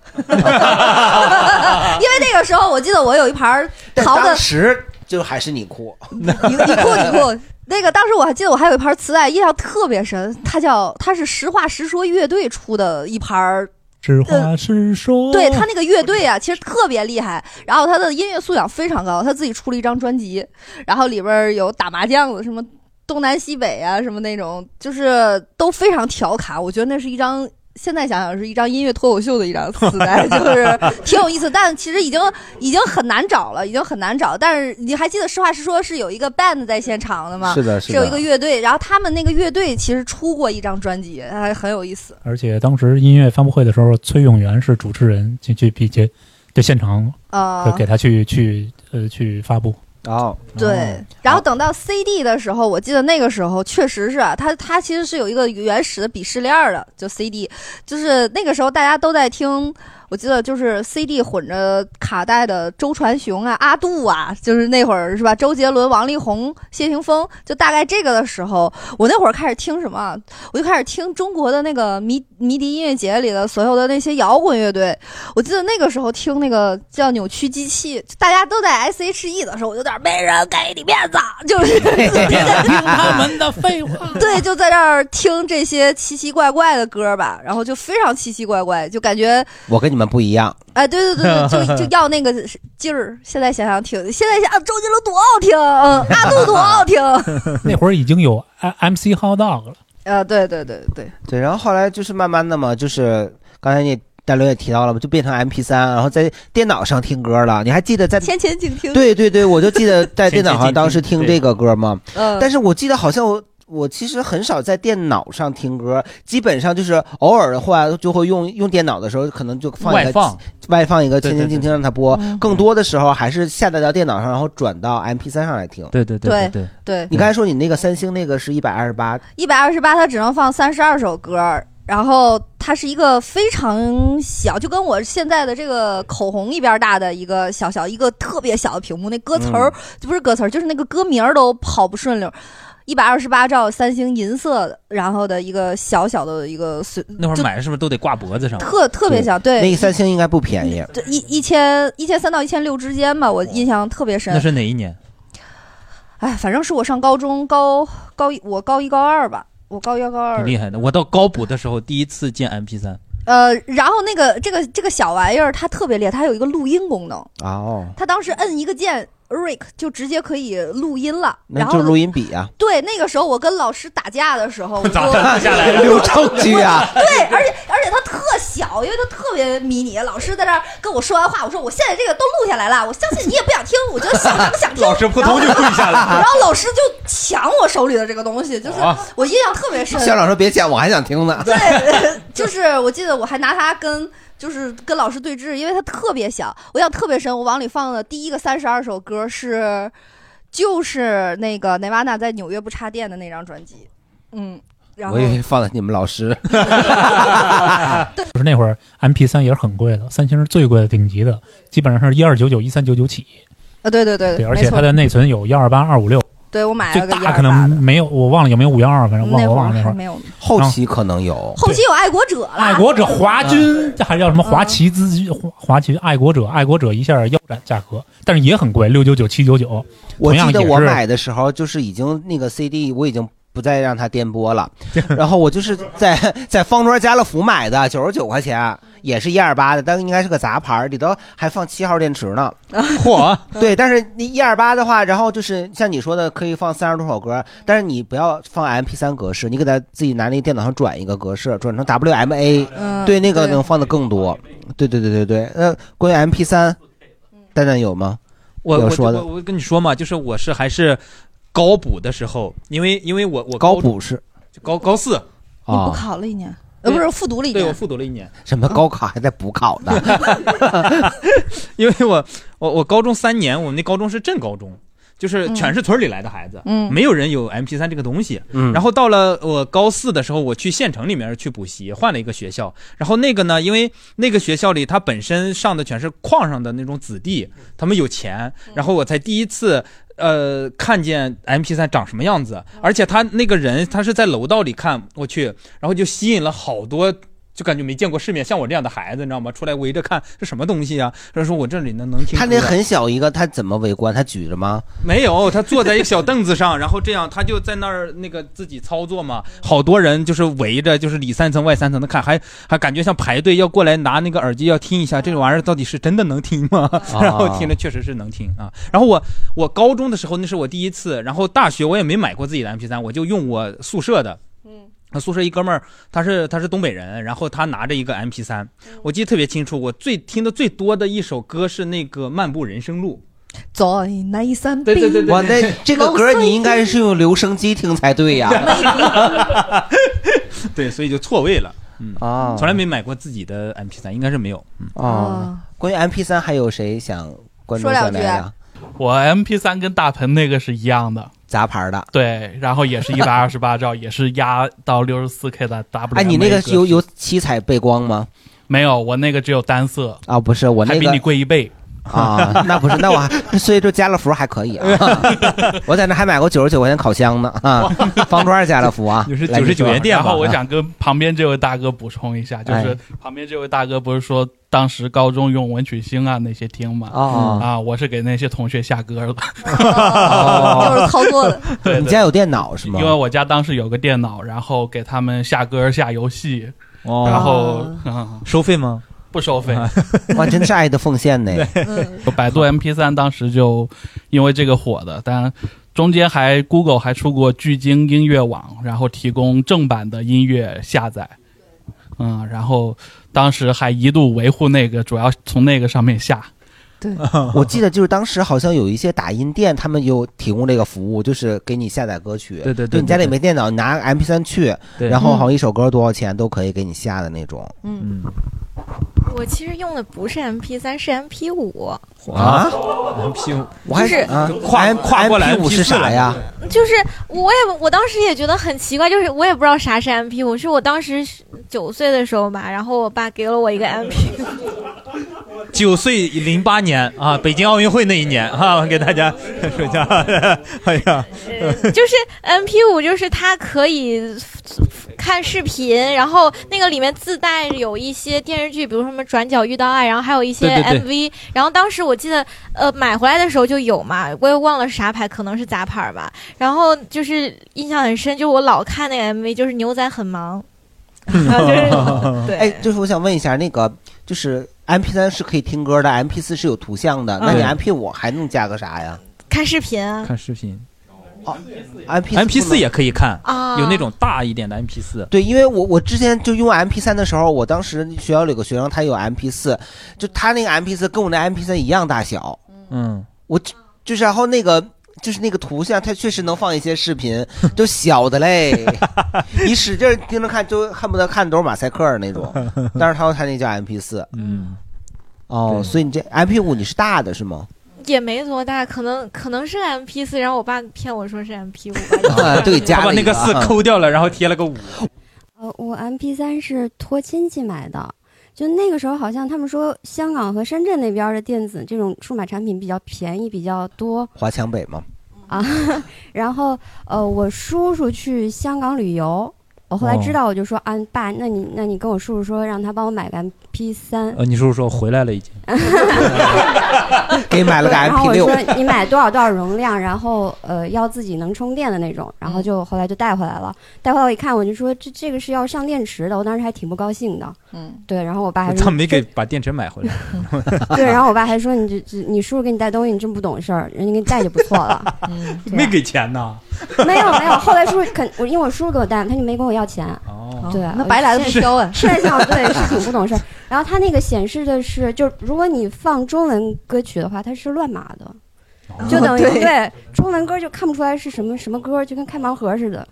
Speaker 5: 因为那个时候我记得我有一盘儿
Speaker 2: 但
Speaker 5: 淘的
Speaker 2: 当时就还是 你哭，
Speaker 5: 你你酷你酷。那个当时我还记得我还有一盘磁带，印象特别深，它叫它是实话实说乐队出的一盘儿
Speaker 3: 实话实说。
Speaker 5: 呃对他那个乐队啊，其实特别厉害，然后他的音乐素养非常高，他自己出了一张专辑，然后里边儿有打麻将的，什么东南西北啊，什么那种，就是都非常调侃。我觉得那是一张。现在想想是一张音乐脱口秀的一张磁 带，就是 挺有意思，但其实已经已经很难找了，已经很难找。但是你还记得《实话实说》是有一个 band 在现场的吗？
Speaker 3: 是的是的
Speaker 5: 有一个乐队，然后他们那个乐队其实出过一张专辑，还很有意思。
Speaker 3: 而且当时音乐发布会的时候，崔永元是主持人，去去比杰就现场呃
Speaker 5: 啊
Speaker 3: 就给他去去呃去发布。
Speaker 2: 哦，
Speaker 5: 对，然后等到 CD 的时候，我记得那个时候确实是、啊、它，它其实是有一个原始的鄙视链儿的，就 CD，就是那个时候大家都在听，我记得就是 CD 混着卡带的周传雄啊、阿杜啊，就是那会儿是吧？周杰伦、王力宏、谢霆锋，就大概这个的时候，我那会儿开始听什么啊，我就开始听中国的那个迷迷笛音乐节里的所有的那些摇滚乐队，我记得那个时候听那个叫扭曲机器，就大家都在 S H E 的时候，我有点没人给你面子，啊 就是啊
Speaker 3: 他们的废话。
Speaker 5: 对，就在这儿听这些奇奇怪怪的歌吧，然后就非常奇奇怪怪，就感觉
Speaker 2: 我跟你们不一样。
Speaker 5: 哎，对对对对，就就要那个劲儿。现在想想挺，现在想、啊、周杰伦多好听，嗯， 阿杜多好听，
Speaker 3: 那会儿已经有 M C Hot Dog 了，
Speaker 5: 呃，对对对对，
Speaker 2: 对，然后后来就是慢慢的嘛，就是刚才你大刘也提到了嘛，就变成 MP 三，然后在电脑上听歌了。你还记得在
Speaker 5: 浅浅静听，
Speaker 2: 对对对，我就记得在电脑上当时听这个歌嘛。
Speaker 5: 嗯
Speaker 2: 但是我记得好像我我其实很少在电脑上听歌，基本上就是偶尔的话就会用用电脑的时候，可能就放
Speaker 4: 外
Speaker 2: 一个
Speaker 4: 放
Speaker 2: 外放一个《
Speaker 4: 对
Speaker 2: 千
Speaker 4: 对
Speaker 2: 千静听》让它播
Speaker 5: 嗯。
Speaker 2: 更多的时候还是下载到电脑上，然后转到 MP 三上来听。
Speaker 4: 对对
Speaker 5: 对对对对
Speaker 2: 你刚才说你那个三星那个是一百二十八，
Speaker 5: 一百二十八，它只能放三十二首歌儿，然后它是一个非常小，就跟我现在的这个口红一边大的一个小小一个特别小的屏幕，那歌词
Speaker 4: 嗯
Speaker 5: 儿、不是歌词儿，就是那个歌名儿都跑不顺溜。一百二十八兆三星银色的，然后的一个小小的一个随，
Speaker 4: 那会儿
Speaker 5: 就
Speaker 4: 买是不是都得挂脖子上？啊
Speaker 5: 特特别小对
Speaker 2: 那个三星应该不便宜。
Speaker 5: 就一一千一千三到一千六之间吧，我印象特别深。
Speaker 4: 那是哪一年？
Speaker 5: 哎，反正是我上高中高高一，我高一高二吧，我高一高二
Speaker 4: 挺厉害的。我到高补的时候第一次见 MP 三
Speaker 5: 呃，然后那个这个这个小玩意儿它特别厉害，它有一个录音功能，
Speaker 2: 哦，
Speaker 5: 它当时摁一个键，Rick 就直接可以录音了。
Speaker 2: 那
Speaker 5: 然
Speaker 2: 就
Speaker 5: 后
Speaker 2: 是录 音笔啊。
Speaker 5: 对，那个时候我跟老师打架的时候，我就
Speaker 2: 咋打下 来了留证据啊
Speaker 5: 对，而且而且它特小，因为它特别迷你。老师在那儿跟我说完话，我说我现在这个都录下来了，我相信你也不想听，我就想都不想听。
Speaker 4: 老师扑通就跪下来了哦
Speaker 5: 然后老师就抢我手里的这个东西，就是
Speaker 2: 啊
Speaker 5: 我印象特别深。
Speaker 2: 校长说别讲，我还想听呢。对，
Speaker 5: 就是我记得我还拿它跟就是跟老师对峙，因为它特别小，我印象特别深。我往里放的第一个三十二首歌是就是那个内瓦纳在纽约不插电的那张专辑，嗯，然后
Speaker 2: 我以为放在你们老师，
Speaker 3: 就是那会儿 M P 三也是很贵的，三星是最贵的顶级的，基本上是一二九九、一三九九起。
Speaker 5: 呃，对对对，
Speaker 3: 对，而
Speaker 5: 没
Speaker 3: 且
Speaker 5: 错
Speaker 3: 它的内存有幺二八、二五六，
Speaker 5: 对我买
Speaker 3: 最
Speaker 5: 了个
Speaker 3: 大
Speaker 5: 128
Speaker 3: 可能没有，我忘了有没有五幺二，反正忘
Speaker 5: 那
Speaker 3: 了我
Speaker 5: 会儿
Speaker 3: 忘了那会
Speaker 5: 还
Speaker 3: 儿
Speaker 5: 没有，
Speaker 2: 后期可能有。
Speaker 5: 后期有爱国者了，嗯
Speaker 3: 爱国者华军还叫什么华旗资金华华旗爱国者，爱国者一下腰斩价格，但是也很贵，六九九、七九九。
Speaker 2: 我
Speaker 3: 同样
Speaker 2: 记得
Speaker 3: 也
Speaker 2: 我
Speaker 3: 是
Speaker 2: 买的时候，就是已经那个 CD 我已经不再让它颠簸了，然后我就是在在方庄家乐福买的，九十九块钱，也是一二八的，但应该是个杂牌儿，里头还放七号电池 呢。
Speaker 5: 啊
Speaker 4: 嚯！
Speaker 2: 对，但是你一二八的话，然后就是像你说的，可以放三十多首歌，但是你不要放 MP 三格式，你给它自己拿那个电脑上转一个格式，转成 WMA，、
Speaker 5: 嗯
Speaker 2: 对，那个
Speaker 5: 对
Speaker 2: 能放的更多。对对对对对，呃，关于 MP 三，蛋蛋有吗？
Speaker 4: 我
Speaker 2: 有
Speaker 4: 我
Speaker 2: 说的
Speaker 4: 我我跟你说嘛，就是我是还是高补的时候，因为因为我我中
Speaker 2: 高补是哦
Speaker 4: 就高高四
Speaker 5: 你补考了一年，呃，不是复读了一
Speaker 4: 对
Speaker 5: 年，
Speaker 4: 我复读了一年，
Speaker 2: 什么高考还在补考 呢？
Speaker 4: 因为我我我高中三年，我们那高中是镇高中，就是
Speaker 3: 嗯
Speaker 4: 全是村里来的孩子，
Speaker 3: 嗯
Speaker 4: 没有人有 MP 三这个东西。
Speaker 3: 嗯
Speaker 4: 然后到了我高四的时候，我去县城里面去补习，换了一个学校。然后那个呢，因为那个学校里他本身上的全是矿上的那种子弟，他们有钱，然后我才第一次。呃，看见 M P 三长什么样子，而且他那个人，他是在楼道里看我去，然后就吸引了好多就感觉没见过世面，像我这样的孩子，你知道吗？出来围着看这什么东西啊？ 他说我这里呢能听出
Speaker 2: 他
Speaker 4: 来。
Speaker 2: 那很小 一个，他怎么围观？他举着吗？
Speaker 4: 没有，他坐在一个小凳子上，然后这样他就在那儿那个自己操作嘛。好多人就是围着，就是里三层外三层的看，还还感觉像排队要过来拿那个耳机要听一下，这个玩意儿到底是真的能听吗？ 然后听着确实是能听啊。然后我我高中的时候那是我第一次，然后大学我也没买过自己的 MP 三，我就用我宿舍的。那宿舍一哥们儿，他是他是东北人，然后他拿着一个 MP 三，我记得特别清楚。我最听的最多的一首歌是那个《漫步人生路》，
Speaker 5: 在那山
Speaker 4: 对对对对
Speaker 2: 哇，那这个歌你应该是用留声机听才对呀。
Speaker 4: 对，所以就错位了。嗯
Speaker 2: 啊
Speaker 4: 从来没买过自己的 MP 三，应该是没有。嗯
Speaker 2: 啊，关于 MP 三还有谁想关注
Speaker 4: 说两
Speaker 2: 想
Speaker 4: 句啊
Speaker 2: 聊聊？
Speaker 16: 我 M P 三跟大鹏那个是一样的，
Speaker 2: 杂牌的。
Speaker 16: 对，然后也是一百二十八兆， 也是压到六十四 K 的 W。
Speaker 2: 哎，你那个有有七彩背光吗？
Speaker 16: 没有？我那个只有单色，
Speaker 2: 啊，不是我那
Speaker 16: 还比
Speaker 2: 个
Speaker 16: 你贵一倍
Speaker 2: 啊，那不是，那我还所以说家乐福还可 以啊。 我在那还买过九十九块钱烤箱呢啊，方庄家乐福啊，来你说
Speaker 16: 然后我 想跟旁边这位大哥补充一下，就
Speaker 2: 啊哎
Speaker 16: 是旁边这位大哥不是说当时高中用文曲星啊那些听嘛？
Speaker 2: 啊
Speaker 16: 啊，我是给那些同学下 歌了，
Speaker 2: 哦
Speaker 5: 就是操作的。
Speaker 16: 对对
Speaker 2: 你家有电脑是吗？
Speaker 16: 因为我家当时有个电脑，然后给他们下歌下游戏，
Speaker 4: 哦
Speaker 16: 然后、
Speaker 5: 啊
Speaker 16: 嗯、
Speaker 4: 收费吗？
Speaker 16: 不收
Speaker 2: 哎
Speaker 16: 费，
Speaker 2: 哇，真是爱的奉献呢。
Speaker 16: 百度 MP 三当时就因为这个火的，但中间还 Google 还出过巨鲸音乐网，然后提供正版的音乐下载，嗯，然后当时还一度维护那个，主要从那个上面下。
Speaker 5: 对
Speaker 2: 我记得就是当时好像有一些打印店，他们有提供这个服务，就是给你下载歌曲。
Speaker 4: 对对对
Speaker 2: 就你家里没电脑，你拿 MP 三去，
Speaker 4: 对
Speaker 2: 然后好像一首歌多少钱都可以给你下的那 种。
Speaker 8: 嗯我其实用的不是 MP 三，是 MP 五，
Speaker 2: 啊
Speaker 4: ，MP 五，
Speaker 2: 我还
Speaker 8: 就是
Speaker 2: 啊，
Speaker 4: 跨
Speaker 2: M-
Speaker 4: 跨过来
Speaker 2: MP 五是啥呀？
Speaker 8: 就是我也我当时也觉得很奇怪，就是我也不知道啥是 MP 五，是我当时九岁的时候吧，然后我爸给了我一个 MP
Speaker 4: 九岁零八年啊，北京奥运会那一年啊，给大家说一下。 哎呀，
Speaker 8: 就是 M P 五，就是它可以看视频，然后那个里面自带有一些电视剧，比如说什么《转角遇到爱》，然后还有一些
Speaker 15: 对对
Speaker 8: M
Speaker 15: 对
Speaker 8: V。然后当时我记得，呃，买回来的时候就有嘛，我也忘了是啥牌，可能是杂牌儿吧。然后就是印象很深，就是我老看那个 M V，就是牛仔很忙。然后啊就是对
Speaker 2: 哎，就是我想问一下，那个就是 MP 三是可以听歌的，MP 四是有图像的，那你
Speaker 8: 嗯
Speaker 2: MP 五还能加个啥呀
Speaker 8: 看视频啊，
Speaker 4: 看视频
Speaker 2: ？MP
Speaker 4: ，MP 四也可以看，
Speaker 8: 啊
Speaker 4: 有那种大一点的 MP 四。
Speaker 2: 对，因为我我之前就用 MP 三的时候，我当时学校里有个学生，他有 MP 四，就他那个 MP 四跟我那 MP 三一样大小，
Speaker 4: 嗯，
Speaker 2: 我就就是然后那个就是那个图像，它确实能放一些视频，就小的 嘞，你使劲盯着看，就恨不得看都是马赛克那 种。但是他说他那叫 MP 四，
Speaker 4: 嗯，
Speaker 2: 哦，所以你这 MP 五你是大的是吗？
Speaker 8: 也没多大，可能可能是 MP 四，然后我爸骗我说是 MP 五吧。
Speaker 2: 对加
Speaker 4: 啊他把
Speaker 2: 了
Speaker 4: 那
Speaker 2: 一个啊
Speaker 4: 个四抠掉了，然后贴了个五。
Speaker 11: 呃，我 MP 三是托亲戚买的，就那个时候好像他们说香港和深圳那边的电子这种数码产品比较便宜，比较多
Speaker 2: 华强北嘛，
Speaker 11: 啊。然后呃，我叔叔去香港旅游。我后来知
Speaker 4: 哦
Speaker 11: 道，我就说，啊，爸，那你那你跟我叔叔说，让他帮我买个 MP 三。
Speaker 4: 呃，你叔叔说回来了已经，
Speaker 2: 给买了个
Speaker 11: 然后
Speaker 2: MP
Speaker 11: 我
Speaker 2: 六，
Speaker 11: 说你买多少多少容量，然后呃要自己能充电的那种，然
Speaker 4: 嗯
Speaker 11: 后就后来就带回来了。带回来我一看，我就说这这个是要上电池的，我当时还挺不高兴的。
Speaker 15: 嗯，
Speaker 11: 对，然后我爸还
Speaker 4: 他
Speaker 11: 说
Speaker 4: 没给把电池买回来。
Speaker 11: 哎对，然后我爸还说你这这你叔叔给你带东西，你真不懂事儿，人家给你带就不错了。
Speaker 4: 没给钱呢。
Speaker 11: 没有没有，后来叔叔肯我因为我叔叔给我带，他就没跟我要钱。
Speaker 4: 哦
Speaker 11: 对，
Speaker 5: 那白来了不挑啊
Speaker 11: 现在想想 对是挺不懂事儿。然后他那个显示的是，就是如果你放中文歌曲的话，它是乱码的。
Speaker 2: 哦
Speaker 11: 就等于、
Speaker 5: 对
Speaker 11: 对中文歌就看不出来是什么什么歌，就跟开盲盒似的。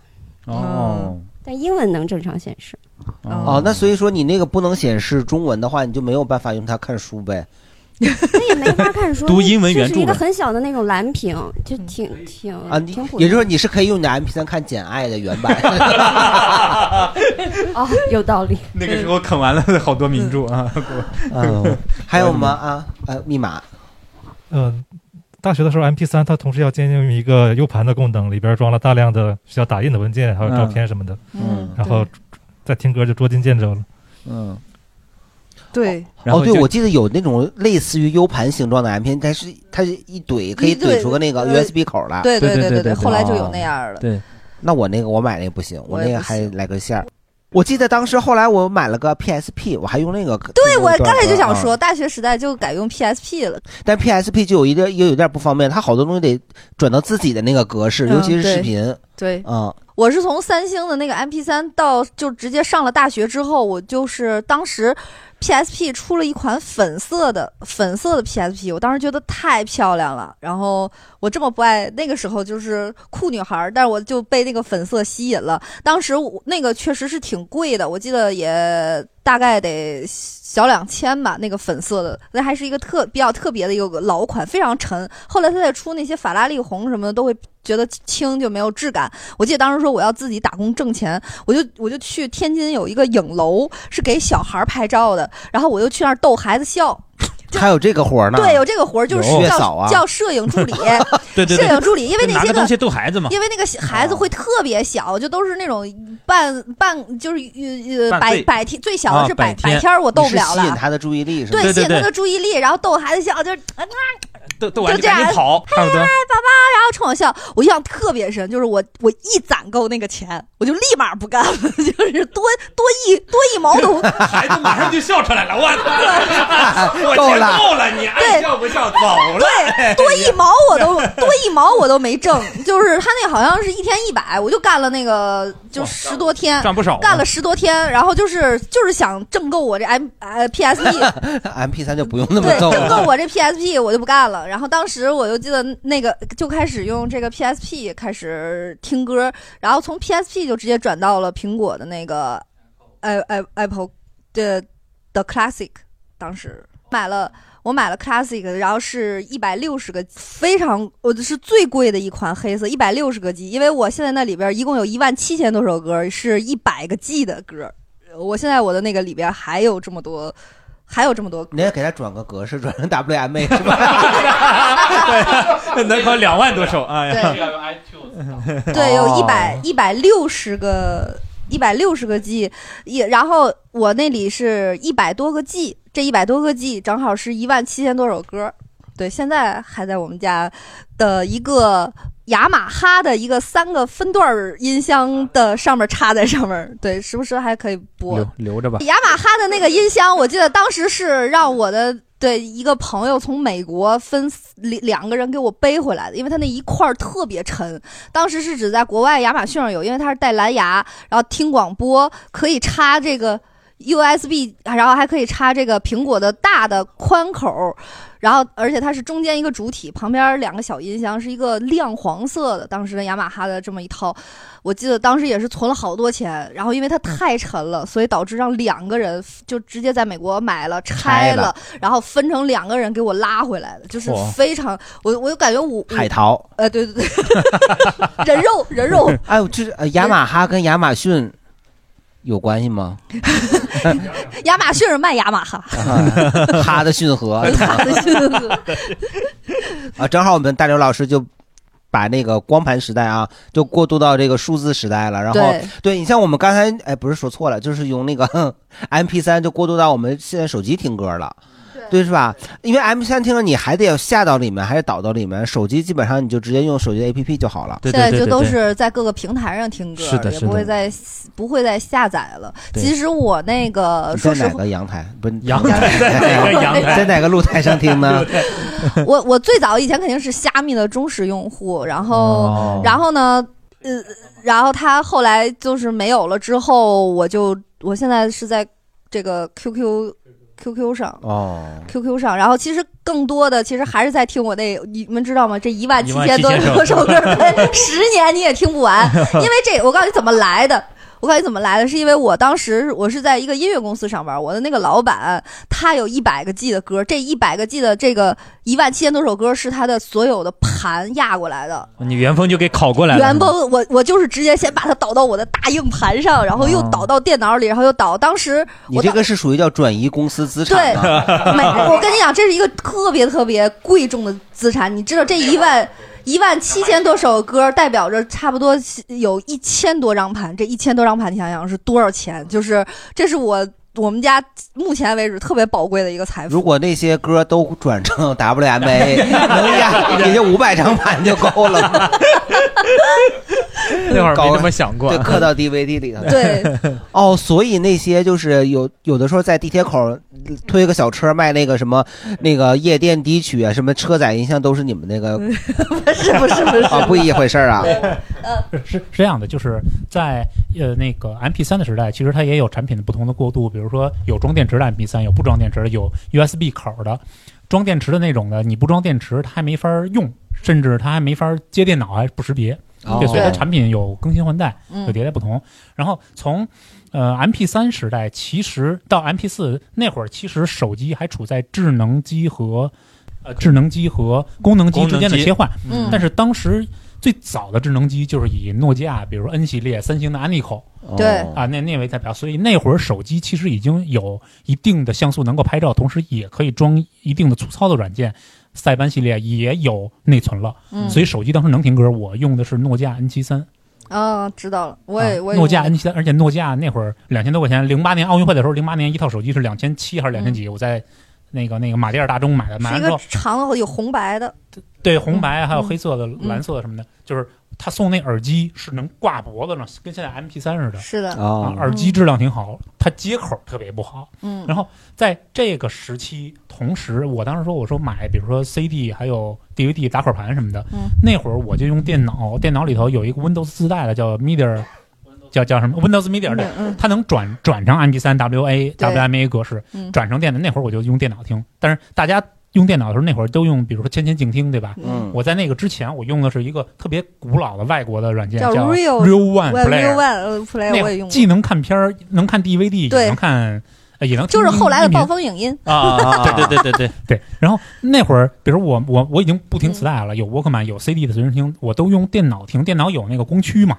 Speaker 2: 哦
Speaker 11: 但英文能正常显示。
Speaker 2: 哦，那所以说你那个不能显示中文的话，你就没有办法用它看书呗。
Speaker 11: 他看说
Speaker 2: 读英文原著
Speaker 11: 这是一个
Speaker 2: 呗
Speaker 11: 很小的那种蓝屏，就
Speaker 5: 嗯
Speaker 11: 挺挺
Speaker 2: 啊，你
Speaker 11: 挺普通。
Speaker 2: 也就是说你是可以用你的 MP 三看《简爱》的原版。
Speaker 11: 哦，有道理。
Speaker 4: 那
Speaker 5: 嗯
Speaker 4: 个时候啃完了好多名著啊。
Speaker 2: 嗯，还有吗？啊，呃，密码
Speaker 17: 嗯，大学的时候，MP 三它同时要兼用一个 U 盘的功能，里边装了大量的需要打印的文件，还有照片什么的。
Speaker 4: 嗯嗯
Speaker 17: 然后在听歌就捉襟见肘了。
Speaker 4: 嗯，
Speaker 15: 对，
Speaker 2: 哦，对，我记得有那种类似于 U 盘形状的 MP，但是它是一怼可以怼出个那个
Speaker 5: 对呃
Speaker 2: USB 口来。
Speaker 5: 对对对对对对对后来就有那样了
Speaker 4: 对，，
Speaker 2: 那我那个我买那个不行，我
Speaker 5: 我也
Speaker 2: 那个
Speaker 5: 不
Speaker 2: 还来根线儿。我记得当时后来我买了个 PSP，我还用那个。
Speaker 5: 对我刚才就
Speaker 3: 啊
Speaker 5: 想
Speaker 2: 嗯
Speaker 5: 说，大学时代就改用 PSP 了。
Speaker 2: 但 PSP 就有一点也有点不方便，它好多东西得转到自己的那个格式，
Speaker 5: 嗯
Speaker 2: 尤其是视
Speaker 5: 对
Speaker 2: 频。
Speaker 5: 对
Speaker 2: 嗯，
Speaker 5: 我是从三星的那个 MP 三到就直接上了大学之后，我就是当时 PSP 出了一款粉色的粉色的 PSP，我当时觉得太漂亮了。然后我这么不爱那个时候就是酷女孩儿，但是我就被那个粉色吸引了。当时我那个确实是挺贵的，我记得也大概得小两千吧，那个粉色的，那还是一个特比较特别的一个老款，非常沉。后来它再出那些法拉利红什么的，都会觉得轻就没有质感。我记得当时说我要自己打工挣钱，我就我就去天津有一个影楼是给小孩儿拍照的，然后我就去那儿逗孩子笑。
Speaker 2: 还有这个活儿呢。
Speaker 5: 对，有这个活儿，就是
Speaker 2: 有月嫂
Speaker 5: 叫
Speaker 2: 啊
Speaker 5: 叫摄影 助理
Speaker 4: 对对对
Speaker 5: 摄影助理，因为
Speaker 4: 就
Speaker 5: 那
Speaker 4: 拿
Speaker 5: 些
Speaker 4: 个
Speaker 5: 个
Speaker 4: 东西逗孩子嘛
Speaker 5: 因为那
Speaker 2: 哦
Speaker 5: 个孩子会特别小，就都是那种半半，就是呃
Speaker 2: 半
Speaker 5: 百
Speaker 2: 岁
Speaker 5: 百天最
Speaker 4: 啊
Speaker 5: 小的是百百天儿，我逗不了
Speaker 2: 你是吸引
Speaker 5: 了。
Speaker 2: 他的注意力是吧？
Speaker 5: 对，吸引他的注意力，然后逗孩子笑，就是啊，
Speaker 4: 逗逗
Speaker 5: 就这样嗨嗨，爸爸，然后冲我笑，我印象特别深，就是我我一攒够那个钱，我就立马不干了， 就是多多一多一毛都
Speaker 4: 孩子马上就笑出来了，我 操！我
Speaker 5: 够
Speaker 4: 钱
Speaker 5: 了
Speaker 4: 够了，你爱笑不笑走了。哎
Speaker 5: 对，多一毛我都多一毛我都没挣，就是他那好像是一天一百，我就干了那个就十多天，
Speaker 4: 赚不少啊
Speaker 5: 干了十多天，然后就是就是想挣够我这 M 呃 PSP，
Speaker 2: MP 三就不用那么
Speaker 5: 对，
Speaker 2: 逗
Speaker 5: 挣够
Speaker 2: 了。
Speaker 5: 我这 PSP 我就不干了。然后当时我就记得那个就开始用这个 PSP 开始听歌，然后从 PSP 就直接转到了苹果的那个 i i Apple 的的 Classic，当时买了。我买了 Classic，然后是一百六十个 G，非常我就是最贵的一款黑色，一百六十个 G，因为我现在那里边一共有一万七千多首歌，是一百个 G 的歌。我现在我的那个里边还有这么多，还有这么多
Speaker 2: 你也给他转个格式，转 成 WMA 是吧？
Speaker 4: 能考两万多首，哎 呀，
Speaker 5: 对，有
Speaker 2: 哦
Speaker 5: 一百一百六十个一百六十个 G，也然后我那里是一百多个 G，这一百多个 G 正好是一万七千多首歌。对，现在还在我们家的一个雅马哈的一个三个分段儿音箱的上面插在上面儿，对，时不时还可以播。
Speaker 4: 留留着吧。
Speaker 5: 雅马哈的那个音箱，我记得当时是让我的对一个朋友从美国分四两两个人给我背回来的，因为它那一块儿特别沉。当时是只在国外亚马逊上有，因为它是带蓝牙，然后听广播可以插这个。 USB，然后还可以插这个苹果的大的宽口，然后而且它是中间一个主体，旁边两个小音箱，是一个亮黄色的，当时的雅马哈的这么一套，我记得当时也是存了好多钱，然后因为它
Speaker 2: 嗯
Speaker 5: 太沉了，所以导致让两个人就直接在美国买了拆
Speaker 2: 拆了
Speaker 5: 然后分成两个人给我拉回来的，就是
Speaker 2: 嚯
Speaker 5: 非常我我感觉我
Speaker 2: 海淘，
Speaker 5: 呃对对对， 人肉人肉。
Speaker 2: 哎呦，这是呃雅马哈跟亚马逊有关 系吗？
Speaker 5: 亚马逊是卖亚马哈，
Speaker 2: 啊哈的逊河啊，正好我们大刘老师就。把那个光盘时代啊，就过渡到这个数字时代了。然后
Speaker 18: 对，
Speaker 2: 对你像我们刚才，哎，不是说错了，就是用那个 M P 三就过渡到我们现在手机听歌了，对是吧？因为 M P 三听歌你还得要下到里面，还得导到里面，手机基本上你就直接用手机 A P P 就好了。
Speaker 5: 现在就都是在各个平台上听歌，
Speaker 2: 是的
Speaker 5: 也
Speaker 2: 是
Speaker 5: 不会
Speaker 2: 的
Speaker 5: 再不会再下载了。
Speaker 2: 对
Speaker 5: 其实我那个
Speaker 2: 你
Speaker 5: 说
Speaker 2: 在
Speaker 5: 实
Speaker 2: 哪
Speaker 5: 话，
Speaker 2: 个阳台？不是
Speaker 3: 阳台在哪个阳台
Speaker 2: 在哪个露台上 听呢？
Speaker 5: 我我最早以前肯定是虾米的忠实用户，然后、
Speaker 2: 哦
Speaker 5: 然后呢，呃，然后它后来就是没有了之后，我就我现在是在这个 QQ QQ 上。
Speaker 2: 哦，
Speaker 5: QQ 上，然后其实更多的其实还是在听我那，你们知道吗？这一万七千多
Speaker 18: 17,000首
Speaker 5: 多首歌， 十年你也听不完，因为这我告诉你怎么来的。我告诉你怎么来的，是因为我当时我是在一个音乐公司上班，我的那个老板他有一百个 G 的歌，这一百个 G 的这个一万七千多首歌是他的所有的盘压过来的，
Speaker 4: 你原封就给拷过来了。
Speaker 5: 原本我我就是直接先把它导到我的大硬盘上，然后又导到电脑里，然后又导。当时
Speaker 2: 你
Speaker 5: 我
Speaker 2: 这
Speaker 5: 导
Speaker 2: 个是属于叫转移公司资产
Speaker 5: 对
Speaker 2: 吗？
Speaker 5: 没，我跟你讲，这是一个特别特别贵重的资产。你知道这一万一万七千多首歌，代表着差不多有一千多张盘。这一千多张盘，你想想是多少钱？就是这是我我们家目前为止特别宝贵的一个财富。
Speaker 2: 如果那些歌都转成 WMA，能压也就五百张盘就够了嘛。
Speaker 4: 那会儿没这么想过
Speaker 2: 对，刻到 DVD 里头。
Speaker 5: 对，
Speaker 2: 哦，所以那些就是有有的时候在地铁口推个小车卖那个什么那个夜店低曲啊，什么车载音箱，都是你们那个
Speaker 5: 不是不是不嗯是
Speaker 2: 啊，不一回事儿啊。
Speaker 3: 是是是这样的，就是在呃那个 MP 三的时代，其实它也有产品的不同的过渡，比如说有装电池的 MP 三，有不装电池的，有 USB 口儿的。装电池的那种的，你不装电池，它还没法儿用，甚至它还没法儿接电脑，还不识别。
Speaker 4: 哦
Speaker 3: 对，所以它产品有更新换代，
Speaker 4: 嗯
Speaker 3: 有迭代不同。然后从呃 MP 三时代，其实到 MP 四那会儿，其实手机还处在智能机和呃智能机和功能机之间的切换
Speaker 4: 功能机嗯。
Speaker 3: 但是当时最早的智能机就是以诺基亚，比如 N 系列、三星的 Anico，
Speaker 5: 对
Speaker 3: 啊，那那为代表。所以那会儿手机其实已经有一定的像素能够拍照，同时也可以装一定的粗糙的软件。塞班系列也有内存了，
Speaker 5: 嗯
Speaker 3: 所以手机当时能听歌。我用的是诺基亚 N 七三，
Speaker 5: 嗯，知道了，我也、我也
Speaker 3: 啊诺基亚
Speaker 5: 用
Speaker 3: N 七三，而且诺基亚那会儿两千多块钱，零八年奥运会的时候，零八年一套手机是两千七还是两千几？我在那个那个马迭尔大中买的，买
Speaker 5: 嗯是
Speaker 3: 完
Speaker 5: 一
Speaker 3: 之
Speaker 5: 个
Speaker 3: 后
Speaker 5: 长的有红白的，
Speaker 3: 对红白还有
Speaker 5: 嗯
Speaker 3: 黑色的、
Speaker 5: 嗯
Speaker 3: 蓝色的什么的，就是他送那耳机是能挂脖子上，跟现在 M P 三似的。
Speaker 5: 是的
Speaker 3: 啊
Speaker 5: 哦，
Speaker 3: 耳机质量挺好，它接口特别不好。
Speaker 5: 嗯
Speaker 3: 然后在这个时期，同时我当时说我说买，比如说 C D 还有 D V D 打口盘什么的，
Speaker 5: 嗯
Speaker 3: 那会儿我就用电脑，电脑里头有一个 Windows 自带的叫 Media。叫叫什么 Windows Media 对，
Speaker 5: 嗯
Speaker 3: 它能转转成 MP3、WA、
Speaker 4: 对
Speaker 3: WMA 格式
Speaker 4: 嗯，
Speaker 3: 转成电脑。那会儿我就用电脑听，但是大家用电脑的时候，那会儿都用，比如说千千静听，对吧？
Speaker 4: 嗯
Speaker 3: 我在那个之前，我用的是一个特别古老的外国的软件，
Speaker 5: 叫
Speaker 3: 叫
Speaker 5: Real
Speaker 3: One
Speaker 5: Real
Speaker 3: Player。
Speaker 5: One Play
Speaker 3: 那会
Speaker 5: 我也
Speaker 3: 儿
Speaker 5: 用过，
Speaker 3: 既能看片儿，能看 DVD，
Speaker 5: 对
Speaker 3: 也能看，呃也能听
Speaker 5: 就是后来的
Speaker 3: 音频
Speaker 5: 暴风影音
Speaker 3: 啊，
Speaker 4: 对对
Speaker 3: 对
Speaker 4: 对
Speaker 3: 对对。然后那会儿，比如我我我已经不听磁带
Speaker 5: 嗯
Speaker 3: 了，有 Walkman，有 CD 的随身听，我都用电脑听，电脑有那个光驱嘛，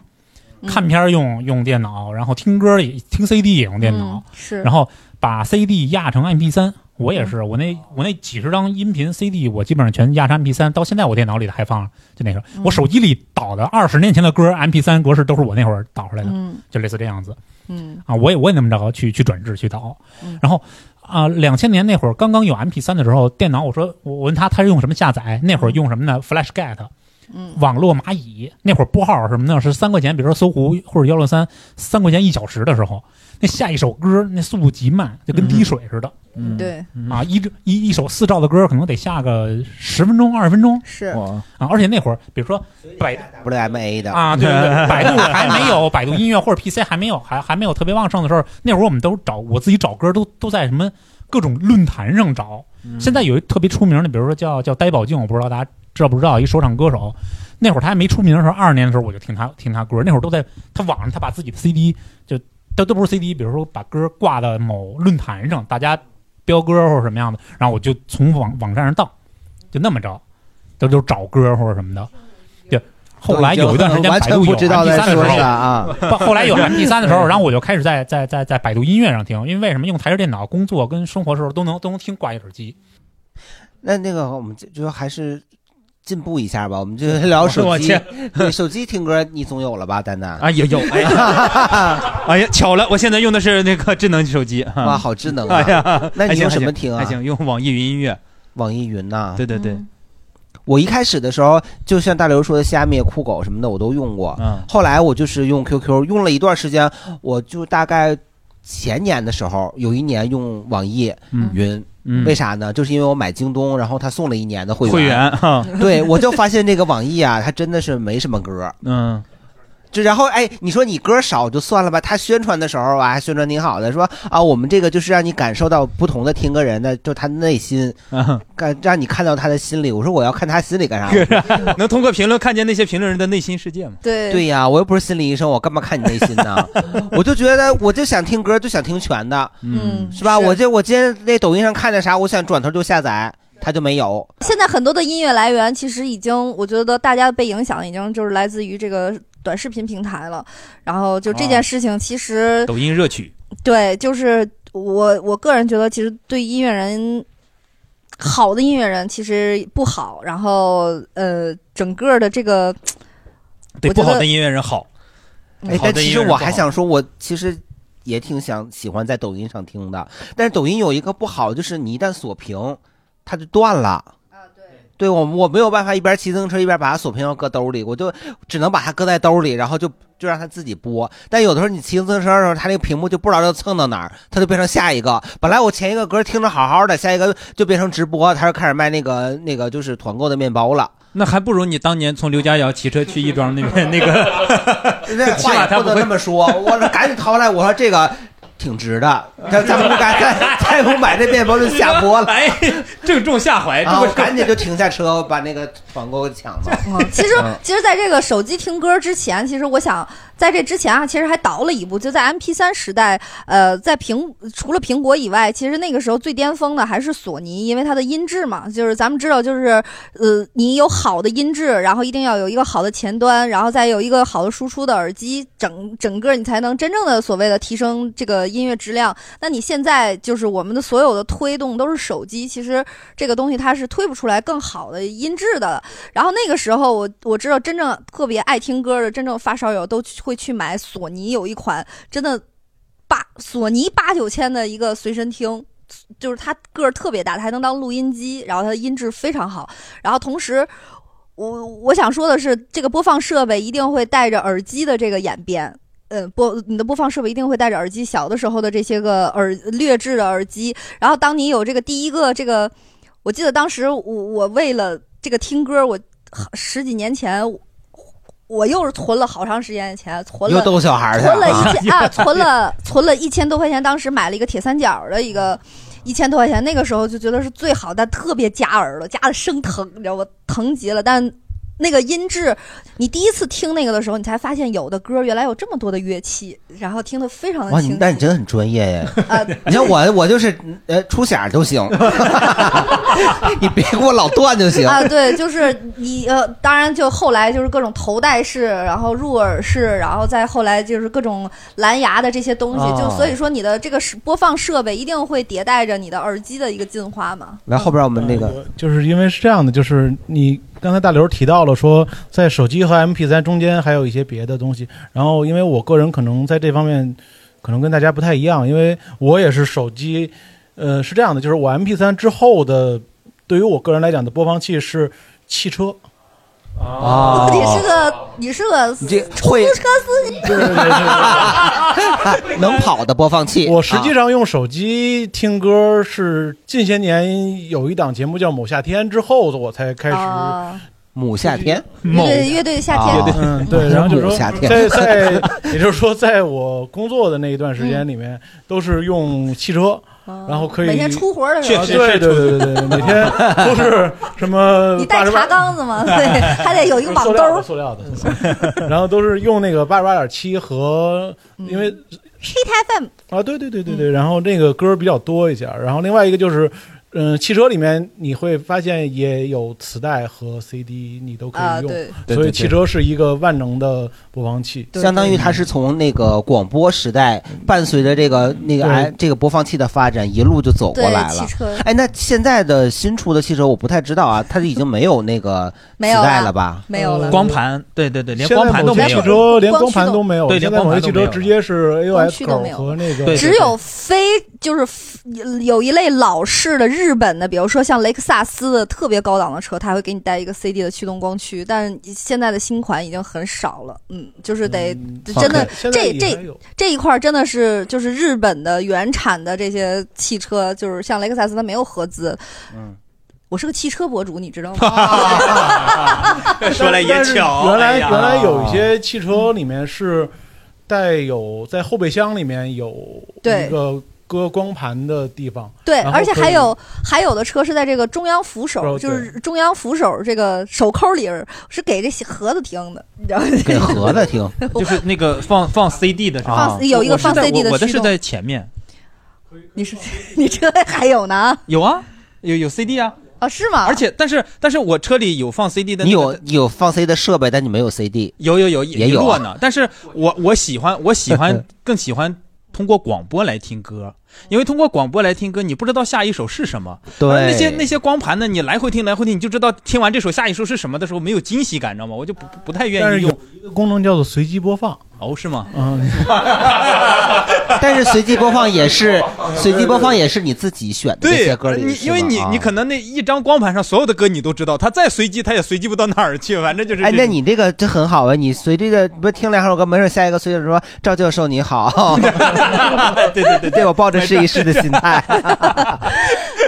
Speaker 3: 看片儿用用电脑，然后听歌也听 CD 也用电脑，
Speaker 5: 嗯是嗯
Speaker 3: 然后把 CD 压成 MP3。我也是，我那我那几十张音频 CD，我基本上全压成 MP3，到现在我电脑里头还放着，就那个
Speaker 5: 嗯
Speaker 3: 我手机里导的二十年前的歌 MP3 格式都是我那会儿导出来的，
Speaker 5: 嗯
Speaker 3: 就类似这样子。
Speaker 5: 嗯
Speaker 3: 啊，我也我也那么着去去转制去导
Speaker 5: 嗯，
Speaker 3: 然后啊，两、0千年那会儿刚刚有 MP 三的时候，电脑我说我问他他是用什么下载，那会儿用什么呢？FlashGet，
Speaker 15: 嗯
Speaker 3: 网络蚂蚁那会儿拨号什么的，是三块钱，比如说搜狐或者幺六三，三块钱一小时的时候，那下一首歌那速度极慢，就跟滴水似的。
Speaker 15: 嗯对
Speaker 3: 啊，一一一首四兆的歌可能得下个十分钟、二十分钟。
Speaker 15: 是
Speaker 3: 啊，而且那会儿比如说百
Speaker 2: WMA 的
Speaker 3: 啊，对对对，百 度还没有百度音乐或者 PC 还没有还还没有特别旺盛的时候，那会儿我们都找我自己找歌都都在什么各种论坛上找。现在有一特别出名的，比如说叫叫呆宝静，我不知道大家知道不知道，一说唱歌手。那会儿他还没出名的时候，二十年的时候我就听他听他歌，那会儿都在他网上他把自己的 CD 就都都不是 CD，比如说把歌挂到某论坛上，大家标歌或者什么样的，然后我就从网网站上当，就那么着，都就找歌或者什么的。对，后来有一段时间
Speaker 2: 完
Speaker 3: 百
Speaker 2: 全
Speaker 3: 度有
Speaker 2: 不知道
Speaker 3: MP
Speaker 2: 在
Speaker 3: 三的时
Speaker 2: 说
Speaker 3: 候
Speaker 2: 啥啊
Speaker 3: 不 后 来有 MP 三的时候，然后我就开始在在在在百度音乐上听，因为为什么用台式电脑工作跟生活的时候都能都能听挂一耳机。
Speaker 2: 那那个我们就就还是进步一下吧，我们就聊手
Speaker 3: 往
Speaker 2: 机
Speaker 3: 前。
Speaker 2: 对，手机听歌你总有了吧，丹丹？
Speaker 4: 啊有有 哎呀哎呀，巧了，我现在用的是那个智能手机，
Speaker 2: 哇好智能啊
Speaker 4: 哎呀，
Speaker 2: 那你
Speaker 4: 还行
Speaker 2: 用什么听啊
Speaker 4: 还行还行，用网易云音乐，
Speaker 2: 网易云呐、
Speaker 4: 对对对，
Speaker 5: 嗯
Speaker 2: 我一开始的时候，就像大刘说的，虾米、酷狗什么的我都用过。
Speaker 4: 嗯
Speaker 2: 后来我就是用 QQ，用了一段时间，我就大概前年的时候，有一年用网易
Speaker 4: 嗯
Speaker 2: 云。
Speaker 4: 嗯
Speaker 2: 为啥呢？就是因为我买京东，然后他送了一年的会员。
Speaker 4: 会员啊哈
Speaker 2: 对，我就发现这个网易啊，它真的是没什么歌。
Speaker 4: 嗯，
Speaker 2: 就然后哎，你说你歌少就算了吧，他宣传的时候啊，还宣传挺好的，说啊，我们这个就是让你感受到不同的听歌人的，就他内心，
Speaker 4: 嗯
Speaker 2: 感让你看到他的心理。我说我要看他心里干 啥？
Speaker 4: 能通过评论看见那些评论人的内心世界吗？
Speaker 15: 对
Speaker 2: 对呀、我又不是心理医生，我干嘛看你内心呢？我就觉得我就想听歌，就想听全的，
Speaker 5: 嗯
Speaker 2: 是吧？我这我今天那抖音上看见啥，我想转头就下载，他就没有。
Speaker 5: 现在很多的音乐来源其实已经，我觉得大家被影响已经就是来自于这个短视频平台了。然后就这件事情，其实、
Speaker 4: 抖音热曲，
Speaker 5: 对，就是我我个人觉得，其实对音乐人，好的音乐人其实不好。然后呃，整个的这个，
Speaker 4: 对
Speaker 5: 我
Speaker 4: 不
Speaker 5: 觉
Speaker 4: 好
Speaker 5: 得嗯
Speaker 4: 的音乐人好，
Speaker 2: 哎，
Speaker 4: 好
Speaker 2: 但
Speaker 4: 的
Speaker 2: 其
Speaker 4: 音
Speaker 2: 实
Speaker 4: 乐人
Speaker 2: 我
Speaker 4: 不
Speaker 2: 还
Speaker 4: 好
Speaker 2: 想说，我其实也挺想喜欢在抖音上听的，但是抖音有一个不好，就是你一旦锁屏，它就断了。啊，对，对我我没有办法一边骑自行车一边把它锁屏要搁兜里，我就只能把它搁在兜里，然后就就让它自己播。但有的时候你骑自行车的时候，它那个屏幕就不知道要蹭到哪儿，它就变成下一个。本来我前一个歌听着好好的，下一个就变成直播，它就开始卖那个那个就是团购的面包了。
Speaker 4: 那还不如你当年从刘家窑骑车去亦庄那 边那个，
Speaker 2: 那
Speaker 4: 起码
Speaker 2: 话也
Speaker 4: 他
Speaker 2: 不
Speaker 4: 不
Speaker 2: 能
Speaker 4: 会
Speaker 2: 这么说，我说赶紧掏来，我说 这个挺值的，咱咱不敢再再不买这面包就下播了，
Speaker 4: 哎，正中下怀
Speaker 2: 然后
Speaker 4: 这不是
Speaker 2: 赶紧就停下车把那个团购给抢了。
Speaker 5: 其实
Speaker 2: 嗯
Speaker 5: 其实在这个手机听歌之前，其实我想在这之前啊，其实还倒了一步，就在 M P 三时代，呃，在苹除了苹果以外，其实那个时候最巅峰的还是索尼，因为它的音质嘛，就是咱们知道，就是呃，你有好的音质，然后一定要有一个好的前端，然后再有一个好的输出的耳机，整整个你才能真正的所谓的提升这个音乐质量。那你现在就是我们的所有的推动都是手机，其实这个东西它是推不出来更好的音质的。然后那个时候我我知道，真正特别爱听歌的，真正发烧友都去会去买索尼有一款真的八索尼八九千的一个随身听，就是它个儿特别大，它还能当录音机，然后它的音质非常好。然后同时，我我想说的是，这个播放设备一定会带着耳机的这个演变。呃，播你的播放设备一定会带着耳机。小的时候的这些个耳劣质的耳机，然后当你有这个第一个这个，我记得当时我我为了这个听歌，我十几年前我又是存了好长时间的钱，存了
Speaker 2: 又逗小孩儿去了
Speaker 5: 存了一千
Speaker 2: 啊
Speaker 5: 啊，存了存了一千多块钱，当时买了一个铁三角的一个。一千多块钱，那个时候就觉得是最好，但特别夹耳朵，夹的生疼，你知道吗？疼极了。但那个音质，你第一次听那个的时候，你才发现有的歌原来有这么多的乐器，然后听得非常的
Speaker 2: 哇，
Speaker 5: 清
Speaker 2: 你
Speaker 5: 晰。
Speaker 2: 但你真的很专业耶！
Speaker 5: 呃
Speaker 2: 你像我，我就是呃出响就 行，你别给我老断就行
Speaker 5: 啊，对，就是你呃，当然就后来就是各种头戴式，然后入耳式，然后再后来就是各种蓝牙的这些东西，
Speaker 2: 哦
Speaker 5: 就所以说你的这个是播放设备一定会迭代着你的耳机的一个进化嘛。
Speaker 2: 来，后边我们那个
Speaker 10: 呃就是因为是这样的，就是你刚才大刘提到了说，在手机和 MP 3中间还有一些别的东西。然后，因为我个人可能在这方面可能跟大家不太一样，因为我也是手机，呃，是这样的，就是我 MP 3之后的，对于我个人来讲的播放器是汽车，
Speaker 2: 哦
Speaker 5: 你是个你是个
Speaker 2: 你这会
Speaker 5: 出租车司机，
Speaker 2: 能跑的播放器。
Speaker 5: 啊
Speaker 2: 啊
Speaker 10: 我实际上用手机听歌是近些年有一档节目叫《某夏天》之后，我才开始
Speaker 2: 某夏天，
Speaker 5: 哦乐队乐队的夏
Speaker 2: 啊
Speaker 5: 天，
Speaker 10: 对嗯对，然后就
Speaker 2: 某
Speaker 10: 说
Speaker 2: 夏天
Speaker 10: 在 在，也就是说，在我工作的那一段时间里面，都是用汽车，然后可以
Speaker 5: 嗯每天出活的时候
Speaker 10: 啊对对对对对，每天都是什么
Speaker 5: 你
Speaker 10: 八
Speaker 5: 带
Speaker 10: 十
Speaker 5: 茶
Speaker 10: 八，
Speaker 5: 缸子吗？对，还得有一个网
Speaker 10: 塑料
Speaker 5: 兜
Speaker 10: 的。塑料的， 然后都是用那个八十八点七和因为
Speaker 5: Hit FM
Speaker 10: 啊，对对对对对，然后那个歌比较多一些，然后另外一个就是。嗯，汽车里面你会发现也有磁带和 CD，你都可
Speaker 2: 啊
Speaker 10: 以用，
Speaker 2: 对对
Speaker 10: 所
Speaker 2: 对对
Speaker 10: 以汽车是一个万能的播放器，
Speaker 2: 相当于它是从那个广播时代，伴随着这个那个
Speaker 10: 对
Speaker 2: 哎这个播放器的发展，一路就走过来
Speaker 5: 对
Speaker 2: 了
Speaker 5: 汽车。
Speaker 2: 哎，那现在的新出的汽车我不太知道啊，它已经没有那个磁
Speaker 5: 没有了啊
Speaker 2: 带了吧？
Speaker 5: 没有了
Speaker 4: 光盘，对对对，连
Speaker 10: 现在
Speaker 4: 光盘都
Speaker 10: 某些
Speaker 4: 没有，
Speaker 10: 汽车连光盘都没有，
Speaker 4: 对，连
Speaker 10: 现在
Speaker 4: 光
Speaker 10: 某
Speaker 4: 盘
Speaker 10: 些
Speaker 4: 都
Speaker 10: 汽
Speaker 4: 没
Speaker 10: 车
Speaker 4: 有。
Speaker 10: 直接是
Speaker 5: 光
Speaker 10: AOS
Speaker 5: 驱都
Speaker 10: 口
Speaker 5: 没有
Speaker 10: 和 那个，
Speaker 5: 只有非就是有一类老式的日本的，比如说像雷克萨斯的特别高档的车，它会给你带一个 CD 的驱动光驱，但现在的新款已经很少了。嗯，就是得、真的
Speaker 10: OK 现在
Speaker 5: 这
Speaker 10: 也还
Speaker 5: 这
Speaker 10: 有
Speaker 5: 这一块儿真的是就是日本的原产的这些汽车，就是像雷克萨斯它没有合资。
Speaker 2: 嗯，
Speaker 5: 我是个汽车博主，你 知道吗？
Speaker 4: 说来也巧，
Speaker 10: 原来
Speaker 4: 哎呀
Speaker 10: 原来有一些汽车里面是带有在后备箱里面有
Speaker 5: 对
Speaker 10: 一个搁光盘的地方，
Speaker 5: 对，
Speaker 10: 然后
Speaker 5: 而且
Speaker 10: 可以
Speaker 5: 还有还有的车是在这个中央扶手，
Speaker 10: 哦
Speaker 5: 就是中央扶手这个手扣里儿是给这些盒子听的，你知道吗？
Speaker 2: 给盒子听，
Speaker 4: 就是那个放放 CD 的是吧，
Speaker 5: 放有一个
Speaker 4: 我是在
Speaker 5: 放 CD 的
Speaker 4: 我我的
Speaker 5: 驱
Speaker 4: 是
Speaker 5: 动
Speaker 4: 在前面，
Speaker 5: 你是你这还有呢？
Speaker 4: 有啊，有有 CD 啊，
Speaker 5: 啊，是吗？
Speaker 4: 而且但是但是我车里有放 CD 的那个，
Speaker 2: 你有有放 CD 的设备，但你没有 CD。
Speaker 4: 有有有
Speaker 2: 也
Speaker 4: 一
Speaker 2: 有
Speaker 4: 摞
Speaker 2: 啊
Speaker 4: 呢。但是我我喜欢我喜 欢更喜欢通过广播来听歌，因为通过广播来听歌，你不知道下一首是什么。
Speaker 2: 对
Speaker 4: 而那些那些光盘呢，你来回听来回听，你就知道听完这首下一首是什么的时候没有惊喜感，知道吗？我就不不太
Speaker 10: 但
Speaker 4: 愿
Speaker 10: 是
Speaker 4: 意
Speaker 10: 有
Speaker 4: 用。
Speaker 10: 一个功能叫做随机播放，
Speaker 4: 哦，是吗？
Speaker 10: 嗯，
Speaker 2: 但是随机播放也 是随机播放也是你自己选的这
Speaker 4: 对
Speaker 2: 些歌，里
Speaker 4: 你
Speaker 2: 是
Speaker 4: 因为
Speaker 2: 吗
Speaker 4: 你
Speaker 2: 啊
Speaker 4: 你可能那一张光盘上所有的歌你都知道，它再随机它也随机不到哪儿去，反正就是
Speaker 2: 哎，
Speaker 4: 这
Speaker 2: 那
Speaker 4: 种
Speaker 2: 你这个这很好啊！你随这个不听两首歌，没准下一个随着说赵教授 你好，
Speaker 4: 对对对
Speaker 2: 对，我抱着试一试的 心态。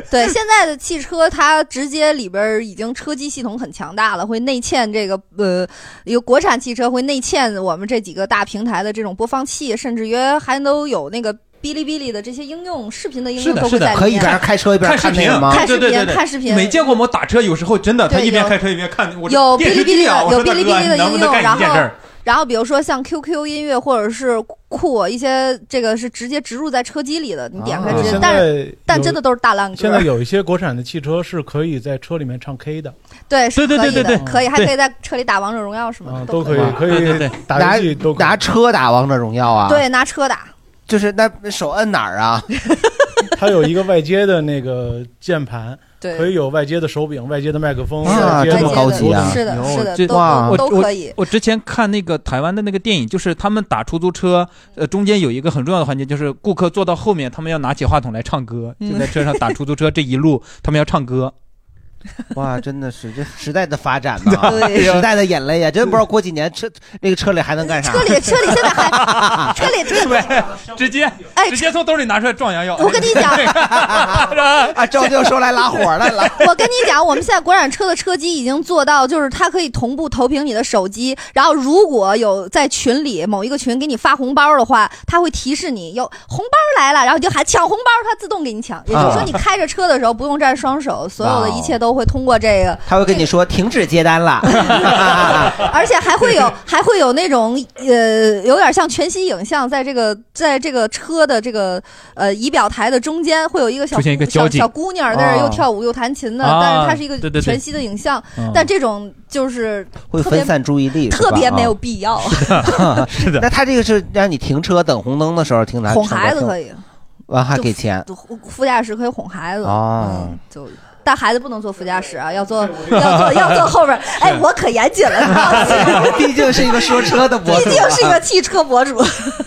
Speaker 5: 对，现在的汽车它直接里边儿已经车机系统很强大了，会内嵌这个呃，有国产汽车会内嵌我们这几个大平台的这种播放器，甚至于还都有那个。哔哩哔哩的这些应用，视频的应用都会在里面。
Speaker 2: 可以一边开车一边
Speaker 4: 看视
Speaker 2: 看那
Speaker 4: 频
Speaker 2: 个吗？
Speaker 5: 看
Speaker 4: 对
Speaker 5: 视
Speaker 4: 对对
Speaker 5: 频，
Speaker 4: 对，
Speaker 5: 看视频。
Speaker 4: 没见过吗？打车有时候真的，他
Speaker 5: 对
Speaker 4: 一边
Speaker 5: 有
Speaker 4: 开车一边看，我这
Speaker 5: 有
Speaker 4: 电
Speaker 5: 哔
Speaker 4: 视
Speaker 5: 哩哔
Speaker 4: 剧
Speaker 5: 哩
Speaker 4: 啊
Speaker 5: 的，
Speaker 4: 我
Speaker 5: 呃有
Speaker 4: 说
Speaker 5: 哔哩
Speaker 4: 大
Speaker 5: 哔
Speaker 4: 哥
Speaker 5: 哩的
Speaker 4: 能不
Speaker 5: 应
Speaker 4: 能
Speaker 5: 用，
Speaker 4: 干一
Speaker 5: 然
Speaker 4: 件事
Speaker 5: 后
Speaker 4: 儿
Speaker 5: 然后比如说像 QQ 音乐或者是酷一些这个是直接植入在车机里的，你点开直接，
Speaker 10: 啊现
Speaker 5: 但是
Speaker 10: 在
Speaker 5: 但
Speaker 10: 有
Speaker 5: 真的都是大烂歌。
Speaker 10: 现在有一些国产的汽车是可以在车里面唱 K 的，
Speaker 5: 对是
Speaker 10: 对
Speaker 5: 可
Speaker 10: 对
Speaker 5: 以
Speaker 10: 对
Speaker 5: 的
Speaker 10: 对对
Speaker 5: 可以，还
Speaker 10: 对啊
Speaker 5: 可以在车里打王者荣耀什么的，
Speaker 10: 都可
Speaker 5: 以。
Speaker 10: 以可以打
Speaker 2: 拿
Speaker 10: 游戏都可以
Speaker 2: 拿车打王者荣耀啊？
Speaker 5: 对，，拿车打。
Speaker 2: 就是那手摁哪儿啊？
Speaker 10: 它有一个外接的那个键盘，
Speaker 5: 对
Speaker 10: 可以有外接的手柄、外接的麦克
Speaker 5: 嗯
Speaker 10: 风，
Speaker 2: 啊
Speaker 10: 外接
Speaker 2: 这么高级啊
Speaker 5: 是的是的
Speaker 4: 这
Speaker 5: 都哇都都可以
Speaker 4: 我。我之前看那个台湾的那个电影，就是他们打出租车，呃，中间有一个很重要的环节，就是顾客坐到后面，他们要拿起话筒来唱歌，
Speaker 2: 嗯
Speaker 4: 就在车上打出租车这一路，他们要唱歌。
Speaker 2: 哇，真的是这时代的发展呐、
Speaker 4: 对
Speaker 2: 时代的眼泪呀、真不知道过几年车那个车里还能干啥。
Speaker 5: 车里车里现在还车 里哎
Speaker 4: 对，直接直接从兜里拿出来壮阳药。
Speaker 5: 我跟你 讲，
Speaker 2: 啊，赵教授来拉火来了。
Speaker 5: 我跟你讲，我们现在国产车的车机已经做到，就是它可以同步投屏你的手机，然后如果有在群里某一个群给你发红包的话，它会提示你有红包来了，然后你就喊抢红包，它自动给你抢。也就是说，
Speaker 2: 啊
Speaker 5: 你开着车的时候不用站双手，所有的一切都会通过这个。
Speaker 2: 他会跟你说停止接单了。
Speaker 5: 而且还会有还会有那种呃，有点像全息影像，在这个在这个车的这个呃仪表台的中间，会有一个小
Speaker 4: 出现一个
Speaker 5: 小
Speaker 4: 交警
Speaker 5: 小姑娘在那儿
Speaker 2: 啊
Speaker 5: 又跳舞又弹琴的，
Speaker 2: 啊
Speaker 5: 但是它是一
Speaker 2: 对
Speaker 5: 个
Speaker 2: 对对
Speaker 5: 全息的影像，
Speaker 2: 嗯
Speaker 5: 但这种就是
Speaker 2: 会
Speaker 5: 特别
Speaker 2: 分散注意力，啊
Speaker 5: 特别没有
Speaker 2: 必
Speaker 5: 必要。
Speaker 2: 要。 是的，那他这个是让你停车等红灯的时候听他
Speaker 5: 哄孩子可以，
Speaker 2: 完啊还给钱
Speaker 5: 就副副驾驶可以哄孩子，
Speaker 2: 哦。
Speaker 5: 嗯就但孩子不能坐副驾驶啊，要坐要坐要坐后边儿。哎，我可 严谨了，
Speaker 2: 毕竟是一个说车的博主，
Speaker 5: 毕竟是一个汽车博主。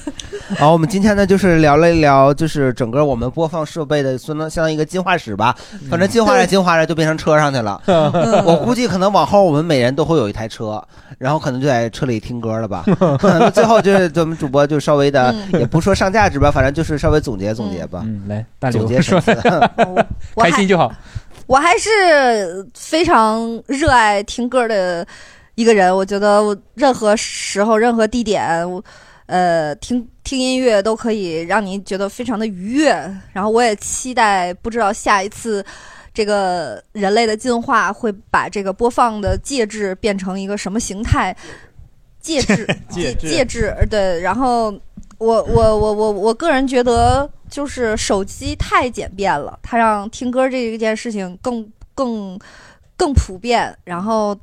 Speaker 2: 好，我们今天呢就是聊了一聊，就是整个我们播放设备的，相当相当于一个进化史吧。
Speaker 4: 嗯
Speaker 2: 反正进化着进化着就变成车上 去了。我估计可能往后我们每人都会有一台车，然后可能就在车里听歌了吧。那最后就是咱们主播就稍微的，也不说上价值吧，反正就是稍微总结总结吧。
Speaker 4: 嗯，来大刘
Speaker 2: 总结
Speaker 4: 说
Speaker 2: 什么？
Speaker 5: 我 还
Speaker 4: 就好。
Speaker 5: 我还是非常热爱听歌的一个人，我觉得我任何时候、任何地点，我呃听听音乐都可以让你觉得非常的愉悦。然后我也期待，不知道下一次这个人类的进化会把这个播放的介质变成一个什么形态？介质
Speaker 4: 戒指
Speaker 5: 戒指，呃对。然后我我我我我个人觉得，就是手机太简便了，它让听歌这一件事情更更更普遍。然后，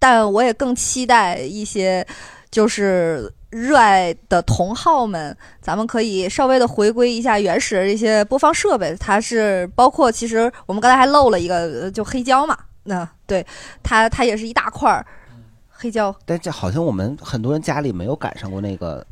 Speaker 5: 但我也更期待一些，就是。热爱的同好们，咱们可以稍微的回归一下原始的这些播放设备，它是包括其实我们刚才还漏了一个，呃就黑胶嘛，那、对它它也是一大块儿黑胶，
Speaker 2: 但这好像我们很多人家里没有赶上过那个。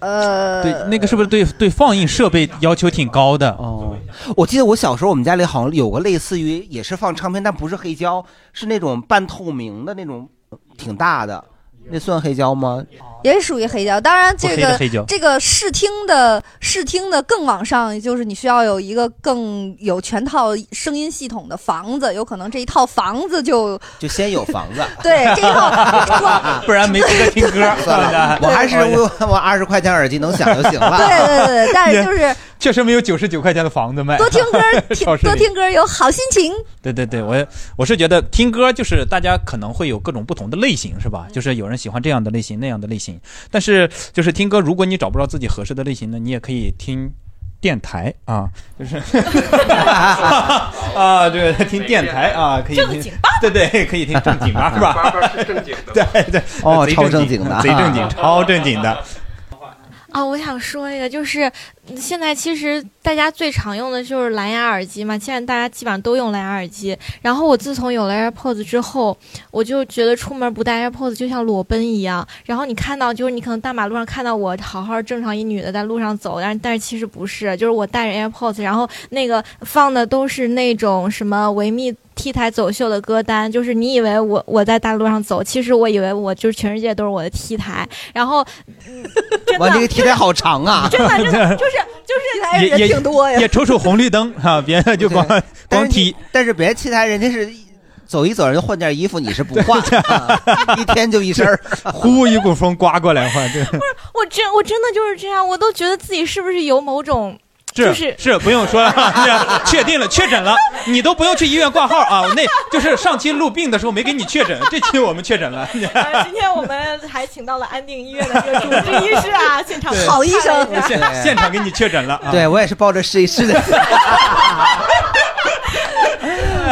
Speaker 5: 呃，
Speaker 4: 对，那个是不是对对放映设备要求挺高的？
Speaker 2: 哦，我记得我小时候我们家里好像有个类似于也是放唱片，但不是黑胶，是那种半透明的那种，挺大的，那算黑胶吗？
Speaker 5: 也属于黑胶。当然，这
Speaker 2: 不黑
Speaker 5: 个
Speaker 2: 的黑胶
Speaker 5: 这个试听的试听的更往上，就是你需要有一个更有全套声音系统的房子，有可能这一套房子就。
Speaker 2: 就先有房子
Speaker 5: 对这一 套
Speaker 4: 不然没资格听歌
Speaker 2: 算了，我 还是我我二十块钱耳机能响就行了。
Speaker 5: 对对对对但是就是
Speaker 4: 确实没有九十九块钱的房子卖。
Speaker 5: 多听歌
Speaker 4: 听
Speaker 5: 多听歌有好心情。
Speaker 4: 对对对，我我是觉得听歌就是大家可能会有各种不同的类型，是吧？就是有人喜欢这样的类型，那样的类型。但是就是听歌，如果你找不到自己合适的类型呢，你也可以听电台啊，就是啊， 对，听电台啊，可以听
Speaker 2: 正经
Speaker 4: 对对，可以听正经 吧，是吧？
Speaker 2: 是正经
Speaker 4: 对对，
Speaker 2: 哦
Speaker 4: 贼
Speaker 2: 超正
Speaker 4: 正
Speaker 2: 经的
Speaker 4: 贼正经，超正经的。
Speaker 8: 啊，我想说一个，就是嗯现在其实大家最常用的就是蓝牙耳机嘛，现在大家基本上都用蓝牙耳机。然后我自从有了 AirPods 之后，我就觉得出门不戴 AirPods 就像裸奔一样。然后你看到，就是你可能大马路上看到我好好正常一女的在路上走，但是但是其实不是，就是我戴着 AirPods，然后那个放的都是那种什么维密。T 台走秀的歌单，就是你以为我我在大路上走，其实我以为我就是全世界都是我的 T 台，然后
Speaker 2: 哇，这个题材好长啊！
Speaker 8: 真的真的就是
Speaker 4: 也
Speaker 8: 就是
Speaker 4: 也也瞅瞅红绿灯啊，别的就光光踢。
Speaker 2: 但是别人其他人家是走一走人家换件衣服，你是不换，啊一天就一身儿，
Speaker 4: 呼一股风刮过来换，对。
Speaker 8: 我真我真的就是这样，我都觉得自己是不是有某种就是
Speaker 4: 是不用说了， 是确定了，确诊了，你都不用去医院挂号啊。那就是上期录病的时候没给你确诊，这期我们确诊了。
Speaker 8: 今天我们还请到了安定医院的这个主治医师 啊，现场
Speaker 4: 对
Speaker 8: 看了一下
Speaker 4: 现现场给你确诊了啊。
Speaker 2: 对我也是抱着试一试的。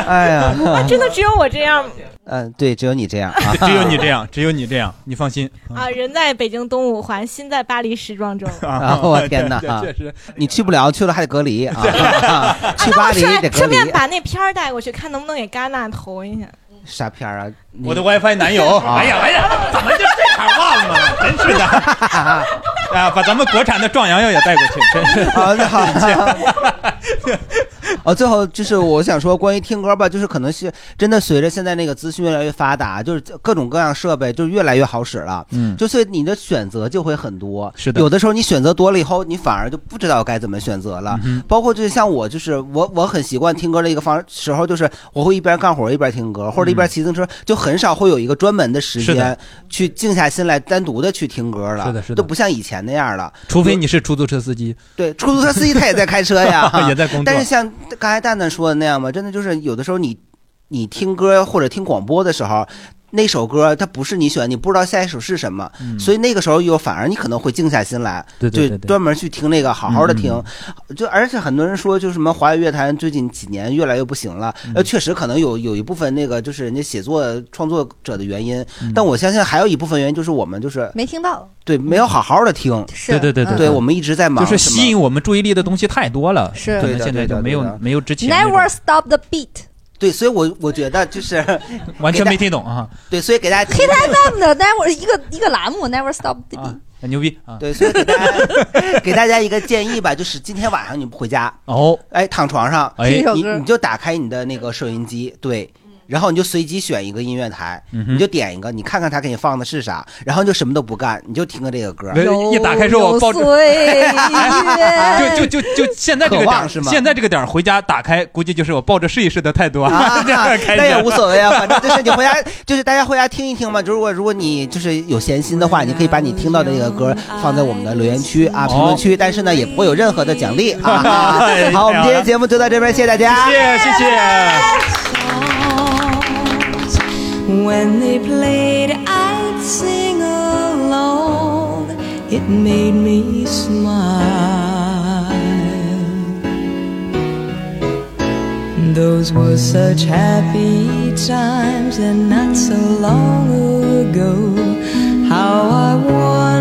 Speaker 2: 哎呀，
Speaker 8: 啊，真的只有我这样
Speaker 2: 嗯，对，只有你这样啊，
Speaker 4: 只有你这样，只有你这样，你放心。
Speaker 8: 啊！人在北京东五环，心在巴黎时装周。
Speaker 2: 啊！我天哪
Speaker 4: 对对，确实，
Speaker 2: 你去不了，去了还得隔离啊！ 去巴黎
Speaker 8: 顺
Speaker 2: 得隔
Speaker 8: 顺
Speaker 2: 离
Speaker 8: 便，把那片儿带过去，看能不能给戛纳投一下。
Speaker 2: 啥片儿啊？你
Speaker 4: 我的 WiFi 男友，
Speaker 2: 啊
Speaker 4: 哎呀哎呀，怎么就这茬忘了？真是的， 啊，把咱们国产的壮阳药也带过去，真是。
Speaker 2: 好的好 哦，最后就是我想说，关于听歌吧，就是可能是真的随着现在那个资讯越来越发达，就是各种各样设备就越来越好使了，
Speaker 4: 嗯
Speaker 2: 就所以你的选择就会很多。
Speaker 4: 是的
Speaker 2: 有的时候你选择多了以后，你反而就不知道该怎么选择了。
Speaker 4: 嗯哼
Speaker 2: 包括就是像我，就是我我很习惯听歌的一个方时候，就是我会一边干活一边听歌，或者一边骑自行车，就很少会有一个专门的
Speaker 4: 嗯
Speaker 2: 时
Speaker 4: 是
Speaker 2: 间
Speaker 4: 的
Speaker 2: 去静下心来单独的去听歌了。
Speaker 4: 是的是的
Speaker 2: 都不像以前那样了。
Speaker 4: 除非你是出租车司机，
Speaker 2: 对，出租车司机他也在开车呀
Speaker 4: ，也在工作
Speaker 2: 但是像刚才蛋蛋说的那样嘛，真的就是有的时候你你听歌或者听广播的时候。那首歌它不是你选，你不知道下一首是什么，
Speaker 4: 嗯
Speaker 2: 所以那个时候又反而你可能会静下心来，
Speaker 4: 对对对
Speaker 2: 就
Speaker 4: 对
Speaker 2: 专门去听那个，好好的听呃
Speaker 4: 嗯。
Speaker 2: 就而且很多人说，就是什么华语乐坛最近几年越来越不行了，
Speaker 4: 嗯
Speaker 2: 呃、确实可能有有一部分那个就是人家写作创作者的原因，
Speaker 4: 嗯
Speaker 2: 但我相信还有一部分原因就是我们就是
Speaker 5: 没听到，
Speaker 2: 对没有好好的听，
Speaker 5: 是对对对对
Speaker 2: 对，
Speaker 5: 对
Speaker 2: 我们一直在忙
Speaker 4: 就
Speaker 2: 什么，
Speaker 4: 是吸引我们注意力的东西太多了，
Speaker 5: 是
Speaker 4: 可
Speaker 2: 对
Speaker 4: 能
Speaker 2: 的
Speaker 4: 现在
Speaker 2: 对的
Speaker 4: 就没
Speaker 2: 对
Speaker 4: 有
Speaker 2: 的
Speaker 4: 没有之前那种。
Speaker 5: Never stop the beat。
Speaker 2: 对，所以我我觉得就是
Speaker 4: 完全没听
Speaker 2: 懂啊。 对，所以给大家
Speaker 5: ，Hit FM 的 Never 一个一个栏目 Never Stop
Speaker 4: 牛逼啊！
Speaker 2: 对，所以给大 家给大家一个建议吧，就是今天晚上你不回家
Speaker 4: 哦，
Speaker 2: 哎，躺床上，
Speaker 4: 哎
Speaker 2: 你
Speaker 4: 听一首
Speaker 2: 你
Speaker 4: 歌嗯
Speaker 2: 你就打开你的那个收音机，对。然后你就随机选一个音乐台，你就点一个，你看看他给你放的是啥，然后你就什么都不干，你就听个这个歌。
Speaker 4: 一打开之后，我抱着，
Speaker 2: 哎
Speaker 4: 就就就就现在这个
Speaker 2: 渴
Speaker 4: 点
Speaker 2: 望
Speaker 4: 儿，
Speaker 2: 是吗
Speaker 4: 现在这个点儿回家打开，估计就是我抱着试一试的态度
Speaker 2: 啊
Speaker 4: 这样开始
Speaker 2: 那也无所谓啊，反正就是你回家，就是大家回家听一听嘛。就是如果如果你就是有闲心的话，你可以把你听到的这个歌放在我们的留言区啊、评论区，但是呢也不会有任何的奖励啊
Speaker 4: 哦 哎。
Speaker 2: 好，我们今天节目就到这边，谢谢大家，
Speaker 4: 谢谢谢谢。
Speaker 18: When they played, I'd sing along. It made me smile. Those were such happy times, and not so long ago. How I wanted.